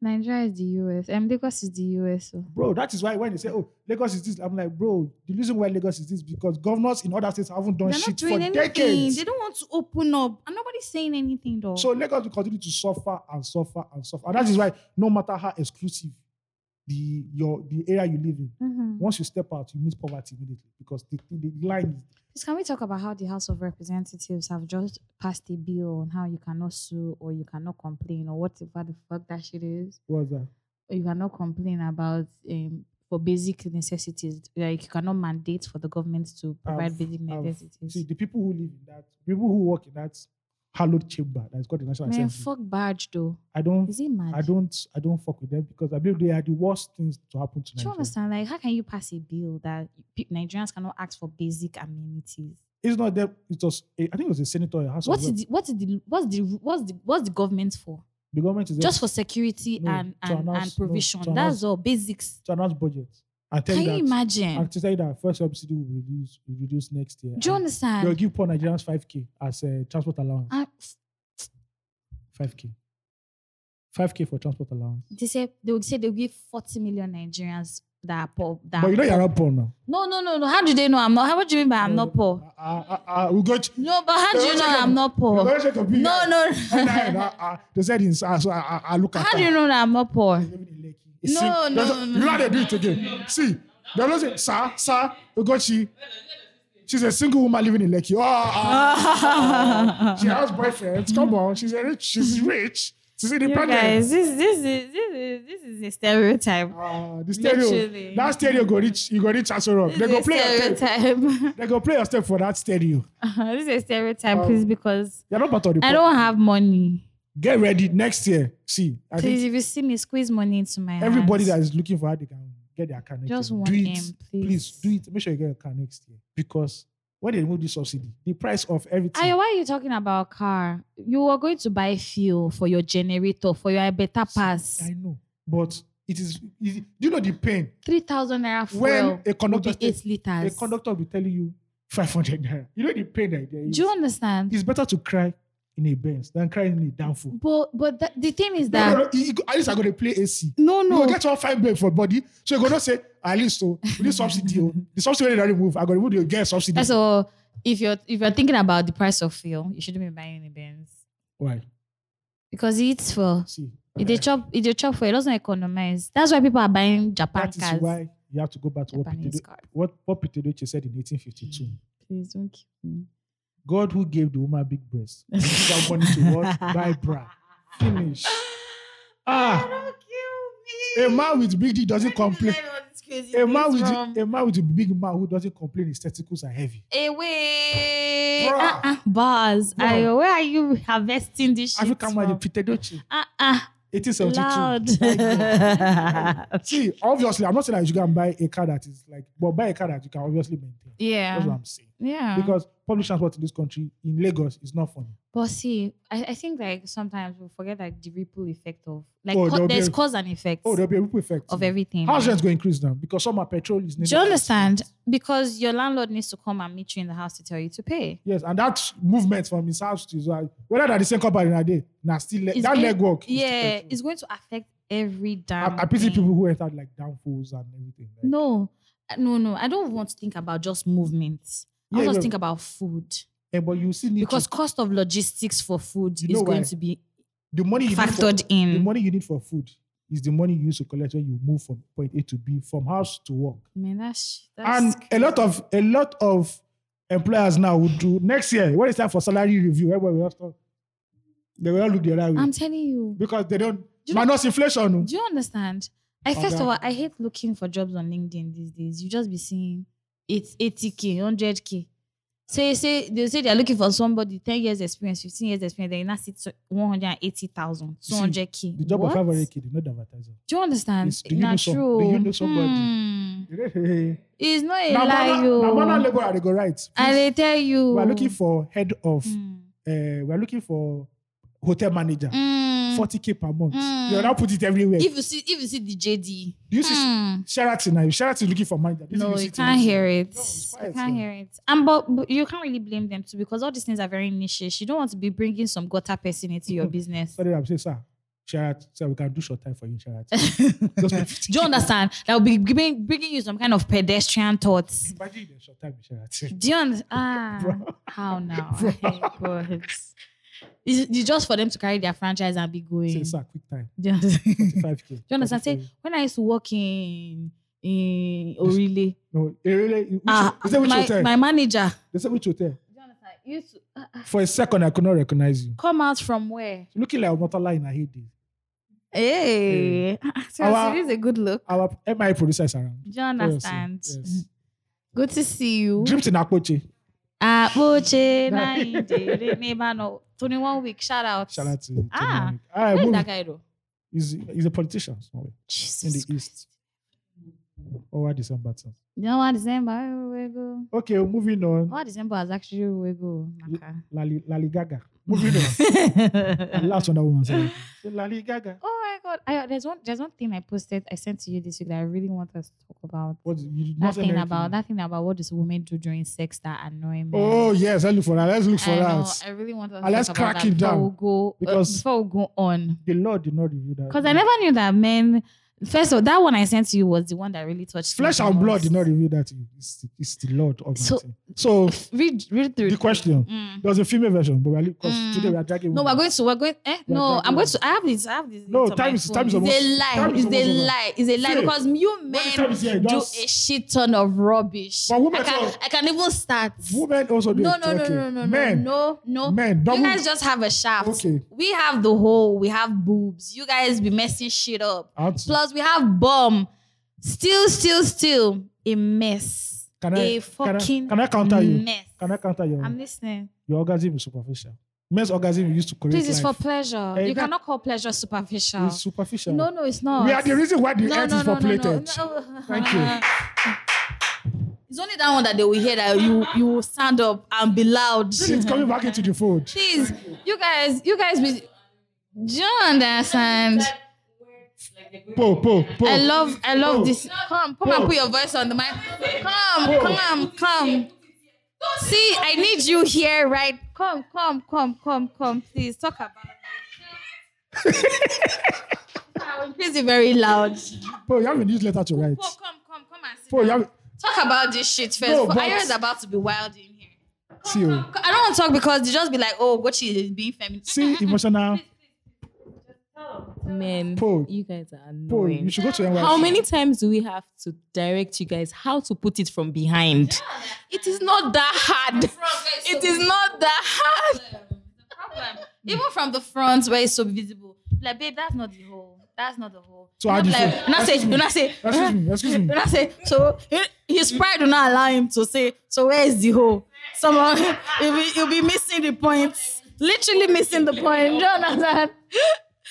Speaker 1: Nigeria is the US. Um, Lagos is the oh. US. So.
Speaker 2: Bro, that is why when they say, oh, Lagos is this, I'm like, bro, the reason why Lagos is this because governors in other states haven't done
Speaker 1: They're
Speaker 2: shit
Speaker 1: not
Speaker 2: for
Speaker 1: doing anything.
Speaker 2: decades.
Speaker 1: They don't want to open up. And nobody's saying anything though.
Speaker 2: So Lagos will continue to suffer and suffer and suffer. And that is why no matter how exclusive the your the area you live in,
Speaker 1: Mhm.
Speaker 2: once you step out, you meet poverty immediately because the, the the line is
Speaker 1: Please, can we talk about how the House of Representatives have just passed a bill on how you cannot sue or you cannot complain or whatever the fuck that shit is?
Speaker 2: what's that?
Speaker 1: Or you cannot complain about um, for basic necessities. Like you cannot mandate for the government to provide
Speaker 2: I've-
Speaker 1: basic
Speaker 2: I've-
Speaker 1: necessities.
Speaker 2: See, the people who live in that, people who work in that hallowed chamber that's called the National
Speaker 1: Man,
Speaker 2: Assembly,
Speaker 1: fuck badge though.
Speaker 2: I don't,
Speaker 1: Is it mad?
Speaker 2: I don't, I don't fuck with them because I believe they are the worst things to happen to
Speaker 1: Do you
Speaker 2: Nigeria.
Speaker 1: understand? Like, how can you pass a bill that pe- Nigerians cannot ask for basic amenities?
Speaker 2: It's not them. It was, a, I think it was a senator, a house. of
Speaker 1: What is
Speaker 2: Rep.
Speaker 1: the, what is the what's the what's the what's the government for?
Speaker 2: the government is there
Speaker 1: Just for security
Speaker 2: No,
Speaker 1: and
Speaker 2: to
Speaker 1: and,
Speaker 2: announce-
Speaker 1: and
Speaker 2: no,
Speaker 1: provision.
Speaker 2: to announce-
Speaker 1: That's all basics.
Speaker 2: to announce budget. And tell
Speaker 1: Can
Speaker 2: you
Speaker 1: you
Speaker 2: that,
Speaker 1: imagine?
Speaker 2: And to tell you that first subsidy will reduce, will reduce next
Speaker 1: Do you
Speaker 2: year. and They'll
Speaker 1: understand? Ah,
Speaker 2: give poor Nigerians 5K as a transport allowance.
Speaker 1: And
Speaker 2: 5K. 5K for transport allowance.
Speaker 1: they say they would say they'll give 40 million Nigerians that are poor. That
Speaker 2: But you know
Speaker 1: are poor.
Speaker 2: you're not poor now.
Speaker 1: No, no, no, no. How do they know I'm not? How what do you mean by I'm
Speaker 2: No,
Speaker 1: not poor?
Speaker 2: I, I, I, we got
Speaker 1: No, but how do
Speaker 2: No,
Speaker 1: you know
Speaker 2: check
Speaker 1: I'm
Speaker 2: it.
Speaker 1: not poor? No, no.
Speaker 2: And I, and I, I, Ah, they said in, so I, so I, I, I look at
Speaker 1: How do you know that I'm not poor? No,
Speaker 2: no,
Speaker 1: no,
Speaker 2: You know how they do it again. See, they're not saying, sir, sir, Ugochi. She's a single woman living in Lekki. Oh, ah, ah. she has boyfriends. Come on, she's a rich. She's rich. She's
Speaker 1: Mm-hmm. You
Speaker 2: independent.
Speaker 1: guys, this this is this is this is a stereotype.
Speaker 2: Ah, the stereo.
Speaker 1: Literally.
Speaker 2: That stereo go reach. You go reach Aso Rock. They
Speaker 1: This
Speaker 2: go
Speaker 1: is a
Speaker 2: play. Your tape.
Speaker 1: stereotype.
Speaker 2: They go play your step for that stereo.
Speaker 1: this is a stereotype,
Speaker 2: Um,
Speaker 1: please, because
Speaker 2: You're not part of the.
Speaker 1: I
Speaker 2: pro-
Speaker 1: don't have money.
Speaker 2: Get ready next year. See, I think
Speaker 1: Please, if you see me, squeeze money into my
Speaker 2: Everybody that
Speaker 1: hands.
Speaker 2: is looking for how they can get their car next
Speaker 1: Just
Speaker 2: year,
Speaker 1: one
Speaker 2: do it.
Speaker 1: M, please.
Speaker 2: please do it. Make sure you get a car next year because when they remove this subsidy, the price of everything.
Speaker 1: Ayo, why are you talking about car? You are going to buy fuel for your generator for your better pass.
Speaker 2: I know, but it is. it- do you know the pain
Speaker 1: Three thousand naira fuel
Speaker 2: when a
Speaker 1: will
Speaker 2: conductor
Speaker 1: be
Speaker 2: states-
Speaker 1: eight
Speaker 2: a
Speaker 1: liters.
Speaker 2: conductor will be telling you five hundred naira? You know the pain that there is.
Speaker 1: Do you understand?
Speaker 2: it's better to cry in a Benz than cry in a downfall.
Speaker 1: But but that, the thing is
Speaker 2: No, no,
Speaker 1: that
Speaker 2: no, you- you- at least I gotta play AC.
Speaker 1: no
Speaker 2: You
Speaker 1: no
Speaker 2: go get one fine bed for body, so you go not say at least so with this subsidy, oh, the subsidy they remove, I go remove the get subsidy.
Speaker 1: So if you're if you're thinking about the price of fuel, you shouldn't be buying any Benz
Speaker 2: Why?
Speaker 1: because it's fuel.
Speaker 2: See,
Speaker 1: If they chop, if they chop fuel, it doesn't economize. That's why people are buying Japan
Speaker 2: that is
Speaker 1: cars.
Speaker 2: why you have to go back to what Peter,
Speaker 1: Japanese Mm.
Speaker 2: Do-
Speaker 1: cars.
Speaker 2: what, what Peter Doce said in 1852.
Speaker 1: Please don't keep me.
Speaker 2: God who gave the woman big breasts got money to what? Buy bra. Finish. Ah, a man with big D doesn't complain. A man with a man with a big mouth who doesn't complain his testicles are heavy.
Speaker 1: Away.
Speaker 2: Bruh.
Speaker 1: Uh-uh. Bars.
Speaker 2: Bruh.
Speaker 1: Ayo, where are you harvesting this shit
Speaker 2: African man, the
Speaker 1: from?
Speaker 2: Peter Doce,
Speaker 1: Uh-uh.
Speaker 2: 1872.
Speaker 1: Loud.
Speaker 2: See, obviously, I'm not saying that you should go and buy a car that is like, but buy a car that you can obviously maintain. That's what
Speaker 1: yeah.
Speaker 2: I'm saying.
Speaker 1: Yeah.
Speaker 2: Because public transport in this country, in Lagos, is not funny.
Speaker 1: But see, I, I think like sometimes we forget like the ripple effect of like
Speaker 2: Oh,
Speaker 1: co-
Speaker 2: there'll be
Speaker 1: there's
Speaker 2: a-
Speaker 1: cause and effect
Speaker 2: Oh, there'll be a ripple effect.
Speaker 1: of everything.
Speaker 2: House
Speaker 1: right?
Speaker 2: rent go increase now because some are petrol is.
Speaker 1: Do you understand? Because your landlord needs to come and meet you in the house to tell you to pay.
Speaker 2: Yes, and that movement from his house to his wife, whether that the same company in a day, now still le-
Speaker 1: It's
Speaker 2: that
Speaker 1: going-
Speaker 2: legwork. is still
Speaker 1: Yeah,
Speaker 2: petrol.
Speaker 1: it's going to affect every damn.
Speaker 2: I, I pity
Speaker 1: thing.
Speaker 2: people who entered like downfalls and everything. Like,
Speaker 1: No, Uh, no, no. I don't want to think about just movements. I
Speaker 2: Yeah,
Speaker 1: just
Speaker 2: yeah.
Speaker 1: think about food
Speaker 2: Eh, but you still need
Speaker 1: because
Speaker 2: to,
Speaker 1: cost of logistics for food
Speaker 2: You
Speaker 1: is
Speaker 2: know
Speaker 1: going
Speaker 2: why?
Speaker 1: to be
Speaker 2: the money you need
Speaker 1: factored
Speaker 2: for, the
Speaker 1: in.
Speaker 2: money you need for food is the money you use to collect when you move from point A to B from house to work.
Speaker 1: Man, that's,
Speaker 2: and
Speaker 1: that's
Speaker 2: a lot of a lot of employers now would do next year when it's time for salary review. Everybody will start, they will all look the other way
Speaker 1: I'm telling you.
Speaker 2: because they don't
Speaker 1: Do you know-
Speaker 2: minus inflation. oh.
Speaker 1: Do you understand? I first
Speaker 2: Okay.
Speaker 1: of all, I hate looking for jobs on LinkedIn these days. You just be seeing it's 80k, 100k. Say say they say they are looking for somebody 10 years experience, 15 years experience. They now sit 180,000,
Speaker 2: See,
Speaker 1: 200k.
Speaker 2: The job
Speaker 1: what?
Speaker 2: of 500k did not advertise. it.
Speaker 1: Do you understand?
Speaker 2: It's- do you know
Speaker 1: Not
Speaker 2: some-
Speaker 1: true.
Speaker 2: do you know somebody?
Speaker 1: Hmm.
Speaker 2: na
Speaker 1: It's not a lie, oh.
Speaker 2: mana na mana
Speaker 1: yo.
Speaker 2: labourer dey go write
Speaker 1: And they tell you
Speaker 2: we are looking for head of
Speaker 1: Mm.
Speaker 2: uh, we are looking for hotel manager
Speaker 1: Hmm.
Speaker 2: forty k per month.
Speaker 4: Mm.
Speaker 2: You will now put it everywhere.
Speaker 4: If you see, if you see the JD,
Speaker 2: Do you see
Speaker 1: Hmm.
Speaker 2: Sheraton now? Sheraton looking for money.
Speaker 1: No, you can't hear it.
Speaker 2: No, it's
Speaker 1: you
Speaker 2: quiet,
Speaker 1: can't
Speaker 2: yeah.
Speaker 1: hear it. And but, but you can't really blame them too because all these things are very niche. You don't want to be bringing some gutter person into your business.
Speaker 2: Sorry, I'm saying, sir. Sheraton, sir, we can do short time for you, Sheraton. Just pay
Speaker 1: Do
Speaker 2: 50K.
Speaker 1: you understand? That will be giving, bringing you some kind of pedestrian thoughts.
Speaker 2: Imagine the short time, Sheraton.
Speaker 1: Do you understand? Ah,
Speaker 2: Bro.
Speaker 1: how now?
Speaker 2: Bro.
Speaker 1: God. It's, it's just for them to carry their franchise and be
Speaker 2: Say,
Speaker 1: going.
Speaker 2: sir, quick time.
Speaker 1: Do you understand?
Speaker 2: 5k. Do
Speaker 1: you understand? Say, when I used to work in in Orile,
Speaker 2: no, eh, really, which,
Speaker 1: ah,
Speaker 2: they said which
Speaker 1: my,
Speaker 2: hotel?
Speaker 1: my manager.
Speaker 2: they said which hotel?
Speaker 1: Do you understand? Used to, ah, ah,
Speaker 2: For a second, I could not recognize you.
Speaker 1: come out from where?
Speaker 2: Looking like a motorline in Haiti.
Speaker 1: Hey,
Speaker 2: Our-
Speaker 1: seriously, this is a good look.
Speaker 2: Our MI producer is around.
Speaker 1: Do you
Speaker 2: Seriously,
Speaker 1: understand? Mm-hmm.
Speaker 2: Yes.
Speaker 1: Good to see you.
Speaker 2: Dreams in Akpoche.
Speaker 1: Ah, Boche,
Speaker 2: Nah.
Speaker 1: Nainde, Renebano, 21 week, shout out.
Speaker 2: Shout out to to
Speaker 1: Ah.
Speaker 2: Dominic. All
Speaker 1: Where
Speaker 2: right,
Speaker 1: is
Speaker 2: move.
Speaker 1: that guy though?
Speaker 2: He's, he's a politician somewhere in
Speaker 1: Jesus.
Speaker 2: the East. Over December 10th.
Speaker 1: You know what December? We go.
Speaker 2: Okay, moving on.
Speaker 1: What December has actually we go. Naka.
Speaker 2: Lali, Lali Gaga. Moving on. And last one that woman said. Lali Gaga.
Speaker 1: oh my god! I, there's one. There's one thing I posted. I sent to you this week that I really want us to talk about.
Speaker 2: What is, you,
Speaker 1: That
Speaker 2: North
Speaker 1: thing
Speaker 2: American.
Speaker 1: about that thing about what does women do during sex that annoy me.
Speaker 2: Oh, yes. Let's look for that. Let's look for
Speaker 1: I
Speaker 2: that.
Speaker 1: know. I really want us.
Speaker 2: And
Speaker 1: to
Speaker 2: let's
Speaker 1: talk
Speaker 2: crack
Speaker 1: about
Speaker 2: it
Speaker 1: that before
Speaker 2: down,
Speaker 1: we go,
Speaker 2: because-
Speaker 1: because before we go on,
Speaker 2: The law did not review that.
Speaker 1: because I never knew that men. First of all, that one I sent to you was the one that really touched. me
Speaker 2: Flesh
Speaker 1: the
Speaker 2: and blood
Speaker 1: most.
Speaker 2: did not reveal that. to you. It's the, it's the Lord of
Speaker 1: So-
Speaker 2: so
Speaker 1: Read, read through
Speaker 2: the question.
Speaker 1: Mm.
Speaker 2: There was a female version, but because
Speaker 1: Mm.
Speaker 2: today we are dragging.
Speaker 1: No, we're
Speaker 2: women.
Speaker 1: going to we're going. Eh, no,
Speaker 2: We are dragging
Speaker 1: I'm going
Speaker 2: on.
Speaker 1: to. I have this. I have this.
Speaker 2: No,
Speaker 1: linked on
Speaker 2: time
Speaker 1: my
Speaker 2: is- time is
Speaker 1: phone. It's
Speaker 2: almost-
Speaker 1: a lie.
Speaker 2: time is
Speaker 1: It's a
Speaker 2: almost over.
Speaker 1: lie. It's a lie
Speaker 2: Faye,
Speaker 1: because you
Speaker 2: the time
Speaker 1: men
Speaker 2: is here,
Speaker 1: do
Speaker 2: just-
Speaker 1: a shit ton of rubbish.
Speaker 2: But women
Speaker 1: I can
Speaker 2: too.
Speaker 1: I can even start.
Speaker 2: Women also do.
Speaker 1: No,
Speaker 2: it.
Speaker 1: no, no,
Speaker 2: okay.
Speaker 1: no, no, no,
Speaker 2: Men,
Speaker 1: no, no.
Speaker 2: men, double.
Speaker 1: You guys just have a shaft.
Speaker 2: Okay.
Speaker 1: We have the hole. We have boobs. You guys be messing shit up.
Speaker 2: Out.
Speaker 1: Plus, we have bomb. Still, still, still a mess.
Speaker 2: Can I-
Speaker 1: a
Speaker 2: can I,
Speaker 1: fucking
Speaker 2: can I counter you?
Speaker 1: mess.
Speaker 2: Can I counter your
Speaker 1: I'm listening.
Speaker 2: your orgasm is superficial. Men's orgasm used to create
Speaker 1: This is for
Speaker 2: life.
Speaker 1: pleasure.
Speaker 2: Eh,
Speaker 1: you
Speaker 2: that-
Speaker 1: cannot call pleasure superficial.
Speaker 2: It's superficial.
Speaker 1: No, no, it's not.
Speaker 2: we are the reason why the
Speaker 1: no,
Speaker 2: earth
Speaker 1: no,
Speaker 2: is
Speaker 1: no,
Speaker 2: populated.
Speaker 1: No, no, no.
Speaker 2: Thank you.
Speaker 1: It's only that one that they will hear that you you will stand up and be loud.
Speaker 2: This is coming back into the fold.
Speaker 1: Please, you guys, you guys be. Do you understand?
Speaker 2: Po, po, po.
Speaker 1: I love, I love
Speaker 2: Oh.
Speaker 1: this. Come, come and put your voice on the mic. Come, come, come. See, I need you here, right? Come, come, come, come, come. Please talk about. it. I will increase it very loud.
Speaker 2: Po, you have a newsletter to write.
Speaker 1: Paul, come, come, come and sit
Speaker 2: Po, you
Speaker 1: down.
Speaker 2: have.
Speaker 1: Talk about this shit first.
Speaker 2: No,
Speaker 1: No,
Speaker 2: but-
Speaker 1: Ayo is about to be wild in here.
Speaker 2: See oh. you.
Speaker 1: I don't want to talk because they just be like, oh, Gochi is being feminine.
Speaker 2: See emotional.
Speaker 5: Men,
Speaker 2: Paul.
Speaker 5: you guys are
Speaker 2: Po,
Speaker 5: annoying.
Speaker 2: you should go to NYC.
Speaker 5: How many times do we have to direct you guys how to put it from behind? It is not that hard. It is not that hard.
Speaker 1: problem. Even from the front where it's so visible. Like, babe, that's not the hole. That's not the hole.
Speaker 2: So
Speaker 1: You
Speaker 2: how
Speaker 1: know,
Speaker 2: do
Speaker 1: be
Speaker 2: you
Speaker 1: like,
Speaker 2: feel?
Speaker 1: you not say, you not say,
Speaker 2: Excuse me. Excuse me.
Speaker 1: you not say, so eh, his pride do not allow him to say, so where is the hole? Someone, you'll be, you'll be missing the points. Literally missing the point. Jonathan.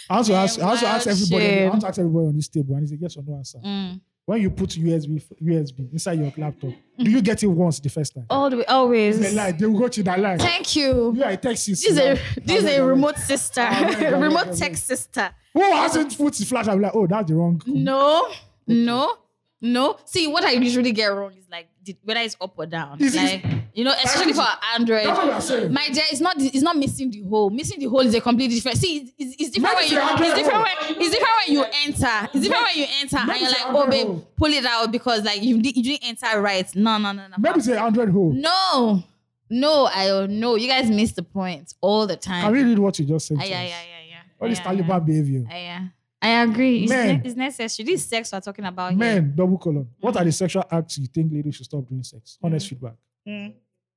Speaker 2: I also ask. I also
Speaker 1: wild
Speaker 2: ask everybody. I
Speaker 1: shit.
Speaker 2: want to ask everybody on this table, and it's a yes or no answer.
Speaker 5: Mm.
Speaker 2: When you put USB f- USB inside your laptop, do you get it once the first time?
Speaker 1: All the way, always.
Speaker 2: They lie. They will go to that lie.
Speaker 1: Thank you.
Speaker 2: Yeah, I text you.
Speaker 1: This is
Speaker 2: Sudan.
Speaker 1: a this is
Speaker 2: I
Speaker 1: a
Speaker 2: went,
Speaker 1: remote sister,
Speaker 2: I went, I went, I
Speaker 1: remote
Speaker 2: went.
Speaker 1: tech sister.
Speaker 2: Who hasn't put the flash? I'm like, oh, that's the wrong.
Speaker 1: No, no, no. See, what I usually get wrong is like the- whether it's up or down.
Speaker 2: Is it-
Speaker 1: Like you know, especially for Android.
Speaker 2: That's what I'm saying.
Speaker 1: My dear, it's not it's not missing the hole. Missing the hole is a completely different. See, it's, it's different
Speaker 2: Not
Speaker 1: when
Speaker 2: the
Speaker 1: you
Speaker 2: Android
Speaker 1: it's different
Speaker 2: hole.
Speaker 1: when it's different when you enter. It's different when you enter
Speaker 2: Not
Speaker 1: and you're
Speaker 2: the
Speaker 1: like, oh
Speaker 2: Android
Speaker 1: babe,
Speaker 2: hole.
Speaker 1: pull it out because like you di- you didn't enter right. No, no, no, no.
Speaker 2: Maybe it's a Android hole.
Speaker 1: No, no, I don't know. You guys miss the point all the time.
Speaker 2: Can we read what you just said?
Speaker 1: Ah,
Speaker 2: to
Speaker 1: yeah,
Speaker 2: us?
Speaker 1: yeah, yeah, yeah.
Speaker 2: All this
Speaker 1: yeah,
Speaker 2: Taliban
Speaker 1: yeah.
Speaker 2: behavior.
Speaker 1: Ah, yeah. I agree. It's,
Speaker 2: Men.
Speaker 1: ne- it's necessary. This is sex we're talking about here.
Speaker 2: Men, double colon. What
Speaker 1: Mm.
Speaker 2: are the sexual acts you think ladies should stop doing sex? Honest feedback.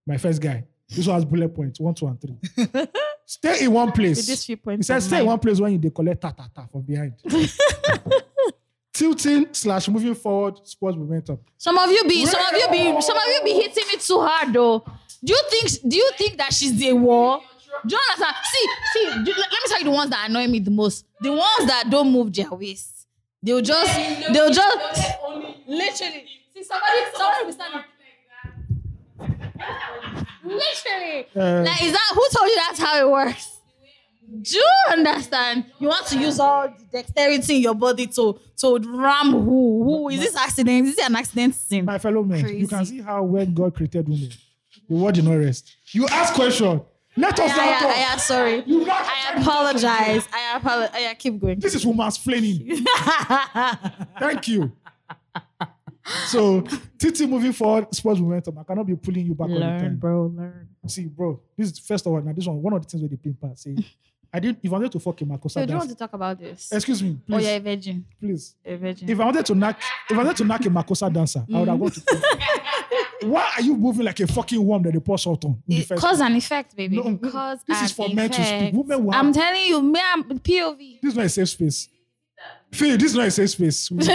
Speaker 2: My first guy. This one has bullet points one, two, and three. stay in one
Speaker 1: With these
Speaker 2: place.
Speaker 1: few
Speaker 2: He
Speaker 1: points.
Speaker 2: said,
Speaker 1: of
Speaker 2: stay in
Speaker 1: mine.
Speaker 2: one place when you they collect ta ta ta from behind. Tilting slash moving forward sports momentum.
Speaker 1: Some of you be, some of you be, some of you be hitting me too hard though. Do you think? Do you think that she's the war? Do you understand? See, see. do- let let me tell you the ones that annoy me the most. The ones that don't move their waist. They'll just, they'll just. Literally. See, somebody, somebody will stand up. Literally.
Speaker 2: Uh,
Speaker 1: Like, is that who told you that's how it works?
Speaker 4: Do you understand? You want to use all the dexterity in your body to to ram who? Who is this accident? Is it an accident scene?
Speaker 2: My fellow men, you can see how when God created women, the word did not rest. You ask question. Let us now talk.
Speaker 4: I, I, I, sorry.
Speaker 2: You not-
Speaker 4: I apologize. I apologize. Yeah, keep going.
Speaker 2: This is woman's flailing. Thank you. So, Titi, moving forward, sports momentum. I cannot be pulling you back all the time.
Speaker 1: bro, learn.
Speaker 2: See, bro, this is first of all. Now, this one, one of the things where they play part. Say, I didn't. If I wanted to fuck him, I could
Speaker 1: So, do you want
Speaker 2: have
Speaker 1: to talk about this?
Speaker 2: Excuse me,
Speaker 1: Oh,
Speaker 2: please,
Speaker 1: you're a virgin.
Speaker 2: please.
Speaker 1: A virgin.
Speaker 2: If I wanted to knock, if I wanted to knock a Makosa dancer, I would have gone to. Why are you moving like a fucking worm that they pour salt on? in the
Speaker 1: It-
Speaker 2: first
Speaker 1: cause and effect, baby.
Speaker 2: No, this-
Speaker 1: cause
Speaker 2: this is
Speaker 1: and
Speaker 2: for men to speak.
Speaker 1: effect.
Speaker 2: Women will
Speaker 1: I'm
Speaker 2: have-
Speaker 1: telling you, me, I'm POV.
Speaker 2: This is not a safe space. Phil, this is not a safe space. We're moving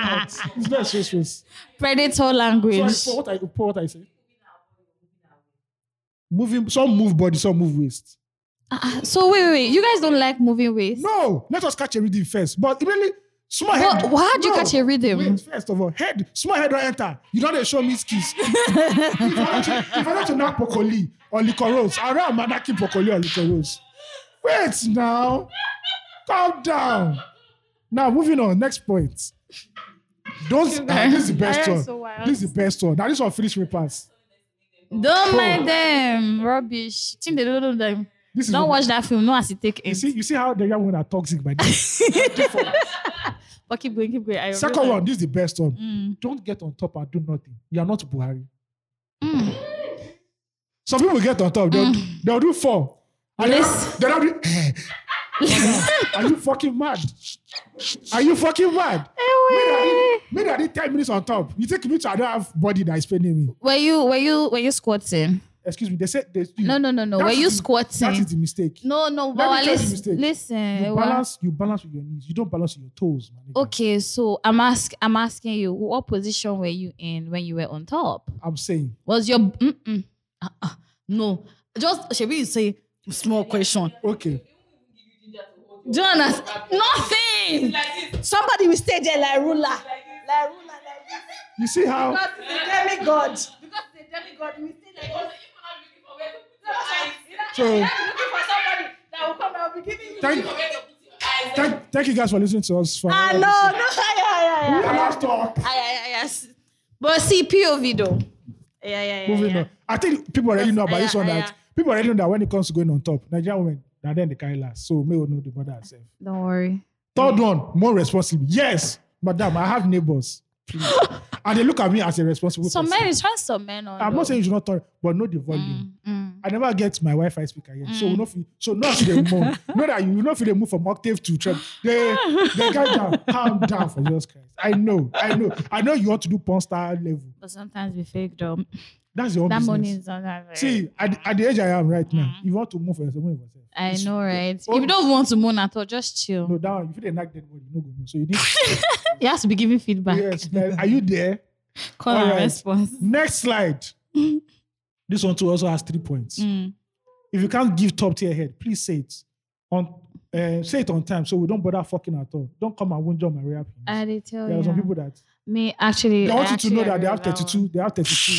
Speaker 2: out. It's not a safe space.
Speaker 1: Predator language.
Speaker 2: So I, what I Paul, what I say? Moving, some move body, some move waist.
Speaker 1: Ah, so wait, wait, wait. You guys don't like moving waist.
Speaker 2: No, let us catch a rhythm first. But really, small head.
Speaker 1: But how do you
Speaker 2: no.
Speaker 1: catch a rhythm?
Speaker 2: Wait, first of all, head, small head don't enter. You don't dey show me skis. if I want to, if I want to knock Pokoli or Liquor Rose, I don't am knocking Pokoli or Liquor Rose. Wait now. Calm down. Now, moving on, next point. Those, ah, this is the best
Speaker 1: Why are you
Speaker 2: one.
Speaker 1: so wild?
Speaker 2: this is the best one. Now, this one finish me pass.
Speaker 1: Don't
Speaker 2: Bro.
Speaker 1: mind them. Rubbish. Think they don't know them.
Speaker 2: This is
Speaker 1: Don't
Speaker 2: what-
Speaker 1: watch that film. No, as it take
Speaker 2: You
Speaker 1: it.
Speaker 2: see, you see how the young women are toxic by this.
Speaker 1: But keep going, keep going. I
Speaker 2: Second one, this is the best one.
Speaker 1: Mm.
Speaker 2: Don't get on top and do nothing. You are not Buhari.
Speaker 1: Mm.
Speaker 2: Some people get on top. They'll, do, they'll do four. And they'll-
Speaker 1: Listen.
Speaker 2: they'll do, are you fucking mad? Are you fucking mad? Maybe I did 10 minutes on top. You take me to another body that is paining me.
Speaker 1: Were you were you were you squatting?
Speaker 2: Excuse me. They said they,
Speaker 1: No, no, no, no. Were
Speaker 2: Mm-hmm. That's
Speaker 1: you
Speaker 2: the- that is
Speaker 1: squatting?
Speaker 2: the mistake.
Speaker 1: No, no.
Speaker 2: Let me
Speaker 1: But
Speaker 2: tell you the
Speaker 1: listen,
Speaker 2: mistake.
Speaker 1: listen.
Speaker 2: you
Speaker 1: wa-
Speaker 2: balance, you balance with your knees. You don't balance with your toes, man.
Speaker 1: Okay, so I'm ask I'm asking you, what position were you in when you were on top?
Speaker 2: I'm saying.
Speaker 1: Was your mm-mm. uh-uh,
Speaker 4: No. Just should we say small question?
Speaker 2: Okay.
Speaker 4: Do you understand? Nothing. Somebody will stay there like ruler. Like ruler, like this.
Speaker 2: You see how
Speaker 4: Because it's a demigod. Because it's a demigod. We stay like this.
Speaker 2: So-
Speaker 4: looking for somebody that will come and will be giving you.
Speaker 2: Thank, thank, thank you guys for listening to us. For
Speaker 4: Ah, no, no, yeah, yeah, yeah.
Speaker 2: We are not talk.
Speaker 4: Ah, yeah, yeah, yes. But see, POV though. Yeah, yeah, yeah.
Speaker 2: Moving
Speaker 4: yeah.
Speaker 2: on. I think people already know about
Speaker 4: Yeah,
Speaker 2: this one
Speaker 4: yeah.
Speaker 2: that people already know that when it comes to going on top, Nigerian women, now then they carry last. So may we know the mother herself.
Speaker 1: Don't worry.
Speaker 2: Third
Speaker 4: Mm.
Speaker 2: one, more responsible. Yes, madam, I have neighbors. Please. and they look at me as a responsible
Speaker 1: Some
Speaker 2: person.
Speaker 1: men is trying some men on.
Speaker 2: I'm
Speaker 1: though.
Speaker 2: not saying you should not talk, but know the volume.
Speaker 1: Mm, mm.
Speaker 2: I never get my Wi-Fi speaker yet. So we not feel, so not feel the moan. Know that you will not feel the move from octave to treble. They they calm down, calm down for Jesus Christ. I know, I know, I know you want to do porn star level.
Speaker 1: But sometimes we fake though.
Speaker 2: That's your own
Speaker 1: That
Speaker 2: business.
Speaker 1: money is not that very-
Speaker 2: See, at, at the age I am right now, if you want to move for yourself, move for yourself.
Speaker 1: I know, right?
Speaker 2: Oh.
Speaker 1: If you don't want to moan at all, just chill.
Speaker 2: No, down. If you didn't like that body, no go no. So you need
Speaker 1: You have to be giving feedback.
Speaker 2: yes. like, are you there?
Speaker 1: Call
Speaker 2: All
Speaker 1: and
Speaker 2: right.
Speaker 1: response.
Speaker 2: Next slide. this one too also has three points.
Speaker 1: Mm.
Speaker 2: If you can't give top tier head, please say it on uh, say it on time so we don't bother fucking at all. Don't come and wound on my rear. penis.
Speaker 1: I did tell
Speaker 2: There are
Speaker 1: you.
Speaker 2: some people that
Speaker 1: Me actually.
Speaker 2: they want
Speaker 1: I
Speaker 2: you to know
Speaker 1: actually
Speaker 2: that they have
Speaker 1: agree with that
Speaker 2: 32. They have 32.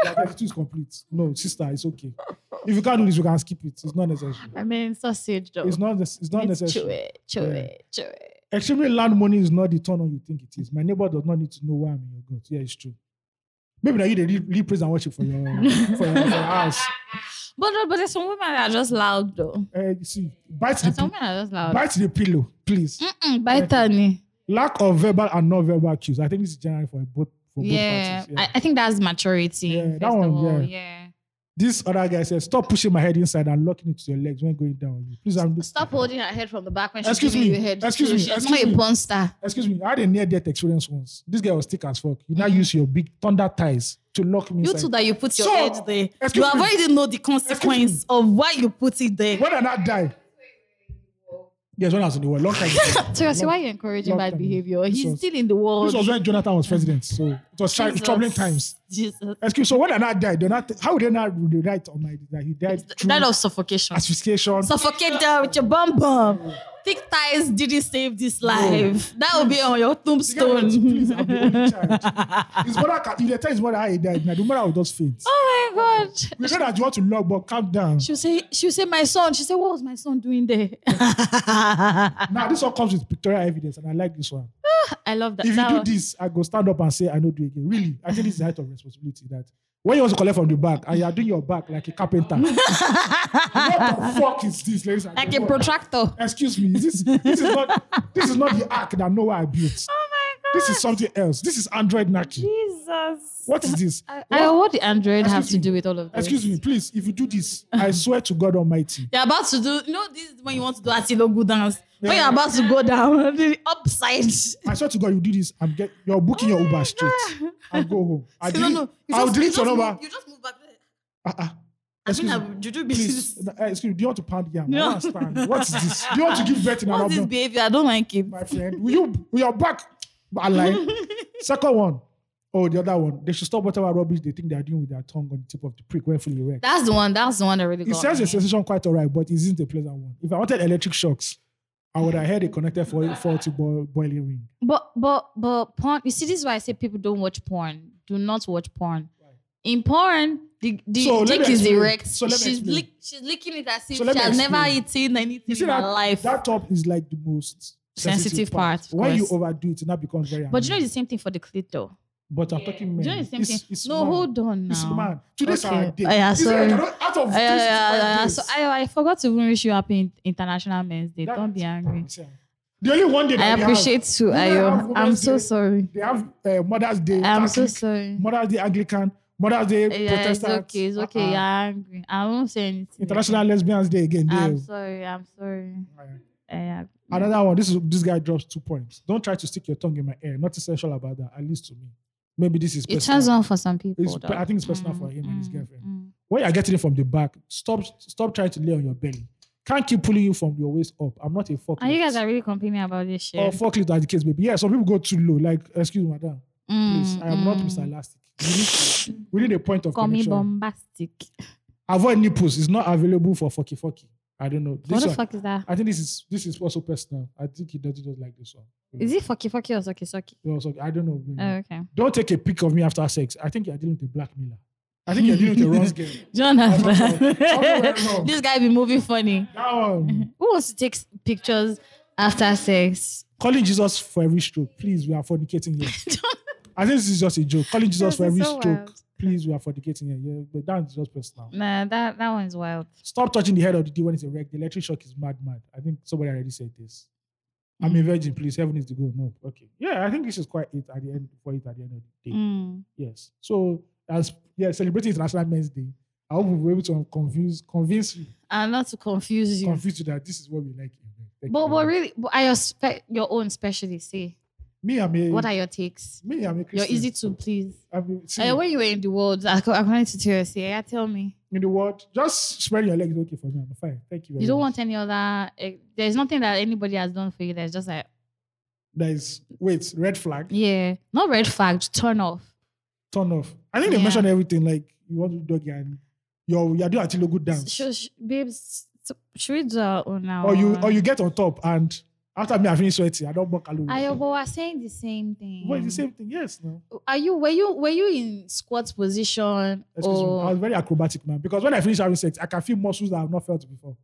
Speaker 2: Their 32 is complete. No, sister, it's okay. If you can't do this, you can skip it. It's not necessary.
Speaker 1: one. I mean, sausage though.
Speaker 2: It's not. nec- It's not
Speaker 1: It's eh,
Speaker 2: necessary.
Speaker 1: chew it, chew
Speaker 2: Yeah.
Speaker 1: it, chew it.
Speaker 2: extremely loud moaning is not the turn on you think it is. My neighbor does not need to know why I'm in your gut. Yeah, it's true. Maybe that you they leave, leave praise and worship for your for your, for your house.
Speaker 1: But no, but there's some women that are just loud though.
Speaker 2: Uh, you see, bite the
Speaker 1: There's some women
Speaker 2: pi-
Speaker 1: that are just loud.
Speaker 2: bite the pillow, please.
Speaker 1: Mm, by Tani.
Speaker 2: Lack of verbal and non-verbal cues. I think this is general for both for
Speaker 1: Yeah,
Speaker 2: both parties. Yeah.
Speaker 1: I, I think that's maturity.
Speaker 2: Yeah, that
Speaker 1: first of
Speaker 2: one,
Speaker 1: all.
Speaker 2: yeah.
Speaker 1: yeah.
Speaker 2: this other guy says, "Stop pushing my head inside and locking it to your legs when going down." Please, I'm.
Speaker 4: Stop holding her head from the back when she's
Speaker 2: Excuse
Speaker 4: giving
Speaker 2: me.
Speaker 4: you head.
Speaker 2: Excuse me.
Speaker 4: She's
Speaker 2: Excuse
Speaker 4: not
Speaker 2: me.
Speaker 4: a porn star.
Speaker 2: Excuse me. I had a near-death experience once. This guy was thick as fuck. You now use your big thunder ties to lock me
Speaker 4: You
Speaker 2: inside.
Speaker 4: two that you put your
Speaker 2: So,
Speaker 4: head there. You
Speaker 2: excuse
Speaker 4: have
Speaker 2: me.
Speaker 4: already know the consequence of why you put it there.
Speaker 2: When did I die? Yes, when I was in the world, long time ago.
Speaker 1: Seriously,
Speaker 2: Long-
Speaker 1: why are you encouraging
Speaker 2: long
Speaker 1: bad
Speaker 2: time.
Speaker 1: behavior?
Speaker 2: This
Speaker 1: He's
Speaker 2: was-
Speaker 1: still in the world.
Speaker 2: This was when Jonathan was president, so it was tri- troubling times.
Speaker 4: Jesus.
Speaker 2: Excuse so when I now died, they not, how would they not they write on my that he died through
Speaker 4: That of suffocation.
Speaker 2: asphyxiation?
Speaker 4: Suffocate her with your bum bum. Thick ties didn't save this life. That will be on your tombstone.
Speaker 2: Please, I'm the only child. His mother, can, if they tell his mother how he died, now the mother will just faint.
Speaker 4: Oh my god.
Speaker 2: We know that you want to love, but calm down.
Speaker 4: She'll say, she'll say, my son. She'll say, what was my son doing there?
Speaker 2: Now, this one comes with pictorial evidence, and I like this one.
Speaker 4: I love that.
Speaker 2: If you
Speaker 4: that
Speaker 2: do
Speaker 4: was-
Speaker 2: this, I go stand up and say, I know do again. Really, I think this is the height of responsibility that when you want to collect from the back and you are doing your back like a carpenter, what the fuck is this, ladies? and
Speaker 4: like a
Speaker 2: gentlemen?
Speaker 4: protractor.
Speaker 2: Excuse me, this, this is not this is not the ark that Noah built.
Speaker 1: Oh my god.
Speaker 2: This is something else. This is Android knacking.
Speaker 4: uh,
Speaker 1: Jesus.
Speaker 2: What is this?
Speaker 1: I-
Speaker 4: I, what did Android have
Speaker 2: Excuse me.
Speaker 4: to do with all of this?
Speaker 2: Excuse me, please. If you do this, I swear to God Almighty,
Speaker 4: They're about to do, you know, this is when you want to do Atilogu dance. When you're about to go down, the upside.
Speaker 2: I swear to God, you do this. I'm get you're booking
Speaker 4: Oh
Speaker 2: your Uber straight. I'll go home. I
Speaker 4: Say, no,
Speaker 2: delete-
Speaker 4: no. You
Speaker 2: I'll
Speaker 4: just, you
Speaker 2: delete
Speaker 4: just
Speaker 2: your
Speaker 4: move-
Speaker 2: number.
Speaker 4: You just move back there.
Speaker 2: Uh-uh.
Speaker 4: I mean,
Speaker 2: Excuse
Speaker 4: I
Speaker 2: me.
Speaker 4: would- you do
Speaker 2: Please,
Speaker 4: business.
Speaker 2: uh, excuse me, do you want to pound yam?
Speaker 4: No.
Speaker 2: I don't understand. What is this? Do you want to give birth in an
Speaker 4: What's this
Speaker 2: album?
Speaker 4: behavior? I don't like it.
Speaker 2: My friend, will you, will your back align? Second one. Oh, the other one. They should stop whatever rubbish they think they are doing with their tongue on the tip of the prick when fully erect.
Speaker 4: That's the one. That's the one that really
Speaker 2: It
Speaker 4: got
Speaker 2: sends
Speaker 4: me.
Speaker 2: a sensation quite all right, but it isn't a pleasant one. If I wanted electric shocks, I would have had it connected for faulty boil, boiling ring.
Speaker 1: But but but porn. You see, this is why I say people don't watch porn. Do not watch porn. In porn, the, the
Speaker 2: So, let
Speaker 1: dick
Speaker 2: me
Speaker 1: is
Speaker 2: explain.
Speaker 1: erect.
Speaker 2: So let me
Speaker 4: she's
Speaker 2: explain.
Speaker 4: lick, she's licking it as if
Speaker 2: So
Speaker 4: she
Speaker 2: let me
Speaker 4: has never
Speaker 2: explain.
Speaker 4: eaten anything
Speaker 2: see
Speaker 4: in her
Speaker 2: that-
Speaker 4: life.
Speaker 2: That top is like the most sensitive,
Speaker 1: Sensitive
Speaker 2: part.
Speaker 1: part, of
Speaker 2: When you
Speaker 1: course.
Speaker 2: overdo it, it now becomes very.
Speaker 1: But you know
Speaker 2: annoying.
Speaker 1: it's the same thing for the clit though.
Speaker 2: but I'm talking men.
Speaker 1: Do you know the same
Speaker 2: Mm. It's-
Speaker 1: thing?
Speaker 2: it's
Speaker 1: no,
Speaker 2: mad.
Speaker 1: hold on now.
Speaker 2: It's man. Today's
Speaker 1: Okay.
Speaker 2: our day.
Speaker 4: Oh, yeah,
Speaker 2: It's like,
Speaker 4: sorry.
Speaker 2: I don't- out of
Speaker 1: Uh, yeah, yeah, yeah.
Speaker 2: 365
Speaker 1: So
Speaker 2: days,
Speaker 1: I, I forgot to even wish you happy in- International Men's Day.
Speaker 2: that-
Speaker 1: Don't be angry.
Speaker 2: Yeah. The only one day
Speaker 1: I
Speaker 2: that they
Speaker 1: appreciate you,
Speaker 2: We don't have
Speaker 1: Ayo. I'm
Speaker 2: Women's
Speaker 1: so
Speaker 2: Day.
Speaker 1: sorry.
Speaker 2: have, they have uh, Mother's Day.
Speaker 1: I'm so
Speaker 2: Catholic,
Speaker 1: sorry.
Speaker 2: Mother's Day Anglican, Mother's Day
Speaker 1: Yeah, it's
Speaker 2: Protestant.
Speaker 1: okay. It's okay.
Speaker 2: uh-uh.
Speaker 1: You're angry. I won't say anything.
Speaker 2: International Lesbians Day again.
Speaker 1: I'm
Speaker 2: Day.
Speaker 1: sorry. I'm sorry.
Speaker 2: Uh,
Speaker 1: Yeah.
Speaker 2: Another one. This is this guy drops two points. Don't try to stick your tongue in my ear. Not essential about that. At least to me. Maybe this is.
Speaker 1: It
Speaker 2: personal.
Speaker 1: turns on for some people.
Speaker 2: It's-
Speaker 1: though.
Speaker 2: I think it's personal for him and his
Speaker 1: mm,
Speaker 2: girlfriend.
Speaker 1: mm.
Speaker 2: when you're getting it from the back, stop stop trying to lay on your belly. Can't keep pulling you from your waist up. I'm not a fuck.
Speaker 1: And you guys are really complaining about this shit.
Speaker 2: or forklift as the case may be. Yeah, some people go too low. Like, excuse me, madam, please. I am not Mr. Elastic. We need, we need a point of
Speaker 1: Mm, Call me
Speaker 2: connection.
Speaker 1: bombastic.
Speaker 2: Avoid nipples. It's not available for fucky fucky. I don't know.
Speaker 1: What
Speaker 2: This
Speaker 1: the
Speaker 2: one,
Speaker 1: fuck is that?
Speaker 2: I think this is this is also personal. I think he doesn't just like this one.
Speaker 1: Is it fucky fucky or sucky sucky?
Speaker 2: No, so I don't know.
Speaker 1: Oh, okay.
Speaker 2: Don't take a pic of me after sex. I think you're dealing with a blackmailer. I think you're dealing with a wrong girl.
Speaker 1: Oh,
Speaker 4: Jonathan.
Speaker 2: Something went wrong.
Speaker 4: this guy be moving funny.
Speaker 2: That one.
Speaker 1: Who wants to take s- pictures after sex?
Speaker 2: calling Jesus for every stroke. Please, we are fornicating here. I think this is just a joke. Calling Jesus
Speaker 1: This
Speaker 2: for
Speaker 1: is
Speaker 2: every
Speaker 1: so
Speaker 2: stroke.
Speaker 1: wild.
Speaker 2: Please, we are fornicating here. Yeah, but that's just personal.
Speaker 1: Nah, that that one's wild.
Speaker 2: Stop touching the head of the D when it's erect. The electric shock is mad, mad. I think somebody already said this. I'm
Speaker 1: Mm.
Speaker 2: a virgin, please. Heaven is the goal. No, okay. Yeah, I think this is quite it at the end for it at the end of the day.
Speaker 1: Mm.
Speaker 2: Yes. So as yeah, celebrating International Men's Day. I hope we were able to convince convince you,
Speaker 1: And Uh, not to confuse you.
Speaker 2: convince you that this is what we like. in men. Thank
Speaker 1: but
Speaker 2: you
Speaker 1: but
Speaker 2: very much.
Speaker 1: really, but I expect your own specially say.
Speaker 2: me, I'm a
Speaker 1: What are your takes?
Speaker 2: me, I'm a
Speaker 1: You're
Speaker 2: Christian.
Speaker 1: easy to please.
Speaker 2: I'm a, see,
Speaker 1: Uh, when you were in the world, I, co- I wanted to tell you, say, eh, yeah, tell me.
Speaker 2: in the world, just spread your legs. Okay, for me, I'm fine. Thank you. Very
Speaker 1: You don't want
Speaker 2: much.
Speaker 1: any other. eh, there's nothing that anybody has done for you. That's just like,
Speaker 2: There is wait, red flag,
Speaker 1: yeah, not red flag. Turn off.
Speaker 2: turn off. I think they
Speaker 1: Yeah.
Speaker 2: mentioned everything. Like you want to do doggy and you're you're doing until a good dance,
Speaker 1: Should, sh- babes, s- should we do our own now?
Speaker 2: or you or you get on top and after me, I finish sweating. I don't burn calories.
Speaker 1: Ayo, but we're saying the same thing.
Speaker 2: Well, it's the same thing. Yes, no.
Speaker 1: Are you? Were you? Were you in squat position?
Speaker 2: Excuse me. I
Speaker 1: Or
Speaker 2: was very acrobatic, man. Because when I finish having sex, I can feel muscles that I've not felt before.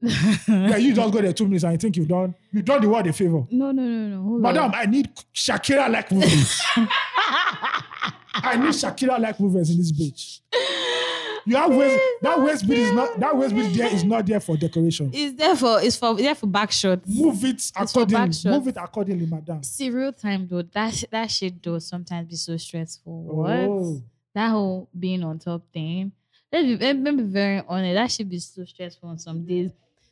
Speaker 2: yeah, you just go there two minutes and you think you've done you've done the world a favor.
Speaker 1: no, no, no, no. Hold
Speaker 2: Madam,
Speaker 1: on.
Speaker 2: I need Shakira like movements. I need Shakira like movements in this bitch. You have waist, that waist beat is not that waist beat there is not there for decoration.
Speaker 1: It's there for. It's for. There for back shots.
Speaker 2: Move it
Speaker 1: for back
Speaker 2: accordingly.
Speaker 1: shots.
Speaker 2: Move it accordingly, madam.
Speaker 1: See, real time though. That sh- that shit though sometimes be so stressful. What?
Speaker 2: Oh.
Speaker 1: That whole being on top thing. Let's be, let me be very honest. That should be so stressful on some days.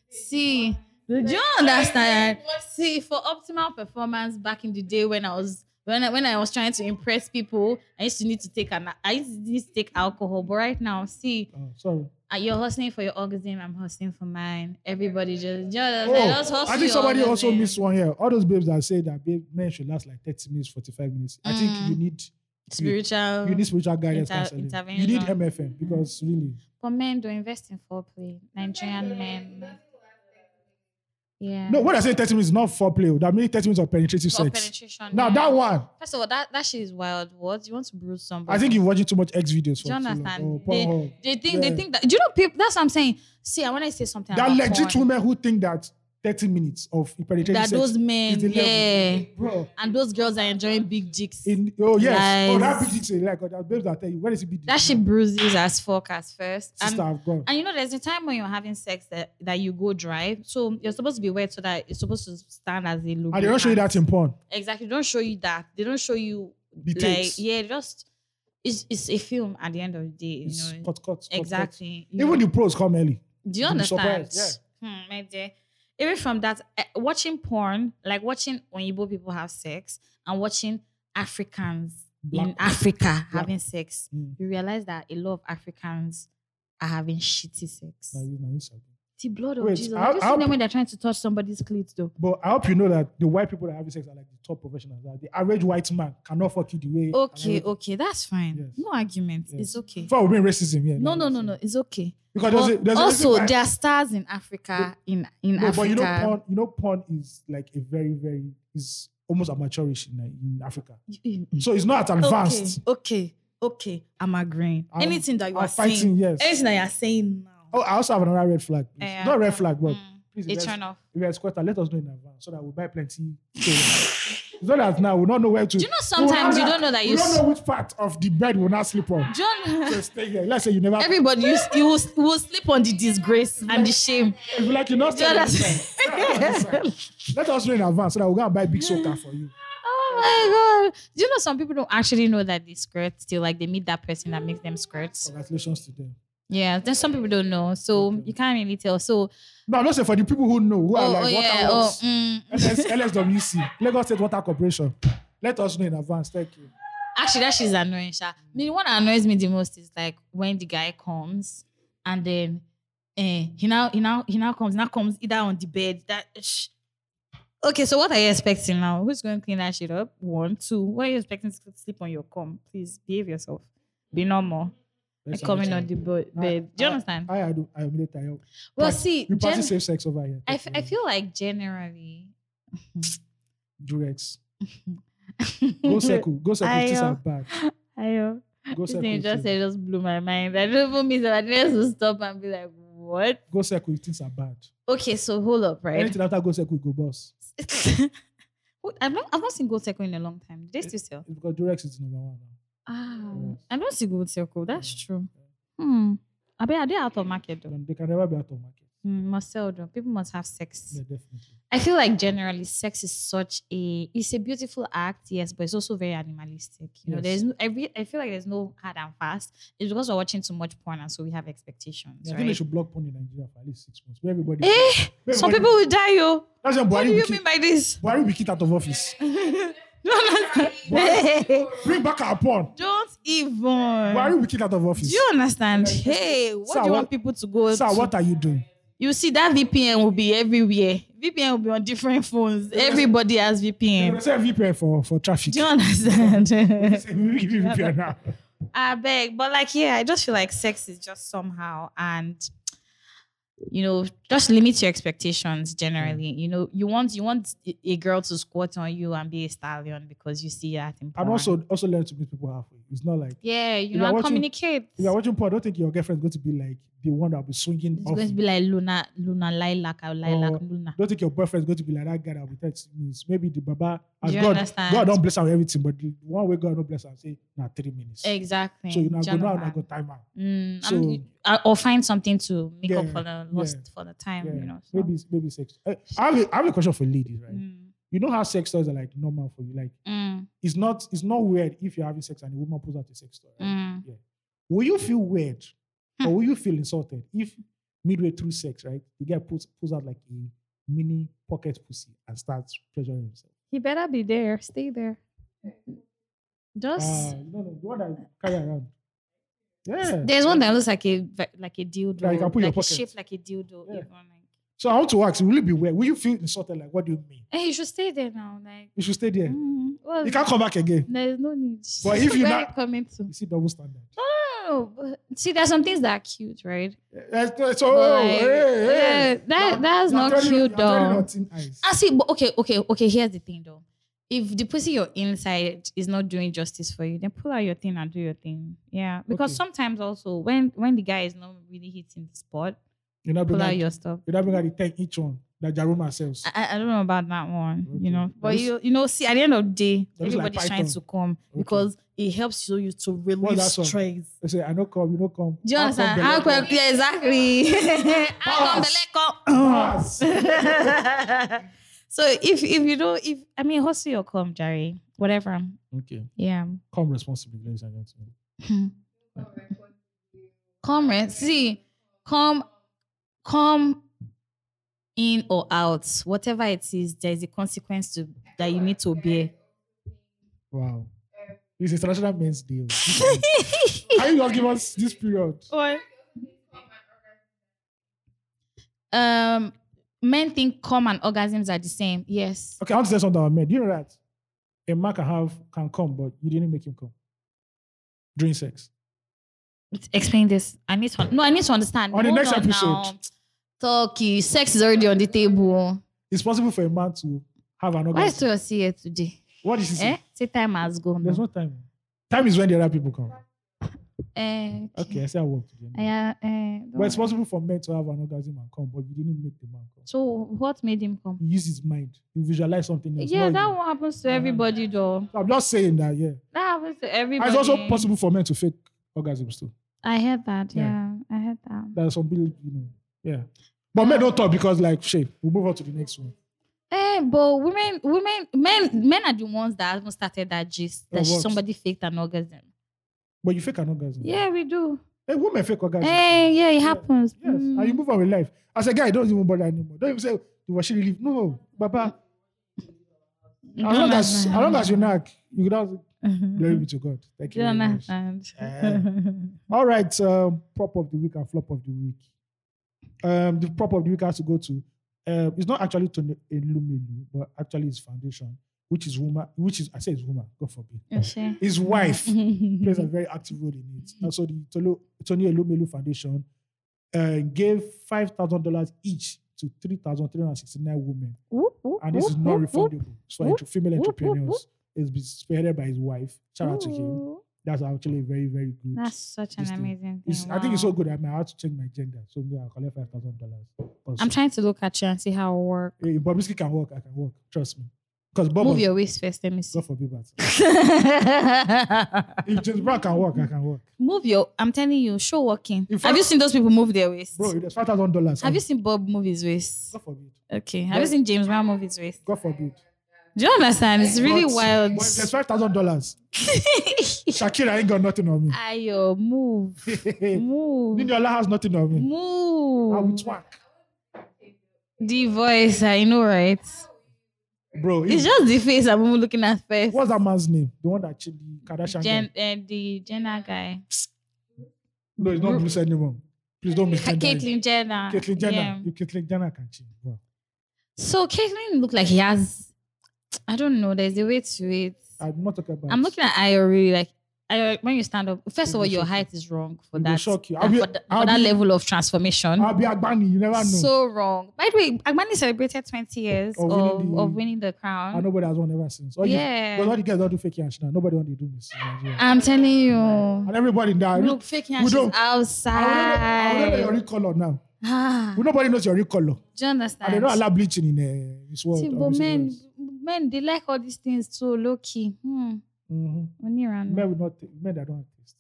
Speaker 1: See, do you understand? See, for optimal performance back in the day when I was when I, when I was trying to impress people, I used to need to take an I used to need to take alcohol. But right now, see,
Speaker 2: Oh, sorry.
Speaker 1: uh, you're hustling for your orgasm, I'm hustling for mine. Everybody just just, just hustle
Speaker 2: Oh, I
Speaker 1: your
Speaker 2: think somebody also
Speaker 1: orgasm.
Speaker 2: missed one here. All those babes that say that babe, men should last like 30 minutes, 45 minutes. I think
Speaker 1: Mm.
Speaker 2: you need
Speaker 1: spiritual.
Speaker 2: you need spiritual guidance
Speaker 1: Inter-
Speaker 2: counseling. You
Speaker 1: intervention. Mm.
Speaker 2: need MFM because really
Speaker 1: But men don't invest in foreplay. Nigerian men. Yeah.
Speaker 2: No, what I say 30 minutes is not foreplay. oh. That means 30 minutes of penetrative
Speaker 1: For
Speaker 2: sex.
Speaker 1: penetration.
Speaker 2: now,
Speaker 1: yeah.
Speaker 2: that one,
Speaker 1: First of all, that, that shit is wild. What? You want to bruise somebody?
Speaker 2: I think you're watching too much X videos. For
Speaker 1: Do you
Speaker 2: too long.
Speaker 1: understand?
Speaker 2: Oh, Pornhub.
Speaker 1: They think
Speaker 2: Yeah.
Speaker 1: they think that do you know people that's what I'm saying. See, I want to say something.
Speaker 2: There are
Speaker 1: about
Speaker 2: legit
Speaker 1: porn.
Speaker 2: women who think that 30 minutes of penetrative
Speaker 4: That
Speaker 2: sex
Speaker 4: those
Speaker 2: is
Speaker 4: men,
Speaker 2: the level.
Speaker 4: yeah.
Speaker 2: Bro,
Speaker 4: And those girls are enjoying big dicks.
Speaker 2: in, oh, yes. Oh, that
Speaker 4: Lies.
Speaker 2: big dick say, like, oh, that babes that tell you, where is it big
Speaker 1: That
Speaker 2: dick?
Speaker 1: shit bruises as fuck as first.
Speaker 2: Sister,
Speaker 1: And,
Speaker 2: I've gone.
Speaker 1: and you know, there's a time when you're having sex that, that you go dry. So you're supposed to be wet so that it's supposed to stand as a lubricant.
Speaker 2: And they don't show you that in porn.
Speaker 1: Exactly. They don't show you that. They don't show you
Speaker 2: The
Speaker 1: like
Speaker 2: tapes.
Speaker 1: yeah, just it's it's a film at the end of the day, you
Speaker 2: It's
Speaker 1: know.
Speaker 2: cut, cut, cut, cut.
Speaker 1: exactly. You-
Speaker 2: Even the pros come early.
Speaker 1: Do you
Speaker 2: You'll be
Speaker 1: understand?
Speaker 2: surprised,
Speaker 1: Hmm, my dear. Even from that, eh, watching porn, like watching Oyibo people have sex and watching Africans in
Speaker 2: Black-
Speaker 1: Africa having sex,
Speaker 2: Mm.
Speaker 1: you realize that a lot of Africans are having shitty sex.
Speaker 2: Now you- now you sabi.
Speaker 1: The blood of
Speaker 2: Wait,
Speaker 1: Jesus.
Speaker 2: how-
Speaker 1: Have you
Speaker 2: how-
Speaker 1: seen them when they're trying to touch somebody's clit though?
Speaker 2: But I hope you know that the white people that are having sex are like the top professionals. That the average white man cannot fuck you the way. an
Speaker 1: Okay,
Speaker 2: average-
Speaker 1: okay, that's fine.
Speaker 2: Yes.
Speaker 1: No argument.
Speaker 2: Yes.
Speaker 1: It's okay.
Speaker 2: Before we bring racism, yeah.
Speaker 1: No, no, no, no. It's okay.
Speaker 2: Because there's, a,
Speaker 1: But
Speaker 2: there's a reason
Speaker 1: also,
Speaker 2: why-
Speaker 1: there are stars in Africa, in in
Speaker 2: No,
Speaker 1: Africa.
Speaker 2: but you know, porn, you know, porn is like a very, very is almost amateurish in, in Africa.
Speaker 1: You-
Speaker 2: So it's not as advanced.
Speaker 1: Okay, okay, okay. I'm agreeing.
Speaker 2: I'm-
Speaker 4: Anything that you
Speaker 2: I'm
Speaker 4: are
Speaker 2: fighting,
Speaker 4: saying,
Speaker 2: yes.
Speaker 4: anything that you are saying now.
Speaker 2: Oh, I also have another red flag. please.
Speaker 1: Eh,
Speaker 2: not
Speaker 1: okay.
Speaker 2: red flag, but
Speaker 1: Mm.
Speaker 2: please,
Speaker 1: A
Speaker 2: if
Speaker 1: turn off.
Speaker 2: you escort, let us know in advance so that we buy plenty. So so that now we don't know where to.
Speaker 1: Do you know sometimes
Speaker 2: We will
Speaker 1: you don't
Speaker 2: not-
Speaker 1: know that
Speaker 2: we
Speaker 1: you
Speaker 2: don't
Speaker 1: s-
Speaker 2: know which part of the bed will not sleep on.
Speaker 1: John
Speaker 2: So stay here. Let's say you never.
Speaker 4: Everybody, you, s- you, will, s- you will sleep on the disgrace and the shame.
Speaker 2: If you like you not
Speaker 4: Do you
Speaker 2: stay this time.
Speaker 4: understand?
Speaker 2: Let us know in advance so that we go and buy big soaker for you.
Speaker 1: Oh my god. Do you know some people don't actually know that they squirt till like they meet that person that makes them squirt?
Speaker 2: Congratulations to them.
Speaker 1: Yeah, then some people don't know. So
Speaker 2: Okay.
Speaker 1: you can't really tell. So
Speaker 2: No, I'm not saying for the people who know who are
Speaker 1: oh,
Speaker 2: like
Speaker 1: oh yeah, oh
Speaker 2: waterworks,
Speaker 1: mm.
Speaker 2: LS, LSWC, Lagos State Water Corporation. Let us know in advance. Thank you.
Speaker 1: actually that she's annoying. Sha. I mean, what annoys me the most is like when the guy comes and then eh, he now he now he now comes now comes either on the bed that sh- Okay, so what are you expecting now? Who's going to clean that shit up? One, two. What are you expecting to sleep on your cum? Please behave yourself. Be normal.
Speaker 2: Let's have
Speaker 1: coming
Speaker 2: a
Speaker 1: on
Speaker 2: chat.
Speaker 1: the bo- bed. Do you understand?
Speaker 2: I, I, do, I am late. I am.
Speaker 1: well,
Speaker 2: practice-
Speaker 1: see,
Speaker 2: We
Speaker 1: gen-
Speaker 2: practice safe sex over here.
Speaker 1: I, f- I feel like generally.
Speaker 2: Durex. Go circle. Go circle.
Speaker 1: I,
Speaker 2: These
Speaker 1: uh,
Speaker 2: are bad.
Speaker 1: Ayo.
Speaker 2: Go
Speaker 1: This
Speaker 2: circle.
Speaker 1: thing you just
Speaker 2: too.
Speaker 1: said just blew my mind. I don't even mean that. I just to stop and be like, what?
Speaker 2: Go circle. if Things are bad.
Speaker 1: Okay, so hold up, right?
Speaker 2: Anything after go circle, go boss.
Speaker 1: What- I've not, I've not seen Gold Circle in a long time. Did they still sell?
Speaker 2: It's because Durex is number one. now.
Speaker 1: Ah, I don't see Gold Circle. oh, That's true. Hmm. I bet are they out of market though?
Speaker 2: And They can never be out of market.
Speaker 1: Hmm, must sell though. People must have sex.
Speaker 2: Yeah, definitely.
Speaker 1: I feel like generally sex is such a it's a beautiful act, yes, but it's also very animalistic. You know,
Speaker 2: Yes.
Speaker 1: there's no I, re, I feel like there's no hard and fast. It's because we're watching too much porn and so we have expectations,
Speaker 2: Yeah, I think they
Speaker 1: right?
Speaker 2: should block porn in Nigeria for at least six months. Where everybody.
Speaker 1: Eh,
Speaker 2: where
Speaker 1: some
Speaker 2: everybody-
Speaker 1: people will die, yo.
Speaker 2: That's when
Speaker 1: What do
Speaker 2: Buhari
Speaker 1: you
Speaker 2: will
Speaker 1: mean
Speaker 2: kick-
Speaker 1: by this?
Speaker 2: Buhari will be kicked out of office. Buhari-
Speaker 1: Don't
Speaker 2: Bring back our porn. Buhari
Speaker 1: even.
Speaker 2: will be kicked out of
Speaker 1: Do
Speaker 2: office.
Speaker 1: you understand?
Speaker 4: Hey, what
Speaker 2: Sir,
Speaker 4: do you
Speaker 2: what-
Speaker 4: want people to go
Speaker 2: Sir,
Speaker 4: to?
Speaker 2: what are you doing?
Speaker 4: You see, that VPN will be everywhere. VPN will be on different phones. Everybody has
Speaker 2: You
Speaker 4: VPN.
Speaker 2: can say VPN for, for traffic.
Speaker 4: Do you understand?
Speaker 2: Say, we give you VPN now.
Speaker 1: I beg, but like, yeah, I just feel like sex is just somehow, and you know, just limit your expectations generally. You know, you want you want a- a girl to squat on you and be a stallion because you see that in porn.
Speaker 2: And also, also learn to meet people halfway. It's not like
Speaker 1: yeah, you
Speaker 2: you
Speaker 1: know,
Speaker 2: are
Speaker 1: and
Speaker 2: watching-
Speaker 1: communicate.
Speaker 2: if you're watching porn. Don't think your girlfriend's going to be like the one that'll be swinging.
Speaker 1: It's
Speaker 2: Off.
Speaker 1: going to be like Luna, Luna, Lilac, or Lilac,
Speaker 2: Or-
Speaker 1: Luna.
Speaker 2: Don't think your boyfriend's going to be like that guy that will text me. Maybe the baba.
Speaker 1: Do you
Speaker 2: God,
Speaker 1: understand?
Speaker 2: God don't bless her with everything, but the one way God don't bless her and say, nah, three minutes.
Speaker 1: Exactly.
Speaker 2: So you know, I
Speaker 1: Do
Speaker 2: go
Speaker 1: you
Speaker 2: now and I
Speaker 1: understand?
Speaker 2: go time out.
Speaker 1: Mm,
Speaker 2: So-
Speaker 1: I'm- I- or find something to make up
Speaker 2: Yeah,
Speaker 1: for the lost for the time, you know. so.
Speaker 2: Maybe, maybe sex. I, I, have a, I have a question for ladies, right?
Speaker 1: Mm,
Speaker 2: You know how sex toys are like normal for you. Like
Speaker 1: mm,
Speaker 2: it's not, it's not weird if you're having sex and a woman pulls out a sex toy. right?
Speaker 1: mm.
Speaker 2: Will you feel weird
Speaker 1: Hmm.
Speaker 2: or will you feel insulted if midway through sex, right, the guy pulls pulls out like a mini pocket pussy and starts pleasuring himself?
Speaker 1: He better be there. Stay there.
Speaker 2: Ah,
Speaker 1: Just
Speaker 2: no, no, the one that you carry around. Ah, Yeah.
Speaker 1: there's one that looks like a like a dildo,
Speaker 2: That you can put in your
Speaker 1: like
Speaker 2: pocket.
Speaker 1: shaped like a dildo.
Speaker 2: Yeah.
Speaker 1: even, like-
Speaker 2: so I want to ask, will you be weird? Will you feel insulted? Like, what do you mean?
Speaker 1: Hey, you should stay there now. Like,
Speaker 2: You should stay there.
Speaker 1: mm, well,
Speaker 2: You can't come back again.
Speaker 1: there's no need.
Speaker 2: But if you
Speaker 1: Where
Speaker 2: not-
Speaker 1: it coming to?
Speaker 2: You see double standard.
Speaker 1: don't know. but- See, there's some things that are cute, right?
Speaker 2: That's not- Eh, so, oh,
Speaker 1: But like,
Speaker 2: hey, hey.
Speaker 1: eh, that-
Speaker 2: You're-
Speaker 1: that's
Speaker 2: you're
Speaker 1: not
Speaker 2: treading-
Speaker 1: cute,
Speaker 2: you're treading
Speaker 1: though.
Speaker 2: on thin ice.
Speaker 1: I Ah, see, but okay, okay, okay. Here's the thing, though. If the pussy you're inside is not doing justice for you, then pull out your thing and do your thing. Yeah, because
Speaker 2: Okay.
Speaker 1: sometimes also when when the guy is not really hitting the spot,
Speaker 2: You're not
Speaker 1: pull
Speaker 2: bringing
Speaker 1: out
Speaker 2: out
Speaker 1: your Ah. stuff.
Speaker 2: you're not bringing out the 10 inch one that Jaruma sells.
Speaker 1: I, I- I don't know about that one,
Speaker 2: Okay.
Speaker 1: you know.
Speaker 2: That
Speaker 1: But
Speaker 2: is-
Speaker 1: you you know, see, at the end of the day,
Speaker 2: That is like
Speaker 1: everybody's trying to
Speaker 2: Python.
Speaker 1: come because
Speaker 4: because it helps you, you to
Speaker 2: What's
Speaker 4: relieve
Speaker 2: that song?
Speaker 4: stress.
Speaker 2: They say, I don't come, you don't come.
Speaker 1: do you
Speaker 2: How
Speaker 1: understand?
Speaker 2: come
Speaker 1: ah, How
Speaker 2: Bella
Speaker 1: quick- yeah, exactly. How come
Speaker 2: Pass.
Speaker 1: Bella come?
Speaker 2: Pass.
Speaker 1: so if if you don't if I mean hustle your come, Jerry. Whatever.
Speaker 2: Okay.
Speaker 1: Yeah.
Speaker 2: Come responsibly, ladies and gentlemen.
Speaker 1: Come right. See, come come in or out. Whatever it is, there is a consequence to that you need to bear.
Speaker 2: Wow. It's International Men's Day. oh. This one. Can you just give us this period?
Speaker 1: Or um men think come and orgasms are the same. Yes.
Speaker 2: Okay, I want to say something about men. Do you know that a man can have can come, but you didn't make him come during sex?
Speaker 1: Explain this. I need to no, I need to understand.
Speaker 2: On the
Speaker 1: Hold
Speaker 2: next episode.
Speaker 1: now. Talk you. Sex is already on the table.
Speaker 2: It's possible for a man to have an
Speaker 1: Why
Speaker 2: orgasm.
Speaker 1: is your see here today?
Speaker 2: What is
Speaker 1: Eh?
Speaker 2: it?
Speaker 1: Say time has gone.
Speaker 2: There's no time. Time is when the other people come.
Speaker 1: Eh,
Speaker 2: Okay, I say I work today.
Speaker 1: Yeah, eh, don't
Speaker 2: But it's
Speaker 1: worry.
Speaker 2: possible for men to have an orgasm and come, but you didn't make the man come.
Speaker 1: so what made him come?
Speaker 2: He used his mind. He visualized something else.
Speaker 1: yeah,
Speaker 2: not
Speaker 1: that
Speaker 2: you.
Speaker 1: one happens to
Speaker 2: Yeah.
Speaker 1: everybody, though.
Speaker 2: I'm not saying that, yeah.
Speaker 1: That happens to
Speaker 2: And
Speaker 1: everybody.
Speaker 2: Ah, It's also possible for men to fake orgasms too.
Speaker 1: I heard that. Yeah,
Speaker 2: Yeah.
Speaker 1: I heard that.
Speaker 2: There are some people, you know, yeah. But men don't talk because, like, shape. We'll move on to the next one.
Speaker 1: Eh, but women, women, men, men are the ones that haven't started that gist
Speaker 2: Oh,
Speaker 1: that
Speaker 2: what?
Speaker 1: somebody faked an orgasm.
Speaker 2: But you fake an orgasm.
Speaker 1: Yeah, we do.
Speaker 2: Hey, women fake orgasm.
Speaker 1: Hey, yeah, it
Speaker 2: Yeah.
Speaker 1: happens. Mm.
Speaker 2: Yes. And you move on with life. As a guy, don't even bother anymore. Don't even say, was she leave? No, Baba.
Speaker 1: Mm.
Speaker 2: As long as, as, long as you knock, you can have glory be to God. Thank
Speaker 1: Do
Speaker 2: you.
Speaker 1: you
Speaker 2: very much.
Speaker 1: understand?
Speaker 2: All right, um, prop of the week and flop of the week. Um, the prop of the week has to go to. Uh, it's not actually to Elumelu, but actually his foundation, which is woman, which is I say it's woman. God forbid.
Speaker 1: Okay.
Speaker 2: Eh. His wife
Speaker 1: Mm-hmm.
Speaker 2: plays a very active role in it. And so the Tolu, Tony Elumelu Foundation uh, gave five thousand dollars each to three thousand three hundred sixty-nine women,
Speaker 1: Whoop, whoop,
Speaker 2: and this is
Speaker 1: whoop,
Speaker 2: not
Speaker 1: whoop, whoop.
Speaker 2: refundable. It's for
Speaker 1: whoop,
Speaker 2: entre- female
Speaker 1: whoop, whoop,
Speaker 2: entrepreneurs. It's been spearheaded by his wife. Shout out to him.
Speaker 1: Ooh,
Speaker 2: That's actually very, very good.
Speaker 1: That's such an
Speaker 2: This thing.
Speaker 1: amazing thing.
Speaker 2: It's, I think it's so
Speaker 1: wow.
Speaker 2: good. I mean, I had to change my gender, so maybe I'll collect five thousand dollars.
Speaker 1: I'm trying to look at you and see how it works.
Speaker 2: Hey, Bobrisky can work. I can work. Trust me. Because Bob,
Speaker 1: Move
Speaker 2: was,
Speaker 1: your waist first. Let me see.
Speaker 2: God forbid that. if James Brown can work, I can work.
Speaker 1: move your. I'm telling you, show walking.
Speaker 2: In fact-
Speaker 1: Have you seen those people move their waist?
Speaker 2: Bro, it's five thousand dollars.
Speaker 1: Have you seen Bob move his waist?
Speaker 2: God forbid.
Speaker 1: Okay. Have you seen James Brown move his waist?
Speaker 2: God forbid.
Speaker 1: Do you understand? It's really
Speaker 2: But-
Speaker 1: wild.
Speaker 2: But if there's five thousand dollars. Shakira ain't got nothing on
Speaker 1: Ah,
Speaker 2: me.
Speaker 1: Ayo, move, move,
Speaker 2: Niniola has nothing on me. I will
Speaker 1: move.
Speaker 2: twerk,
Speaker 1: The voice, I know, right?
Speaker 2: bro.
Speaker 1: It's
Speaker 2: if-
Speaker 1: just the face I'm even looking at first.
Speaker 2: what's that man's name? The one that changed the Kardashian.
Speaker 1: Gen,
Speaker 2: guy.
Speaker 1: uh, the Jenna guy,
Speaker 2: No, it's not Bruce anymore. Please don't
Speaker 1: Ka-
Speaker 2: misgender. him.
Speaker 1: Caitlyn Jenner.
Speaker 2: Caitlyn Jenner.
Speaker 1: Yeah.
Speaker 2: You Caitlyn Jenner can change, bro.
Speaker 1: So Caitlyn looked like he has. I don't know. There's a way to it.
Speaker 2: I'm not talking about.
Speaker 1: I'm looking at Ayo really like Ayo, when you stand up. First of
Speaker 2: It will
Speaker 1: all, your
Speaker 2: shock you.
Speaker 1: height is wrong for
Speaker 2: It will
Speaker 1: that.
Speaker 2: shock you.
Speaker 1: and
Speaker 2: I'll be-
Speaker 1: for that,
Speaker 2: I'll
Speaker 1: for that
Speaker 2: be-
Speaker 1: level of transformation.
Speaker 2: I'll Ah, be Agbani. You never know.
Speaker 1: so wrong. By the way, Agbani celebrated 20 years of,
Speaker 2: Of winning
Speaker 1: of,
Speaker 2: the-
Speaker 1: winning the
Speaker 2: and
Speaker 1: crown.
Speaker 2: Ah, nobody has won ever since. All you,
Speaker 1: Yeah.
Speaker 2: but all the guys don't do fake yash now. Nobody want to do this. in Nigeria.
Speaker 1: I'm telling you.
Speaker 2: and everybody now.
Speaker 1: Look, fake
Speaker 2: we
Speaker 1: hands is
Speaker 2: don't- I don't know your
Speaker 1: outside.
Speaker 2: real color now.
Speaker 1: Ah,
Speaker 2: Well, nobody knows your real
Speaker 1: do
Speaker 2: color.
Speaker 1: you
Speaker 2: And they don't
Speaker 1: understand?
Speaker 2: allow bleaching in uh, this world.
Speaker 1: See, but men, men, they like all these things too, low key. Hmm.
Speaker 2: mm-hmm.
Speaker 1: Onira, no.
Speaker 2: men will not. Men that don't have taste.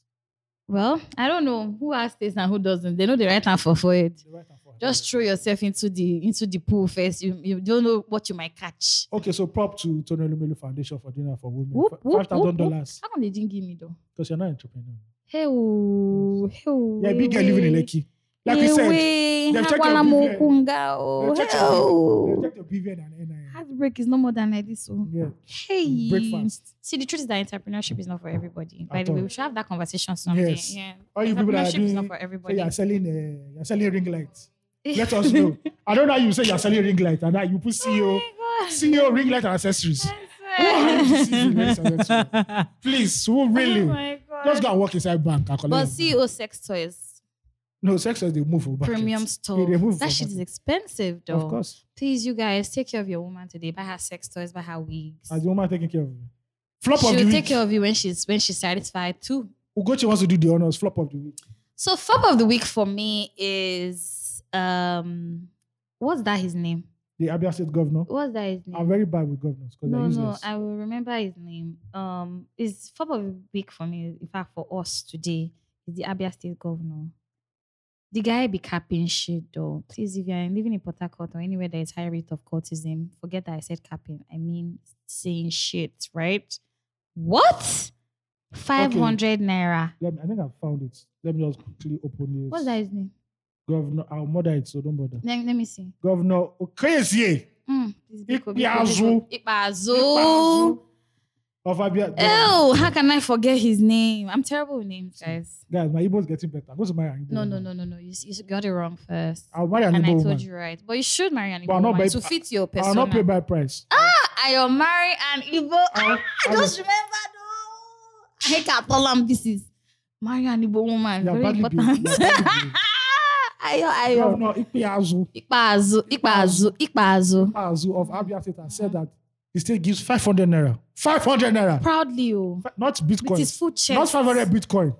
Speaker 1: Well, I don't know who has this and who doesn't. They know the right hand for forehead.
Speaker 2: They write and forward.
Speaker 1: Just throw yourself into the into the pool first. You you don't know what you might catch.
Speaker 2: Okay, so prop to Tony Lumelu Foundation for dinner for women.
Speaker 1: Whoop, whoop,
Speaker 2: Five thousand dollars
Speaker 1: How come they didn't give me though?
Speaker 2: because you're not an entrepreneur.
Speaker 1: Hey, oh, hey, oh,
Speaker 2: You're a big girl living in Lekki. Like we said,
Speaker 1: said,
Speaker 2: they've checked your BVN. They've checked your BVN. They've checked your BVN and NIN.
Speaker 1: oh, Heartbreak is no more than like this. Oh.
Speaker 2: Yeah,
Speaker 1: Hey,
Speaker 2: breakfast.
Speaker 1: See, the truth is that entrepreneurship is not for everybody. By
Speaker 2: At
Speaker 1: the way,
Speaker 2: all.
Speaker 1: we should have that conversation someday.
Speaker 2: Yes.
Speaker 1: Yeah.
Speaker 2: All you people that are
Speaker 1: Entrepreneurship is not
Speaker 2: doing-
Speaker 1: for
Speaker 2: So
Speaker 1: everybody.
Speaker 2: you're selling. Uh, you're selling ring lights. Let us know. I don't know how you say you're selling ring light and that you put E
Speaker 1: Oh
Speaker 2: CEO, CEO ring light and accessories. Who are you to see ring lights and accessories? Please, who
Speaker 1: Oh
Speaker 2: really?
Speaker 1: my
Speaker 6: Just go and walk inside bank and collect.
Speaker 1: But
Speaker 6: your money.
Speaker 1: CEO sex toys,
Speaker 2: No, sex toys, they move for bucket.
Speaker 1: premium
Speaker 2: Yeah,
Speaker 1: stuff.
Speaker 2: they move
Speaker 1: That
Speaker 2: for
Speaker 1: shit is
Speaker 2: bucket.
Speaker 1: expensive though.
Speaker 2: Of course.
Speaker 1: Please, you guys, take care of your woman today. Buy her sex toys, buy her wigs.
Speaker 2: As the woman taking care of you. Flop of the
Speaker 1: She'll take
Speaker 2: week.
Speaker 1: care of you when she's when she's satisfied too.
Speaker 2: Ugochi wants to do the honors. Flop of the week.
Speaker 1: So flop of the week for me is um what's that his name?
Speaker 2: The Abia State governor.
Speaker 1: What's that his name?
Speaker 2: I'm very bad with governors
Speaker 1: Oh.
Speaker 2: because
Speaker 1: no,
Speaker 2: they're
Speaker 1: no,
Speaker 2: useless.
Speaker 1: I will remember his name. Um, it's flop of the week for me. In fact, for us today is the Abia State Governor. The guy be capping shit though. Please, if you're living in Port Harcourt or anywhere there is high rate of cultism, forget that I said capping. I mean saying shit, right? What? Five hundred naira.
Speaker 2: Let me, I think I found it. Let me just quickly open this.
Speaker 1: What's that his name?
Speaker 2: Governor, I'll murder it, so don't bother.
Speaker 1: Let, let me see.
Speaker 2: Governor Okezie
Speaker 1: Mm, please, biko, biko,
Speaker 2: Ikpeazu.
Speaker 1: biko. Ikpeazu.
Speaker 2: of Abia.
Speaker 1: Ew, how can I forget his name? I'm terrible with names, guys.
Speaker 2: Guys, my Igbo is getting better. I'm going to marry an Igbo
Speaker 1: No, no,
Speaker 2: woman.
Speaker 1: no, no, no. You, s- you s- got it wrong first.
Speaker 2: I'll marry an
Speaker 1: and I
Speaker 2: Igbo
Speaker 1: told
Speaker 2: woman.
Speaker 1: you right. But you should marry an
Speaker 2: But I'll
Speaker 1: Igbo
Speaker 2: not
Speaker 1: woman to
Speaker 2: pay-
Speaker 1: fit your
Speaker 2: I'll not pay
Speaker 1: persona.
Speaker 2: by price.
Speaker 1: Ah, I'll marry an Igbo.
Speaker 2: I'll-
Speaker 4: I
Speaker 2: I'll-
Speaker 4: just remember though. I hate Catalan pieces.
Speaker 1: Marry an Igbo woman.
Speaker 2: You're
Speaker 1: Very
Speaker 2: badly built.
Speaker 1: important. Ah,
Speaker 2: You're badly built.
Speaker 4: Ayo, ayo.
Speaker 2: Governor Ikpeazu
Speaker 1: Ikpeazu, Ikpeazu, Ikpeazu.
Speaker 2: Azu of Abia State has said that the state gives 500 naira. 500 naira.
Speaker 1: Proudly, oh.
Speaker 2: Fi- Not
Speaker 1: With
Speaker 2: Bitcoin.
Speaker 1: his food check.
Speaker 2: Not 500 Bitcoin.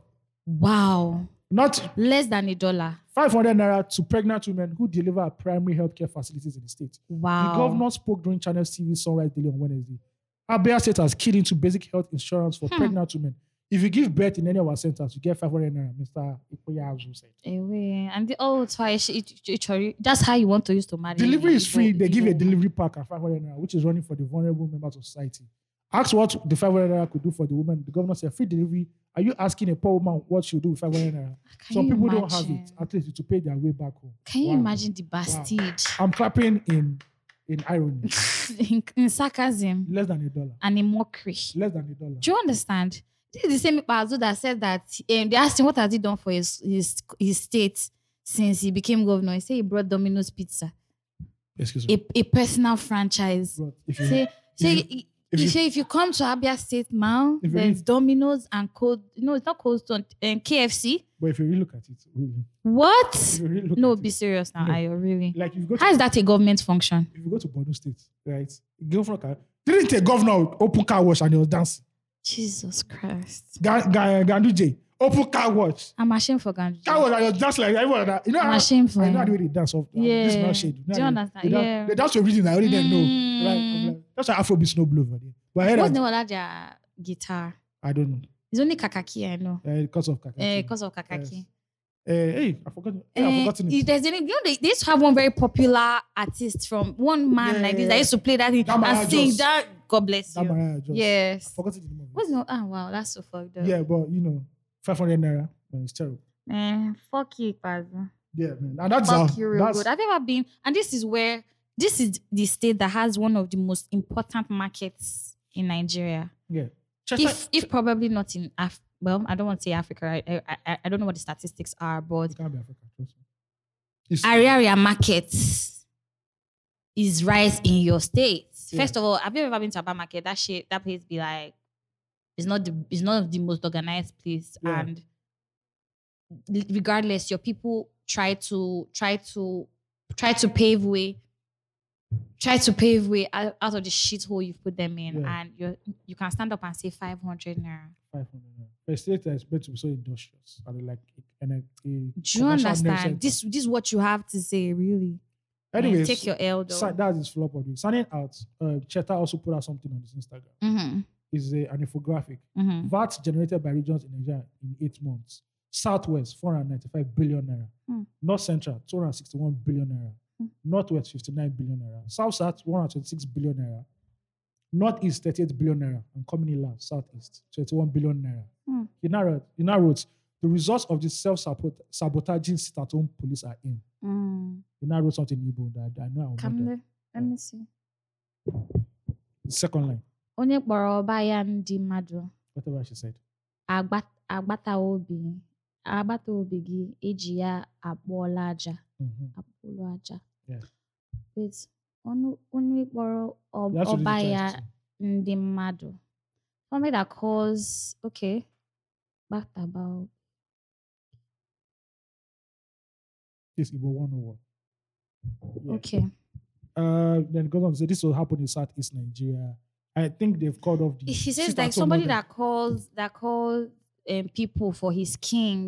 Speaker 1: Wow.
Speaker 2: Not
Speaker 1: Less than a dollar.
Speaker 2: 500 naira to pregnant women who deliver at primary healthcare facilities in the state.
Speaker 1: Wow.
Speaker 2: The governor spoke during Channel TV Sunrise Daily on Wednesday. Abia State has keyed into basic health insurance
Speaker 1: Hmm.
Speaker 2: for pregnant women. If you give birth in any of our centers, you get 500 naira, Mr. Ikpeazu said.
Speaker 1: Away. And the oh, old twice that's how you want to use to marry.
Speaker 2: Delivery is
Speaker 1: Igbo-
Speaker 2: free. They give
Speaker 1: Igbo
Speaker 2: a
Speaker 1: woman.
Speaker 2: delivery pack at 500 naira, which is running for the vulnerable members of society. Ask what the 500 naira could do for the woman. The governor said, free delivery. Are you asking a poor woman what she'll do with 500 naira?
Speaker 1: Can
Speaker 2: Some
Speaker 1: you
Speaker 2: people don't have
Speaker 1: imagine?
Speaker 2: it. At least to pay their way back home.
Speaker 1: Can you
Speaker 2: Wow.
Speaker 1: imagine the bastard
Speaker 2: I'm clapping in in irony.
Speaker 1: in, in sarcasm
Speaker 2: Less than a dollar.
Speaker 1: and in mockery?
Speaker 2: Less than a dollar.
Speaker 1: Do you understand? This is the same Bazu that said that um, they asked him what has he done for his, his his state since he became governor. He said he brought Domino's Pizza,
Speaker 2: Excuse me.
Speaker 1: a, a personal franchise.
Speaker 2: But if you,
Speaker 1: Say say
Speaker 2: you-
Speaker 1: he-
Speaker 2: if
Speaker 1: he
Speaker 2: you-
Speaker 1: say if you come to Abia State now,
Speaker 2: If you
Speaker 1: there's
Speaker 2: leave-
Speaker 1: Domino's and Cold. No, it's not Cold Stone. Um, KFC.
Speaker 2: but if you really look at it, really, if
Speaker 1: What?
Speaker 2: you really look
Speaker 1: No,
Speaker 2: at
Speaker 1: be serious now,
Speaker 2: No.
Speaker 1: Ayo. Really?
Speaker 2: it, like if you go to
Speaker 1: How is that a government function?
Speaker 2: if you go to Borno State, right? Governor can, didn't a governor open car wash and he was dancing.
Speaker 1: Jesus Christ.
Speaker 2: Ga- Ga- Ganduje open car wash.
Speaker 1: I'm ashamed for Gandhi.
Speaker 2: Car wash and he was dancing like everyone. That, you know,
Speaker 1: I'm
Speaker 2: how-
Speaker 1: ashamed for
Speaker 2: I know
Speaker 1: him.
Speaker 2: how the way they dance off. um,
Speaker 1: Yeah.
Speaker 2: This is not shade.
Speaker 1: Do you understand?
Speaker 2: They dance,
Speaker 1: Yeah.
Speaker 2: they dance to a rhythm I only then know. Right?
Speaker 1: Mm.
Speaker 2: I'm like, that's why Afrobeat snow blow over there. But I, heard
Speaker 1: What's
Speaker 2: that,
Speaker 1: the name of that their guitar?
Speaker 2: I don't know.
Speaker 1: It's only Kakaki I know.
Speaker 2: Uh, because of Kakaki.
Speaker 1: Eh, because of Kakaki.
Speaker 2: Eh, hey, I forgot. Hey, I've
Speaker 1: Eh,
Speaker 2: forgotten
Speaker 1: if
Speaker 2: it.
Speaker 1: there's any, you know, they, they used to have one very popular artist from one man like this. I
Speaker 2: Yeah.
Speaker 1: used to play that thing
Speaker 2: That Mariah
Speaker 1: and sing
Speaker 2: Jones.
Speaker 1: that. God bless
Speaker 2: That
Speaker 1: you.
Speaker 2: Mariah just. I
Speaker 1: Yes.
Speaker 2: forgot it. in the moment.
Speaker 1: What's no? Ah, wow, that's so fucked up.
Speaker 2: Yeah, but you know, 500 naira, man, it's terrible.
Speaker 1: Eh, fuck you, Bazu.
Speaker 2: Yeah, man. And that's
Speaker 1: Fuck
Speaker 2: our-
Speaker 1: you, real
Speaker 2: that's,
Speaker 1: good. I've ever been, and this is where this is the state that has one of the most important markets in Nigeria.
Speaker 2: Yeah. Chester,
Speaker 1: if if probably not in Af- well, I don't want to say Africa. I- I, I I don't know what the statistics are, but
Speaker 2: it can't be Africa, trust me. It's,
Speaker 1: Ariaria Market is rice in your state. First of all, have you ever been to Aba Market? That shit, that place be like, it's not the it's not the most organized place,
Speaker 2: Yeah.
Speaker 1: and l- regardless, your people try to try to try to pave way. Try to pave way out out of the shithole you've put them in,
Speaker 2: Yeah.
Speaker 1: and you you can stand up and say five hundred naira.
Speaker 2: 500 naira. But states are expected to be so industrious. Are they like and a, a
Speaker 1: Do you
Speaker 2: commercial
Speaker 1: understand?
Speaker 2: nonsense.
Speaker 1: This this is what you have to say, really. And
Speaker 2: Anyways,
Speaker 1: take your L though.
Speaker 2: si- that is flop of the week. Signing out, uh, Cheta also put out something on his Instagram.
Speaker 1: hmm
Speaker 2: It's a, an infographic.
Speaker 1: hmm
Speaker 2: VAT generated by regions in Nigeria in eight months. Southwest, 495 billion naira.
Speaker 1: Hmm.
Speaker 2: North Central, 261 billion naira.
Speaker 1: Hmm.
Speaker 2: Northwest, 59 billion naira. South South, 126 billion naira. Northeast, 38 billion naira. And coming in last, Southeast, 21 billion naira.
Speaker 1: Hmm.
Speaker 2: In our wrote, Ina wrote, the results of the self-sabotaging sit-at-home police are in.
Speaker 1: Mm.
Speaker 2: Ina wrote something in Igbo that I know I will
Speaker 1: Come le-
Speaker 2: murder.
Speaker 1: let me see.
Speaker 2: Second line,
Speaker 1: Onye kpọrọ ọba ya ndị mmadụ
Speaker 2: whatever she said.
Speaker 1: agba- agbata obi agbata obi gị eji ya akpọla aja
Speaker 2: Mhm.
Speaker 1: akpọlụ aja.
Speaker 2: Yeah.
Speaker 1: Wait, ọnụ- onye kpọrọ
Speaker 2: You
Speaker 1: ọ-
Speaker 2: have to do the
Speaker 1: ọba ya
Speaker 2: text.
Speaker 1: ndị mmadụ. Somebody that calls okay fact about
Speaker 2: This Igbo 101. Yeah.
Speaker 1: okay.
Speaker 2: Uh, then it goes on to say this will happen in Southeast Nigeria. I think they've called off the.
Speaker 1: She says
Speaker 2: sit-at-home
Speaker 1: like somebody
Speaker 2: order.
Speaker 1: that calls that calls um, people for his king.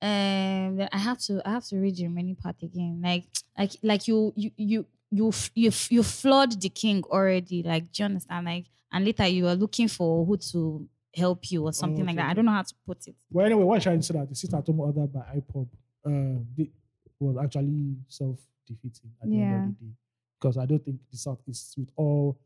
Speaker 1: Um, then I have to I have to read the remaining part again. Like like like you you you you f- you f- you flawed the king already. Like do you understand? Like and later you are looking for who to help you or something like
Speaker 2: okay,
Speaker 1: that. I
Speaker 2: okay.
Speaker 1: don't know how to put it.
Speaker 2: Well, anyway, what Sharon said that the sit at home order by IPOB uh, they- was actually self defeating at the end
Speaker 1: Yeah.
Speaker 2: of the day. Because I don't think the South is with all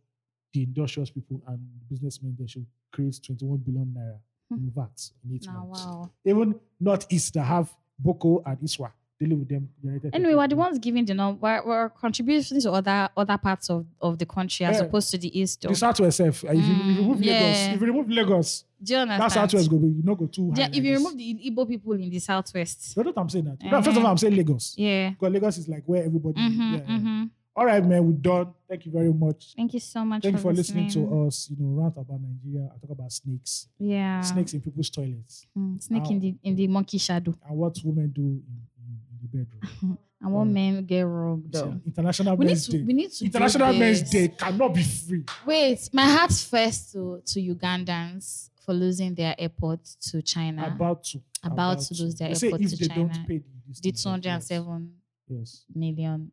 Speaker 2: the industrious people and businessmen, they should create 21 billion naira in VAT in eight
Speaker 1: Now
Speaker 2: months.
Speaker 1: Hmm. wow.
Speaker 2: Even Northeast that have Boko and Iswa, they live with them. United
Speaker 1: Anyway, we're the
Speaker 2: Nations.
Speaker 1: ones giving the number. We're, we're contributing to other other parts of, of the country as
Speaker 2: Yeah.
Speaker 1: opposed to the east.
Speaker 2: The
Speaker 1: Of,
Speaker 2: South West, if, if you
Speaker 1: Mm,
Speaker 2: remove
Speaker 1: yeah.
Speaker 2: Lagos, if you remove Lagos,
Speaker 1: do you
Speaker 2: that
Speaker 1: understand?
Speaker 2: South West go be, you know, go too high.
Speaker 1: Yeah,
Speaker 2: like
Speaker 1: if you
Speaker 2: this.
Speaker 1: remove the Igbo people in the southwest,
Speaker 2: you know what I'm saying? That first of
Speaker 1: Mhm.
Speaker 2: all, I'm saying Lagos
Speaker 1: yeah.
Speaker 2: because Lagos is like where everybody.
Speaker 1: Mm-hmm,
Speaker 2: Mm, yeah, yeah.
Speaker 1: mm-hmm.
Speaker 2: All right, man, we're done. Thank you very much.
Speaker 1: Thank you so much.
Speaker 2: Thank you
Speaker 1: for
Speaker 2: for listening, to uh, us. You know, rant about Nigeria. I talk about snakes,
Speaker 1: Yeah.
Speaker 2: snakes in people's toilets,
Speaker 1: Mm, snake in
Speaker 2: Ow.
Speaker 1: the in the monkey shadow.
Speaker 2: and what women do in, in, in the bedroom.
Speaker 1: And what
Speaker 2: Mm.
Speaker 1: men get robbed.
Speaker 2: It's
Speaker 1: up.
Speaker 2: an International
Speaker 1: We need
Speaker 2: Men's
Speaker 1: to.
Speaker 2: Day.
Speaker 1: We need to. do
Speaker 2: International Men's
Speaker 1: this.
Speaker 2: Day cannot be free.
Speaker 1: Wait, my heart first to to Ugandans for losing their airport to China.
Speaker 2: About to
Speaker 1: About to lose their
Speaker 2: They say
Speaker 1: airport
Speaker 2: if
Speaker 1: to
Speaker 2: they
Speaker 1: China.
Speaker 2: don't pay the, this
Speaker 1: the
Speaker 2: thing,
Speaker 1: two hundred and
Speaker 2: yes.
Speaker 1: seven
Speaker 2: yes.
Speaker 1: million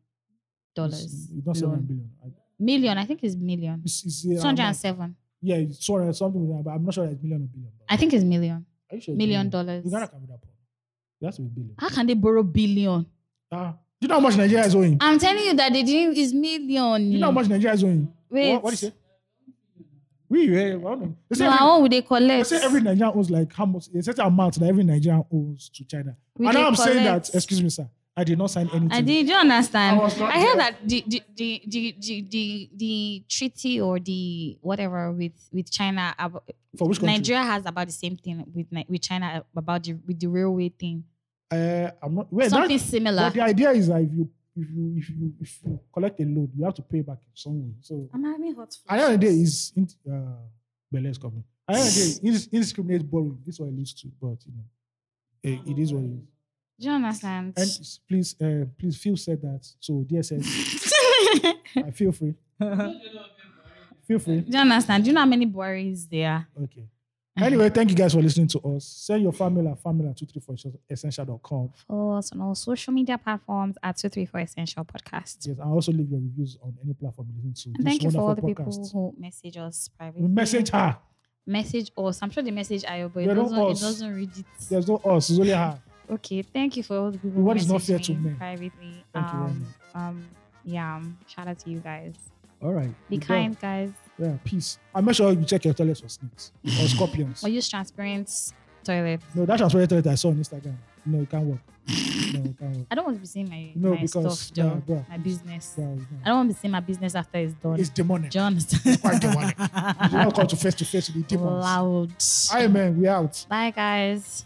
Speaker 1: dollars.
Speaker 2: It's, it's not seven
Speaker 1: loan.
Speaker 2: billion. I-
Speaker 1: Million, I think it's million.
Speaker 2: It's, it's, uh,
Speaker 1: Two hundred and seven.
Speaker 2: Yeah, it's 200 something with that, but I'm not sure that it's million or billion. but-
Speaker 1: I think it's million.
Speaker 2: Are you sure it's
Speaker 1: Million dollars.
Speaker 2: Uganda can be that poor. It has to be billion.
Speaker 1: How can they borrow billion?
Speaker 2: Ah, do you know how much Nigeria is owing?
Speaker 1: I'm telling you that they didn't. It's million.
Speaker 2: Do you know how much Nigeria is owing?
Speaker 1: Wait.
Speaker 2: What, what do you say? We, eh, yeah, well, no. They say,
Speaker 1: No,
Speaker 2: every,
Speaker 1: how would they
Speaker 2: they
Speaker 1: collect?
Speaker 2: say every Nigerian owes like how much, a certain amount that every Nigerian owes to China.
Speaker 1: Will
Speaker 2: and now
Speaker 1: they
Speaker 2: I'm saying
Speaker 1: collect?
Speaker 2: that, excuse me, sir, I did not sign anything.
Speaker 1: I did. You understand?
Speaker 2: I was not
Speaker 1: I, heard
Speaker 2: there.
Speaker 1: that the the, the the the the the treaty or the whatever with with China. About,
Speaker 2: For which country?
Speaker 1: Nigeria has about the same thing with Ni- with China about the with the railway thing.
Speaker 2: Uh, I'm not, wait, that,
Speaker 1: Something similar.
Speaker 2: but the idea is that if you, if you, if you, if you collect a loan, you have to pay back in some way. So,
Speaker 1: I'm having hot
Speaker 2: at the end of the day, is in, uh, Bele is coming. At the end of the day, ins- indiscriminate borrowing. This is what it leads to, but you know, eh, it is what it is.
Speaker 1: Do you understand?
Speaker 2: And s- please, uh, please feel said that. So DSS, I feel free. feel free.
Speaker 1: Do you understand? Do you know how many Buaris there? are?
Speaker 2: Okay. Anyway, thank you guys for listening to us. Send your family at family234 essential.com.
Speaker 1: Follow us on all social media platforms at 234 Essential Podcast.
Speaker 2: Yes, and also leave your reviews on any platform you listen to.
Speaker 1: And thank you
Speaker 2: this
Speaker 1: for all the
Speaker 2: wonderful
Speaker 1: people
Speaker 2: podcast.
Speaker 1: who message us privately.
Speaker 2: Message her.
Speaker 1: message us. I'm sure they message Ayo, but it
Speaker 2: They don't
Speaker 1: doesn't, it
Speaker 2: us.
Speaker 1: doesn't read it.
Speaker 2: There's no us, it's only her.
Speaker 1: Okay, thank you for all the people who
Speaker 2: What is not
Speaker 1: messaged
Speaker 2: fair to
Speaker 1: me
Speaker 2: men.
Speaker 1: privately.
Speaker 2: Thank you very
Speaker 1: um, um, yeah, um, shout out to you guys.
Speaker 2: All right.
Speaker 1: Be
Speaker 2: We're
Speaker 1: kind, guys,
Speaker 2: done. Yeah, peace. And make sure you check your toilets for snakes or scorpions.
Speaker 1: or use transparent toilet.
Speaker 2: No, that's just what I saw on Instagram. No, it can't work. No, it can't work.
Speaker 1: I don't want to be seeing my,
Speaker 2: No,
Speaker 1: my
Speaker 2: because-
Speaker 1: stuff, though,
Speaker 2: yeah, bruh.
Speaker 1: my business.
Speaker 2: Yeah,
Speaker 1: I don't want to be seeing my business after it's
Speaker 2: yeah.
Speaker 1: done.
Speaker 2: It's demonic.
Speaker 1: Do you understand?
Speaker 2: Quite demonic. you don't come to face to face with the demons.
Speaker 1: Loud.
Speaker 2: Amen. We out.
Speaker 1: Bye, guys.